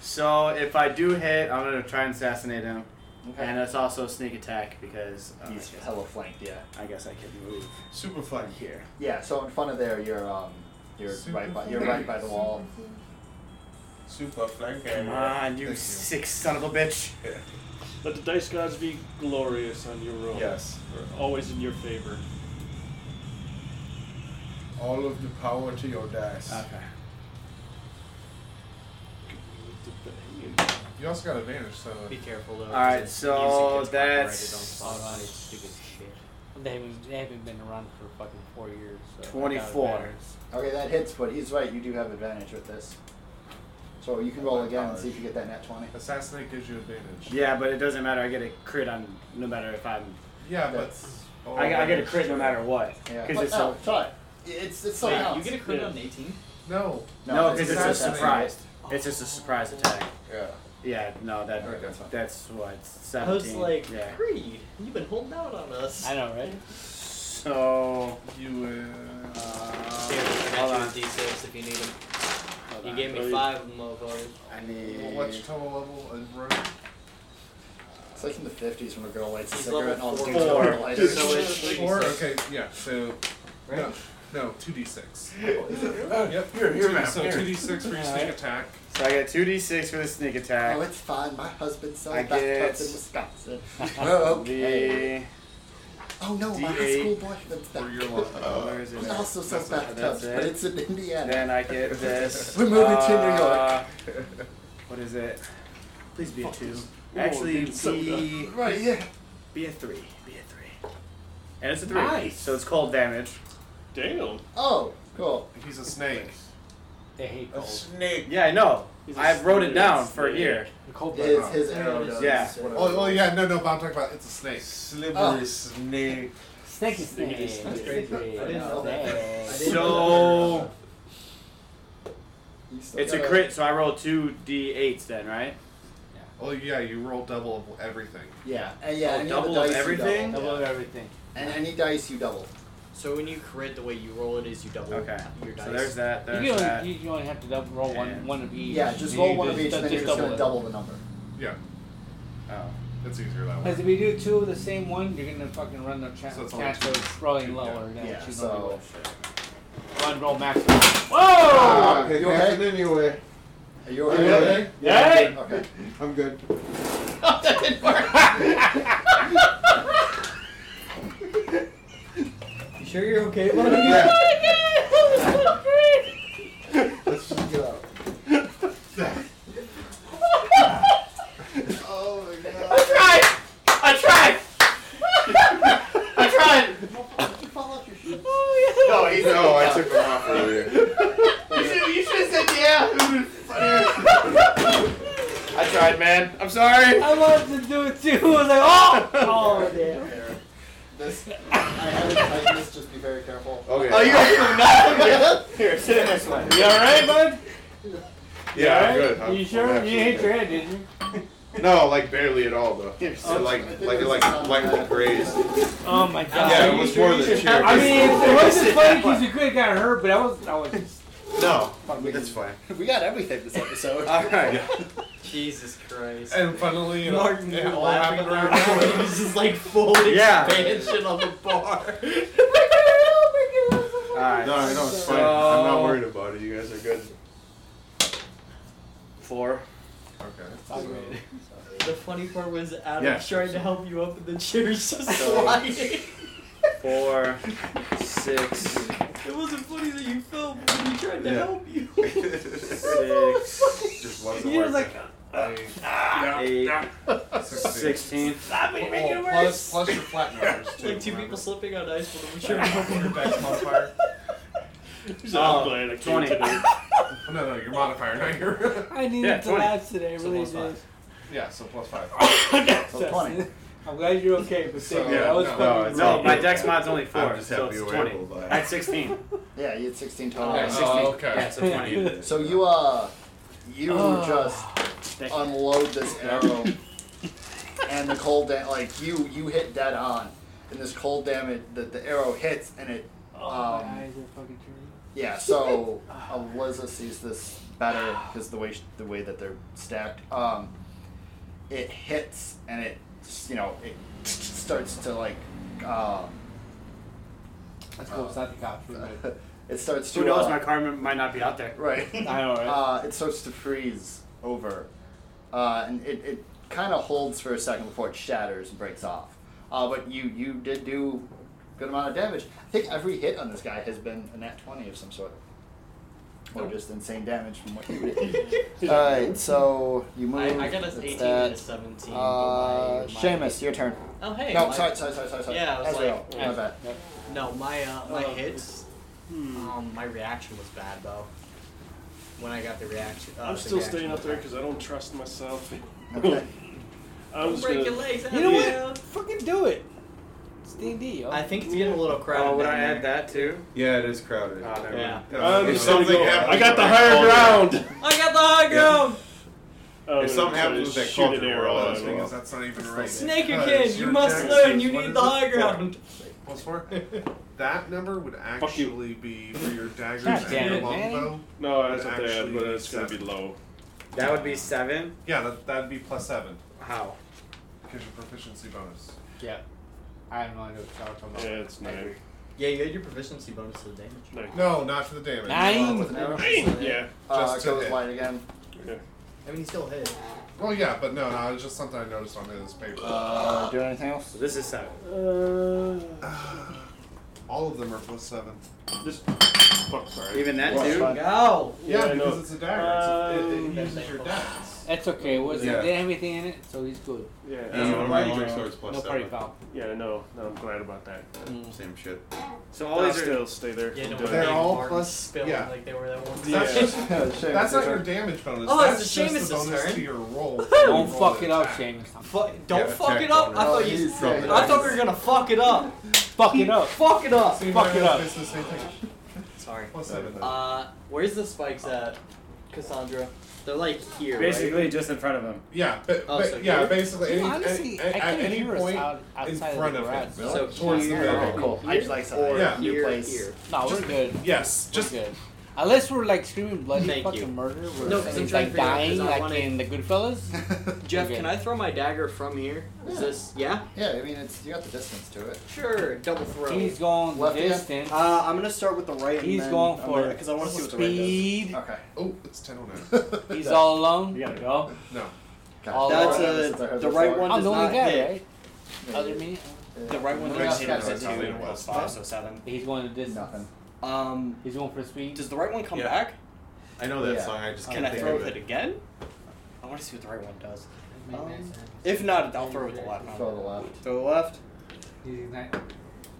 So if I do hit, I'm gonna try and assassinate him, Okay. and that's also a sneak attack because uh, He's I, guess, hella flanked, yeah. I guess I can move Super fun. here. Yeah, so in front of there, you're um, you're Super right by you're right by the wall. Super flank uh, Come on, you sick son of a bitch! Let the dice gods be glorious on your roll. Yes. They're always in your favor. All of the power to your dice. Uh, Okay. You also got advantage, so. Be careful though. 'cause Alright, it's- so music gets copyrighted that's- on Spotify, it's stupid shit. They haven't, they haven't been around for fucking four years. So it 24. matters. Okay, that hits, but he's right. You do have advantage with this, so you can roll again and see if you get that net twenty. Assassinate gives you advantage. Yeah, but it doesn't matter. I get a crit on no matter if I'm. Yeah, but. That's- I, I get a crit no matter what. Yeah, Because But it's no, a, try it. It's it's something Wait, you else. get a crit Yeah. on an 18? No. no, because it's a assassinate. surprise. Oh. It's just a surprise attack. Yeah. Yeah, no, that Alright, that's fine. that's what it's I was seventeen. like, yeah. Creed, you've been holding out on us. I know, right? So You uh, uh, Here, I hold got on. you the D6 if you need them. Hold You on. gave Oh, me you- five of them, motherfucker. I need. well, what's your total level in row? It's like in the fifties when a girl lights a He's cigarette and all the level dudes Oh, four. are lighters. So it's Four. Okay. Yeah. So. No. No. Two d six. Yep. Here, here, Two- ma'am, so here. two d six for your sneak Alright. attack. So I get two d six for the sneak attack. Oh, it's fine. My husband I sells bathtubs get- in Wisconsin. oh, okay. The Oh no, my high D8 school boyfriend's back. For your luck. where is it? He also sells That's it. bathtubs, That's but it. it's in Indiana. Then I get this. We're moving to New York. uh, What is it? Please be a two. Actually, dude, so be Right, yeah. be a three. Be a three. And it's a three. So it's cold damage. Damn. Oh, cool. He's a snake. They hate A cold. snake. Yeah, I know. He's a I wrote it snake. down for here. Cold blood. His, his arrow does. Yeah. whatever. Oh, oh yeah. No, no. But I'm talking about it's a snake. Slippery Oh. snake. Snaky snake. crazy. I didn't know that. I didn't know So You still it's a gotta- crit. So I roll two d8s then, right? Oh yeah. You roll double of everything. Yeah, and yeah, Oh, any of double of the dice you everything? double. Double everything. And any dice you double. So when you crit, the way you roll it is you double Okay. your dice. So there's that. There's you, only, that. you- you only have to double, roll one, And- one of each. Yeah, just You roll one of each, just- and then just you're just gonna it. double the number. Yeah. Oh. It's easier that way. Because if you do two of the same one, you're gonna fucking run the chat. So it's catch only two. those rolling lower. than Yeah, what you normally so. uh, would. run roll maximum. Ah, Whoa! it You okay? happened anyway. Are you Are okay? you okay? Yeah, Yeah. I'm good. Okay. I'm good. You sure you're okay, buddy? Let's just get out. Oh my god. I tried. I tried. I tried. oh. Did you fall off your shoes? No, Oh, he's No, I took them off earlier. You should, you should have said yeah. It would've been funnier. I tried, man. I'm sorry. I wanted to do it too. I was like, oh, oh, damn. There. This, I haven't tightened this, just be very careful. Okay. Oh, you guys are not. Here, sit in this one. You all right, bud? yeah, all I'm right? good. I'm, you I'm sure? actually you hit your good. head, did you? No, like barely at all though. You're It, Oh, so- like like it like lightly grazed. Oh my god. Yeah, it was more than cheer. I mean, it wasn't funny because you could have got hurt, but I was, I was just no, that's fine. We got everything this episode. All right. Jesus Christ. And funnily, it, Martin, it you're all laughing happened at around that. that He was just like full Yeah. expansion on the bar. All right. No, I know it's fine. I'm uh, not worried about it. You guys are good. Four. Okay. The funny part was Adam Yeah. trying to help you up, and the chair's just sliding. Four. Six. It wasn't funny that you fell when he tried to Yeah. help you. Six. Just wasn't He working. was like, Eight. Sixteen. Sixteen. Oh, plus, plus your flat numbers too. like two people remember? slipping on ice when we tried to help Your you. back's on fire. So uh, Oh, I'm glad I came 20. today. No, no, your modifier, not your. I needed Yeah, to 20. laugh today. I So really plus five. did. yeah, so plus five. So twenty. I'm glad you're okay, but still, So, that was no, no, fucking it's No, all my good. dex mod's only I'm four, just so happy it's we were twenty. able to- I had sixteen. Yeah, you had sixteen total. Uh, Okay. Yeah, Oh, sixteen. okay. Yeah, so twenty. So you uh, you Oh. just Thank you. unload this arrow, and the cold da- like you you hit dead on, and this cold damage that the arrow hits and it Oh, my um eyes are fucking turning. yeah so Eliza sees this better because the way sh- the way that they're stacked um it hits and it you know it starts to like um Let's go beside the couch. We're good. it starts to Who knows? uh, My karma might not be out there. right I know, right? uh, it starts to freeze over, uh, and it, it kind of holds for a second before it shatters and breaks off. Uh, but you you did do a good amount of damage. I think every hit on this guy has been a nat twenty of some sort, or just insane damage from what you did. All right, so you move. I, I got that's a 18 and a 17. that. but Uh, my, my, Seamus, your turn. Oh, hey. no, my- sorry, sorry, sorry, sorry, sorry. Yeah, I was Ezreal, like- my bad. No, my uh, my Oh. hits. Um, my reaction was bad though. When I got the reaction, uh, I'm the still reaction staying up was there bad. because I don't trust myself. Okay. I'm Don't just break your gonna. legs. You know what? Abigail. Fucking do it. It's D&D, yo. I think it's getting a little crowded. Oh, would down I there. add that too? Yeah, it is crowded. Oh, never Yeah. mind. Um, I'm if just gonna something go. happens, I got the we're higher all ground. I got the high ground. Oh, If something I'm gonna happens with that shoot culture, an we're arrow all out out of of it. thing is that's not even right. Snaker Uh, kid, it's you your must dex learn. is- You what need is the it? high Four. ground. Plus four. That number would you. actually be for your daggers God damn and your it, man. longbow. No, I was up there, Actually, but it's gonna be seven. low. That would be seven. Yeah, that, that'd be plus seven. How? Because your proficiency bonus. Yeah. I have no idea what y'all are talking about. Yeah, it's nine. Yeah, you had your proficiency bonus to the damage. Nine. No, not for the damage. Nine. With an arrow. Yeah. Uh, Just to goes hit. wide again. Okay. I mean, he still hit. Well, yeah, but no, no, it's just something I noticed on his paper. Uh, do anything else? So this is seven. uh, Uh, All of them are plus seven. This. Fuck, sorry. Even that Well, too. fine. Go. Yeah, I know. because it's a dagger. It's, it, Um, it uses your dex. That's okay. It wasn't Yeah. didn't have anything in it, so he's good. Yeah. Yeah, no, my I'm- magic sword's plus no party seven. foul. Yeah, no, no, I'm glad about that. Same shit. So all I'll these are. still stay there. Yeah, and no, do it. They're Dave all Martin plus- spilled yeah. like they were that one. Yeah. That's, just, Seamus, that's not your your turn. damage bonus. Oh, that's it's just Seamus's the bonus turn. to your roll. Don't fuck it up, Seamus. Fu- don't Yeah, fuck attack it up. I bonus. thought Oh, you. he's- I thought we were gonna fuck it up. Fuck it up. Fuck it up. Uh, See, Fuck it Mario up. is the same thing. Sorry. Plus seven. Uh, where's the spikes at? Cassandra? They're like here. Basically, right? just in front of him. Yeah, but, Oh, but- so yeah, here? basically, any, No, honestly, any, I at can any hear us point out- in outside of front the of him, garage. So towards the here, building. Cool. I just like some or idea. New here, place. here. No, we're Just- good. Yes, just we're good. Unless we're like screaming bloody Thank fucking you. murder, we're No, 'cause I'm trying like to figure out, 'cause dying, I like wanna- in the Goodfellas. Jeff, Okay. can I throw my dagger from here? Is this yeah? Yeah, I mean, it's you got the distance to it. Sure, double throw. He's going the Left hand? distance. Uh, I'm gonna start with the right. He's going for because I want to see what the right does. speed. Okay. Oh, it's 1009. He's all alone. You gotta go. No. All That's uh, alone. a- the right one I'm does the only not guy, hit. right? Other me. The right one Nobody does else not got hit. it. Two. Plus five, so seven. He's going to distance. Um, He's going for speed. does the right one come Yeah. back? I know that Yeah. song. I just Can can't I think throw of it it. again? I want to see what the right one does. Um, if not, I'll throw it with the left. Throw the left. Throw the left.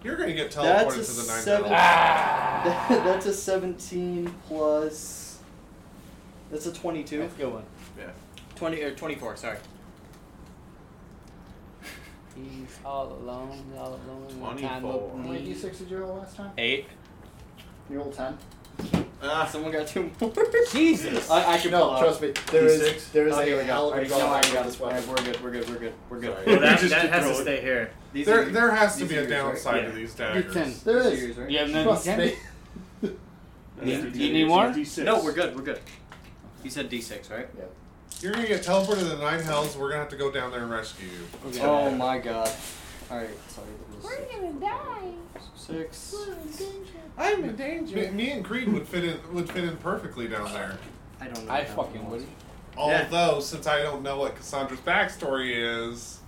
You're gonna get That's teleported a to the nine. seven- Ah! That's a 17 plus. That's a 22. That's a good one. Yeah. 20 or 24, sorry. He's all alone. All alone. in the time Twenty-four. How of many need. d6 did you roll last time? Eight. You rolled 10? Ah, someone got two more. Uh, Jesus. I, I can No, pull out. trust me. There is D6? there is Oh, here a we go. hell of a Alright, draw no, I line got on this this one. one. Alright, we're good, we're good, we're good, we're good. Well, that, You just that keep has to rolling. stay here. These There, are- there has to these be are a yours, right? downside Yeah. to these It's in. daggers. There These are is. yours, right? You have no Trust D10? me. You- That's you D10, need it's more? a D6. No, we're good, we're good. You said D6, right? You're gonna get teleported to the nine hells. We're gonna have to go down there and rescue you. We're good. Oh my god. Alright, sorry. that was gonna die. Six. I'm in danger. Me, me and Creed would fit in would fit in perfectly down there. I don't know. I what that fucking one was. would. Although, since I don't know what Cassandra's backstory is,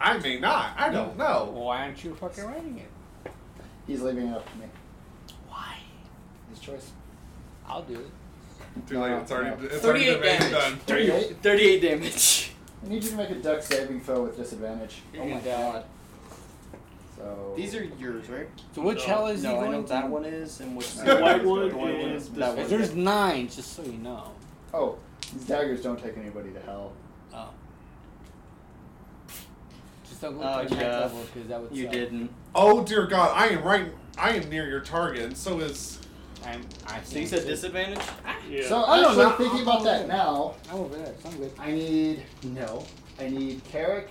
I may not. I don't know. Why aren't you fucking writing it? He's leaving it up to me. Why? His choice. I'll do it. Too late. It's already it's already 38 been damage. done. 38, 38 damage. I need you to make a duck saving throw with disadvantage. Oh my god. So These are yours, right? So which hell is he No, I going know to? that one is, and which The white one the white one is and that this one. There's nine, just so you know. Oh, these daggers don't take anybody to hell. Oh. Just don't go Oh, to the next Jeff, level because that would You suck. didn't. Oh dear God! I am right. I am near your target, and so is. I'm, I So you said disadvantage? Yeah. So I actually, don't know. thinking I'm about that good. now, I'm over there. So I'm good. I need no. I need Carrick,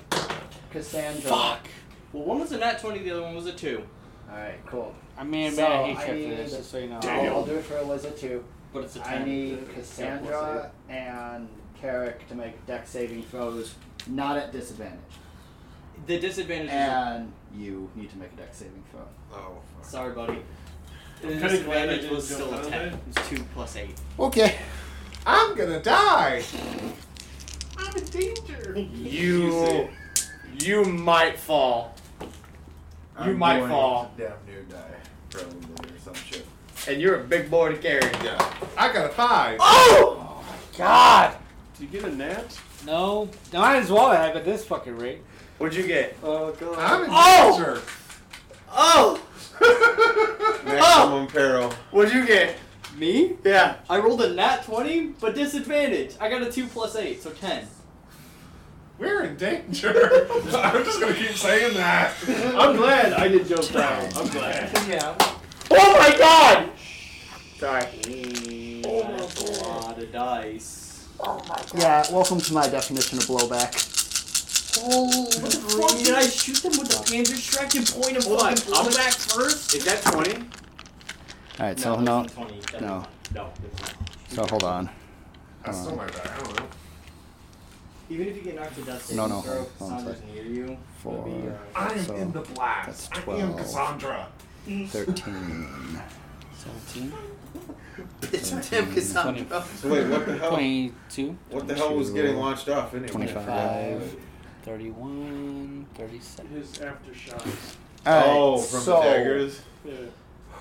Cassandra. Fuck. Well, one was a nat 20, the other one was a 2. All right, cool. I mean, So, man, I hate I Jeff need- for this, just so you know. I'll, I'll do it for Eliza too. But it's a 10. I need Cassandra and Carrick to make deck saving throws, not at disadvantage. The disadvantage is. And you need to make a deck saving throw. Oh. fuck. Sorry, buddy. The kinda glad I disadvantage didn't was jump still a out of 10. bed. It's 2 plus 8. Okay. I'm gonna die. I'm in danger. You, you might fall. You might fall, Damn near die. Probably or some shit. and you're a big boy to carry. Yeah. I got a five. Oh, God! Do you get a nat? No, no, might as well have it this fucking rate. What'd you get? Oh, God. I'm in Oh! danger. Oh, Maximum peril. what'd you get? Me? Yeah. I rolled a nat 20, but disadvantage. I got a 2 plus 8, so 10. We're in danger. I'm just gonna keep saying that. I'm glad I did jump down. I'm glad. Yeah. Oh my God! Sorry. Oh, that's a lot of dice. Yeah. Welcome to my definition of blowback. Oh, what the fuck? Did I shoot them with the Panzer Shrek and point a Hold on, fucking how bullet much- back first? Is that 20? All right. So no. 20, No. No. it's not. So hold on. That's still my bad. I don't know. Even if you get knocked to death, No, no, Throw, hold on a Sandra's sec. near you. Four. Would be, uh, I am So, in the black. that's I am 12. Cassandra. 13. 17. It's not him, Cassandra. So wait, what the Oh, hell? 22, What the hell was getting launched off anyway? 25. 31, 37. His aftershocks. Oh, from so, the daggers. Yeah.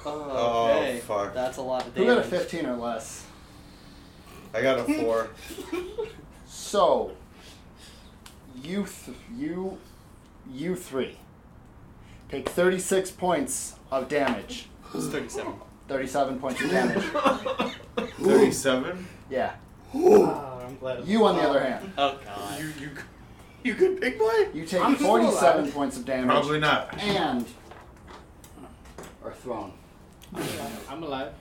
Oh, okay. fuck. That's a lot of Who got a damage. 15 or less? I got a four. So, you, th- you, you three take 36 points of damage. It's 37. 37 points of damage. Thirty-seven. Yeah. Oh, I'm glad. You, on the other hand, Oh, God. You you You good, big boy? you take 47 points of damage. probably not. And are thrown. I'm alive.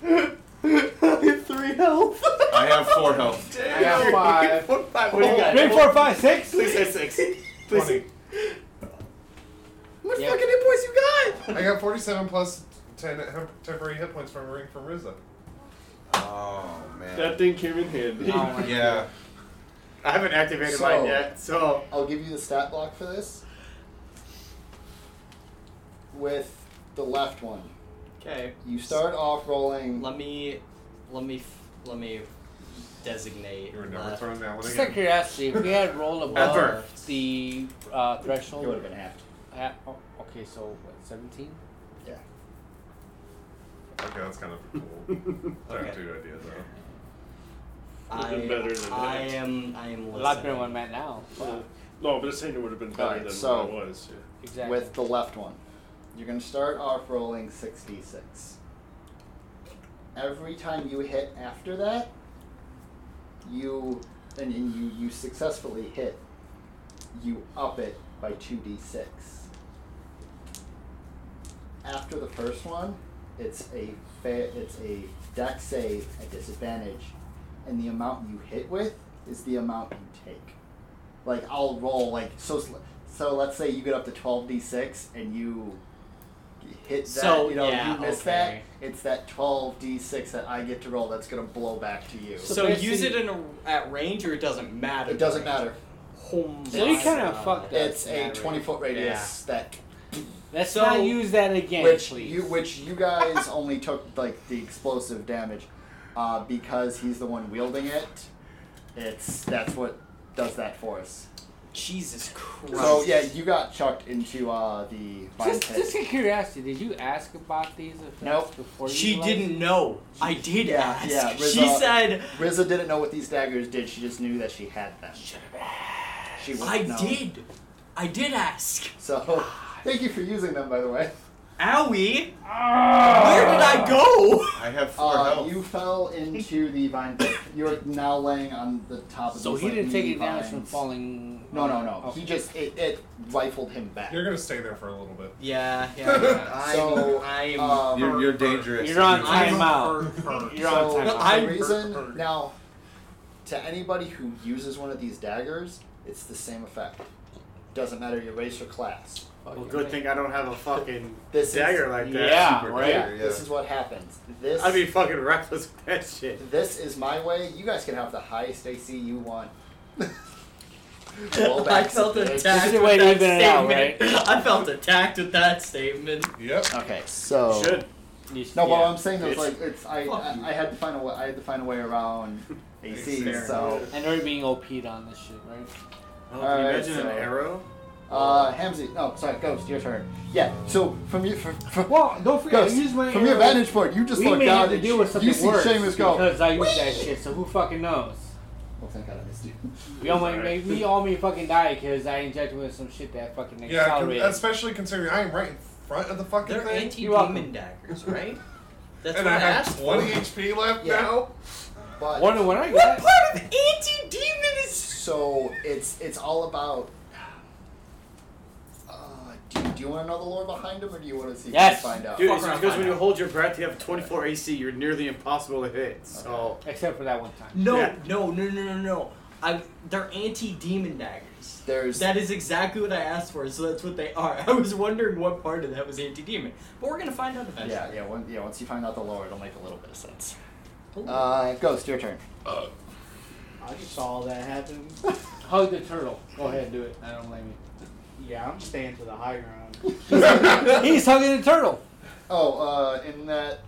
Three health. I have four health. I got five. Four, five. What do you got? Three, four, five, six? Please say six. Please. Say. What Yeah. fucking hit points you got? I got 47 plus 10 hem- temporary hit points from a ring from Rizza. Oh man. That thing came in handy. yeah. I haven't activated So- mine yet, so I'll give you the stat block for this. With the left one, Okay. you start off rolling. Let me, let me, f- let me designate. You were never left. throwing that one Just out of again. curiosity, if we had rolled above Ever. the uh, threshold, It would've been halved. ha- oh, okay, so what, seventeen? Yeah. Okay, that's kind of a cool tattoo idea though. Uh, Would've been I, better than I that. am. I am. A lot better listening. than what I'm at now. Yeah. No, but it's saying it would have been better Alright, than so- what it was. Yeah. Exactly. With the left one, you're gonna start off rolling 66. Every time you hit after that, you and and you you successfully hit, you up it by 2d6. After the first one, it's a fa- it's a deck save at disadvantage, and the amount you hit with is the amount you take. Like I'll roll like so. So let's say you get up to twelve d six and you hit that. So, you know yeah, you miss okay. that. It's that twelve d six that I get to roll. That's gonna blow back to you. So, use it in a, at range, or it doesn't matter. It doesn't matter. Oh So you my kind of God. fucked up. It's a twenty foot radius that Let's So- not use that again, which please. you which you guys only took like the explosive damage uh, because he's the one wielding it. It's that's what does that for us. Jesus Christ. So yeah, you got chucked into uh, the mine just, pit. just in curiosity, did you ask about these effects Nope. before you She realized? didn't know. I did Yeah, ask. yeah, she Rizal- said, Rizza didn't know what these daggers did. She just knew that she had them. She wouldn't "I know. did. I did ask." So thank you for using them, by the way. Owie. Where did I go? I have four Uh, health. you fell into the vine pit. You're now laying on the top of. So these, he like, didn't take meaty any damage from vines. falling. Oh. No, no, no. Okay. He just it, it rifled him back. You're gonna stay there for a little bit. Yeah, yeah. yeah. I'm, So, I'm. um, You're, you're dangerous. You're on You- time out. Hurt, You're so on time the out. reason now to anybody who uses one of these daggers, it's the same effect. Doesn't matter your race or class. Well, good thing I don't have a fucking This is- dagger like that. Yeah, super right? dagger, This is what happens. This I'd be fucking reckless with that shit. This is my way. You guys can have the highest AC you want. Roll back I felt some dice. attacked. This is the way with to that even it out, statement. I felt attacked with that statement. Yep. Okay, so Should. You- no, um, but yeah. what I'm saying is Bitch. like it's I, Fuck I you. I had to find a way I had to find a way around AC. Fair so And they're being OP'd on this shit, right? Oh, All can you right, imagine so- an arrow? uh, Hamzy, no, sorry, Ghost, your turn. Yeah. So from you from, from, Well, don't forget, Ghost, I used my uh, from your arrow. vantage point, you just we look may down have to and deal with sh- something you see worse Seamus go. because I use that shit. So who fucking knows? Well, thank God I missed you. We all may, we all may fucking die because I injected with some shit that fucking Yeah, con- accelerated. especially considering I am right in front of the fucking They're thing, anti-demon daggers, right? That's and what I I have asked for. 20 HP left Yeah. now. But Wonder what I What got. part of anti-demon is? So it's it's all about. Uh, do, do you want to know the lore behind him, or do you want to see? if Yes. You can find out. Dude, Fuck it's around, because find when you out. hold your breath, you have 24 AC. You're nearly impossible to hit. So Except for that one time. No, Yeah. no, no, no, no, no. I, they're anti-demon daggers. There's That is exactly what I asked for, so that's what they are. I was wondering what part of that was anti-demon, but we're gonna find out eventually. yeah yeah one, yeah. Once you find out the lore, it'll make a little bit of sense. Cool. Uh, Ghost, your turn. I just saw that happen. Hug the turtle. Go ahead, do it. I don't blame Yeah, I'm staying to the high ground. you. He's hugging the turtle. Oh, uh, in that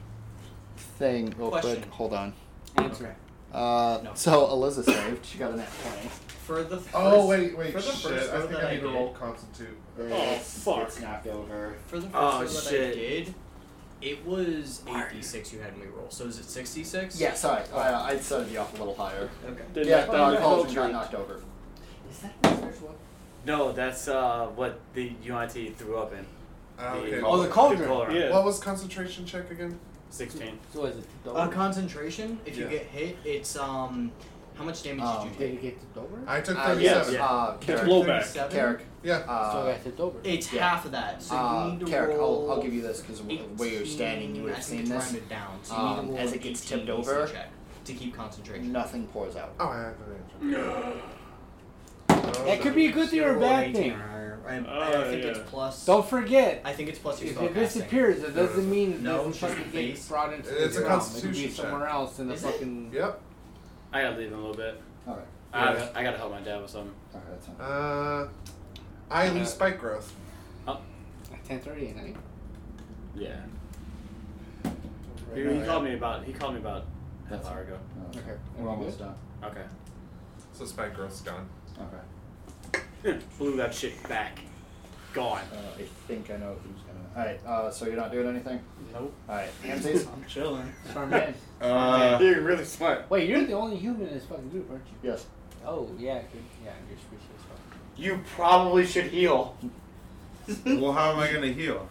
thing, real Question. quick. Hold on. Answer. Uh, No. so Eliza saved. She got a nat twenty. For the first, Oh wait, wait, for the shit! first I row think that I need to did- roll constitute. Oh, fuck. It's knocked over. For the first Oh, row that I shit. did, it was eight d six you had me roll. So is it six d six? Yeah, sorry. Uh, I started you off a little higher. Okay. Then yeah, that- uh, that Cauldron got knocked filter- over. Is that a spiritual? no, that's uh, what the UNT threw up in. Ah, okay. Oh, the The cauldron. cauldron. Yeah. What was concentration check again? 16. So is it the Uh, Dover? concentration. If Yeah. you get hit, it's um, how much damage Um, did Did you it get tipped over? I took Uh, yes. thirty-seven. yeah. Uh, It's Carrick. take? blowback. Seven? Carrick. yeah. Uh, so I got tipped over. It's Yeah. half of that, so you Uh, need to Carrick, roll. I'll, I'll give you this because where you're standing, 18, you would I have think seen it's this. rounded down, so you need Um, to roll as an it gets 18 tipped DC over, check to keep concentration. Nothing pours out. Oh, I have an answer. Oh, That could be a good thing or a bad 18 thing. or higher. I, I, Oh, think yeah. it's plus. Don't forget. I think it's plus your If spellcasting. it disappears, it doesn't mean it No, doesn't just fucking the get base. brought into It's the a realm. It could constitution be check. somewhere else in the Is it? fucking. Yep. I gotta leave in a little bit. Alright. I, gotta, I gotta help my dad with something. Alright, that's fine. Uh, I lose spike growth. Ten thirty at night. Yeah. Right He, now, he yeah. called me about. He called me about half hour ago. Okay. Okay. We're almost done. Okay. So spike growth's gone. Okay. Blew that shit back. Gone. Uh, I think I know who's gonna. Alright, uh, so you're not doing anything? Nope. Alright, Ramses? I'm chilling. Smart man. Uh, You're really smart. Wait, you're the only human in this fucking group, aren't you? yes. Oh yeah, good. yeah, you're species. as fuck. You probably should heal. well, how am I gonna heal?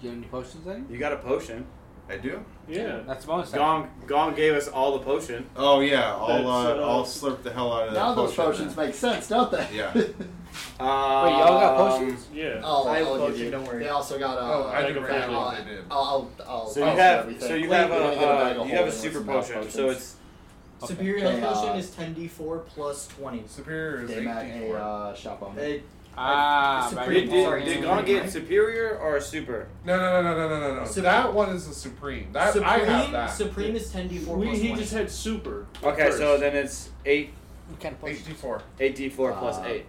Do you have any potions any? You got a potion. I do. Yeah. That's bonus. action. Gong Gong gave us all the potion. Oh yeah, I'll That's, uh, uh, I'll slurp the hell out of that Now those potion potions then. make sense, don't they? Yeah. Um, Wait, y'all got potions? Yeah. I'll, I have Oh, I'll a give potion, you- don't worry. They also got uh, Oh, I do I'll, remember I'll, they did. I'll, I'll, So I'll you have everything. so you Wait, have a, we're gonna get a bag uh, of you have a holding super and some mouth potion. So potions. it's Superior Okay, health potion uh, is 10d4 plus 20. Superior is They met 18 a uh, shop owner. It- Ah, It's a my pretty did, bad. ball. Sorry, did, did it's Gong not get mine. superior or super? No, no, no, no, no, no, no. Sup- that one is a supreme. That Supreme, I have that. Supreme is 10d4 We, plus he 20. just had super. Okay, first. so then it's eight What kind of potions? Eight D four. eight d four plus Uh, eight.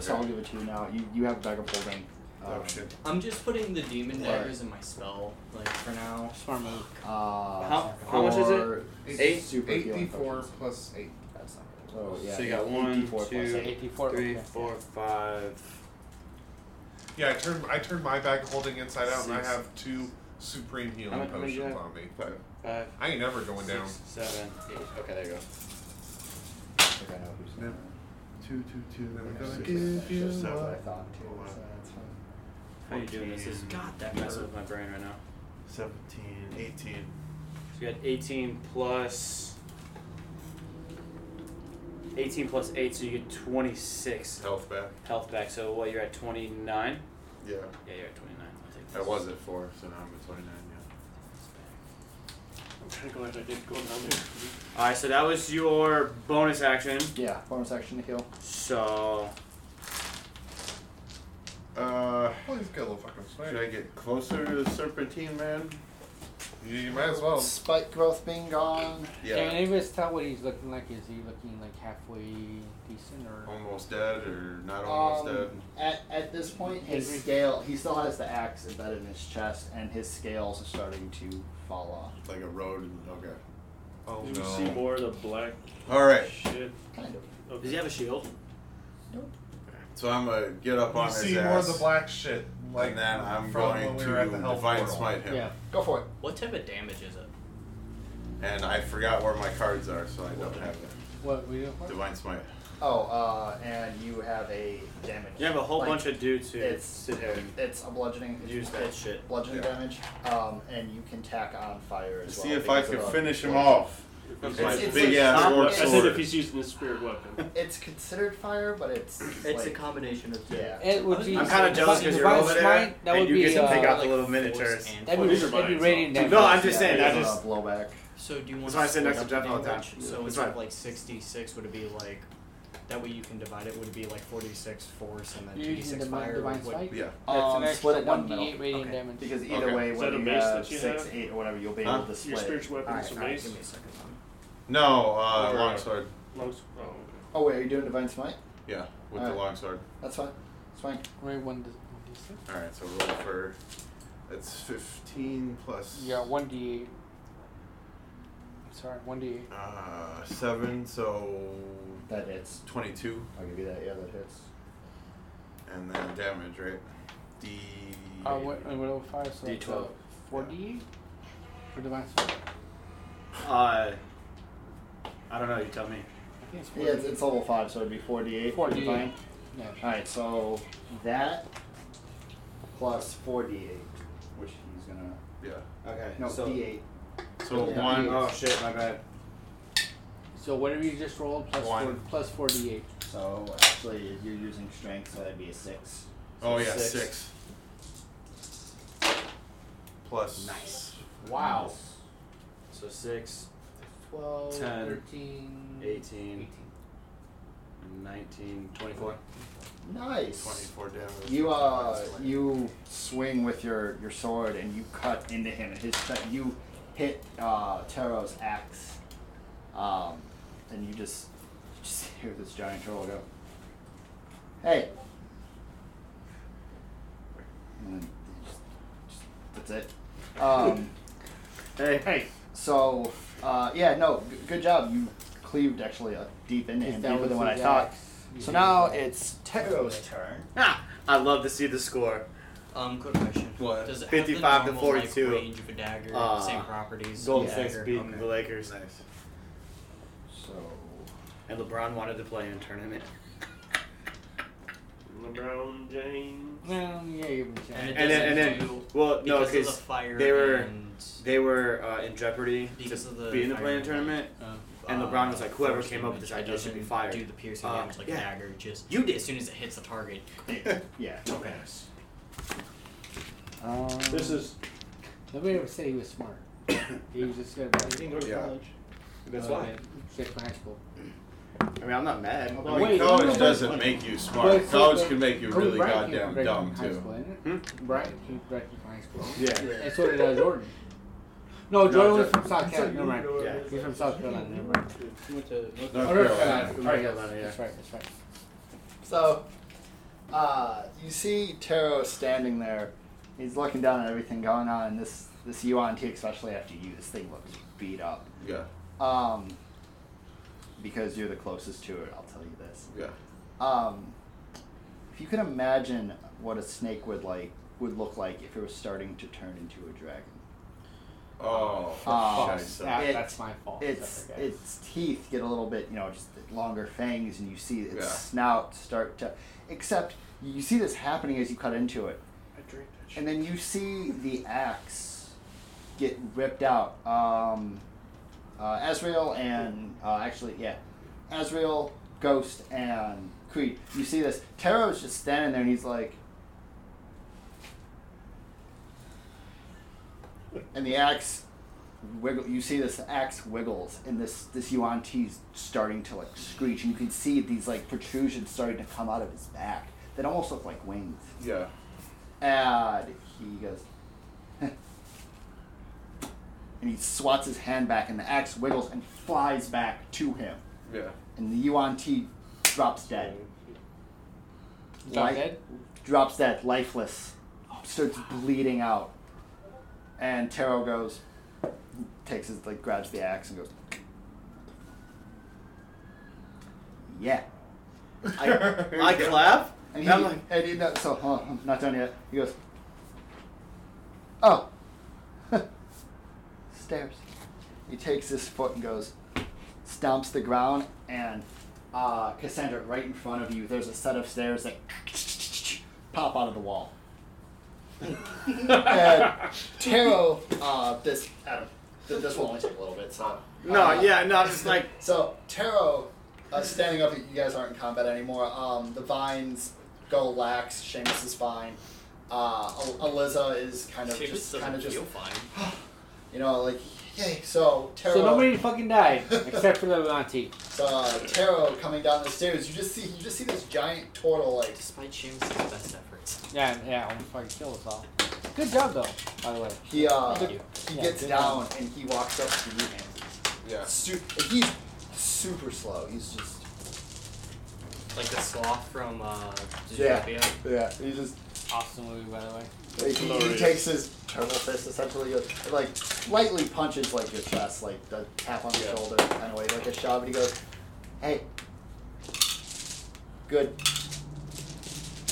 So I'll give it to you now. You, you have a bag of holding. Oh Um, shit. I'm just putting the demon Right. daggers in my spell, like, for now. Smart move. Uh, How- how much is it? for Eight- super Eight D healing four potions. plus eight. That's not good. Oh, yeah. So you got eight one, D4 plus two, eight. Eighty-four. Three, okay. four, five. Yeah, I turn I turn my bag of holding inside out, and I Six. have two supreme How healing many- how many do you potions have? on me. Five. Five, I ain't never going down. six, seven, eight. Okay, there you go. I think I know who's Yep. Two, two, two. Then we're gonna That's give you just what I up. thought too. So that's fine. How you doing? This is God, that hurt. messing with my brain right now. 17, 18. So you got 18 plus 18 plus 8, so you get 26 Health back. health back. So what? You're at 29. Yeah. Yeah, you're at 29. I'll take I this. was at four, so now I'm at twenty nine. I'm kind of glad I did go down there. All right, so that was your bonus action. Yeah, bonus action to heal. So Yeah. Uh, Oh, he's got a little fucking should I sniper. get closer to the serpentine man? You, you might as well. Spike growth being gone. Yeah. Can anybody tell what he's looking like? Is he looking like halfway decent or? Almost dead or not almost Um, dead? at, at this point, his Henry. scale, he still has the axe embedded in his chest, and his scales are starting to fall off. Like a road. Okay. Oh Did you see no. more of the black All right. shit? Kind of. does Okay. he have a shield? So I'm gonna get up on You his see ass, more of the black shit. Like and then I'm from going when we to were at the hell divine portal. smite him. Yeah. Go for it. What type of damage is it? And I forgot where my cards are, so I don't have them. What we do? Divine smite. Oh, uh, and you have a damage. You have a whole like, bunch of dudes who it's- sit there and It's a bludgeoning. It's use that shit. bludgeoning Yeah. damage, um, and you can tack on fire as See well. if I because could of the finish him bludgeoning. off. That's With It's- my my- it's big like ass stop- orc I said if sword. he's using his spirit weapon. It's considered fire, but it's It's like, a combination of two. yeah. It would be. I'm kind of jealous because you're Divine over there Smite, That and would you be. get to uh, pick out the like little force miniatures. and- That'd Oh, be, these are that'd be mine, radiant so- damage. No, I'm just Yeah, saying. I there's just a blowback. So do you want That's why I to sit next split to up Jeff all the damage? time. So That's instead of right. like 66, would it be like. That way you can divide it, would it be like 46 force and then You're using 2d6 divine, fire? divine What- spike. Yeah. That's Um, an extra split it down one the d eight middle. radiant Okay. damage. Because either Okay. way, Is when that a you base have that you six, have? eight, or whatever, you'll be Huh? able to split. Your spiritual weapon is Alright, a alright, mace. give me- Give me a second time. No, uh, Over. longsword. Lungs- oh, okay. Oh wait, are you doing divine smite? Yeah, with the Alright. longsword. That's fine. That's fine. Right, one d six. All right, so roll for. That's fifteen plus. Yeah, one d eight. I'm sorry, one d eight. Uh, seven, so That hits. twenty-two, I'll give you that. Yeah, that hits. and then damage, right? D. Uh, what? And what? Five. So that's, uh, D12. Four d eight. For divine smite. Uh, I don't know. You tell me. I think it's four. Yeah, it's, it's level five, so it'd be four d eight. 4d8. Divine. Yeah. All right, so that plus four d eight, which he's gonna Yeah. okay. no so, d eight. So Yeah. one. Oh shit, my bad. So whatever you just rolled, plus One. four, plus four d eight. So actually, you're using strength, so that'd be a six. Oh yeah, Six. six. Plus. Nice. Wow. So six, 12, 10, 13, 18, 19, 24. Nice. 24 damage. You uh, you swing with your, your sword and you cut into him. and His te- you hit uh, Taro's axe, um, and you just you just hear this giant troll go, "Hey!" And then you just, just, that's it. Um, hey, hey. So uh, yeah, no, g- good job. You cleaved actually a deep into If him, that deeper was than what I his thought. axe, So now it's Taro's turn. Ah, I love to see the score. Um, quick question. What? Does it have the 55 to normal, like, 42. range of a dagger, Uh, same properties? Golden Yeah. State's Dagger, beating okay. the Lakers. Nice. So. And LeBron wanted to play in a tournament. LeBron James. Well, yeah, you can check. And it and then, and doesn't then, do- well, no, because of because the fire they were and- they were uh, in jeopardy Because to of the be in the fire playing and- tournament, uh, and LeBron was like, whoever force came up damage, with this it idea should be doesn't fired. Do the piercing Uh, damage like a yeah. dagger? Just You did. as soon as it hits the target. yeah. Okay. Um, This is. Nobody ever said he was smart. he was just good. He didn't go to Yeah. college. That's why. Straight from high school. I mean, I'm not mad. Oh, I mean, college doesn't make you smart. But- college but- can make you Kobe really Bryant came goddamn from dumb high too. School, isn't it? Bryant came directly from high school. Yeah. Yeah. That's what it is, Jordan. No, No, Jordan was Jordan. from South He's Carolina. like, Never mind. yeah. He's from South Carolina. Never mind. Went to North Oh, Carolina. Carolina. North Carolina, yeah. That's right. That's right. So, uh, you see Taro standing there. He's looking down at everything going on. and This this Yuan T, especially after you, this thing looks beat up. Yeah, Um, because you're the closest to it, I'll tell you this. yeah. Um, if you could imagine what a snake would like would look like if it was starting to turn into a dragon. Oh, Um, scheisse. That- it- Oh, that's my fault. It's That's okay. its teeth get a little bit, you know, just longer fangs, and you see its Yeah. snout start to. Except you see this happening as you cut into it, I drink that shit. and then you see the axe get ripped out. Um, uh, Azrael and uh, actually, yeah, Azrael, Ghost, and Creed. You see this? Taro's just standing there, and he's like. And the axe wiggle. You see this axe wiggles, and this this Yuan T's starting to like screech, and you can see these like protrusions starting to come out of his back that almost look like wings. Yeah. And he goes, "Heh." and he swats his hand back, and the axe wiggles and flies back to him, Yeah. and the Yuan T drops dead. Drop Li- dead? Drops dead, lifeless, starts bleeding out, and Taro goes, takes his like grabs the axe and goes, yeah. I, I clap. And And he, I'm like, and he no, so hold on, I'm not done yet. He goes, oh, stairs. He takes his foot and goes, stomps the ground, and uh, Cassandra, right in front of you, there's a set of stairs that pop out of the wall. and Taro, uh, this Adam, th- this will only take a little bit. So no, uh, yeah, no, I'm just like, so Taro, uh, standing up, you guys aren't in combat anymore. Um, the vines go lax. Seamus is fine. Uh, El- Eliza is kind of She just doesn't kind of just feel fine. you know like yay. So Taro, So nobody fucking died except for Levanti. so, uh, Taro coming down the stairs. You just see you just see this giant turtle like Despite Seamus' best effords. Yeah, yeah, almost fucking kill us all. Good job though, by the way. he uh Thank you. he Yeah, gets good down job. and he walks up to you. Yeah. Su- he's super slow. He's just Like the sloth from uh, yeah Zootopia. yeah. He's just Awesome movie, by the way. Like, he, he takes his turtle fist essentially, goes, and, like lightly punches like your chest, like the tap on the shoulder kind of way, like a shove, and he goes, "Hey, good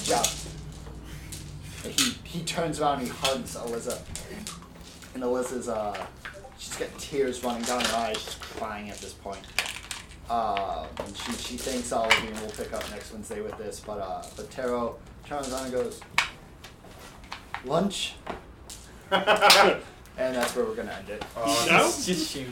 job." And he he turns around, and he hugs Eliza, and Eliza's uh, she's got tears running down her eyes, she's crying at this point. Um, and she she thanks all of you, and we'll pick up next Wednesday with this, but uh, but Taro turns around and goes, "Lunch." and that's where we're gonna end it. Uh, No? Just Seamus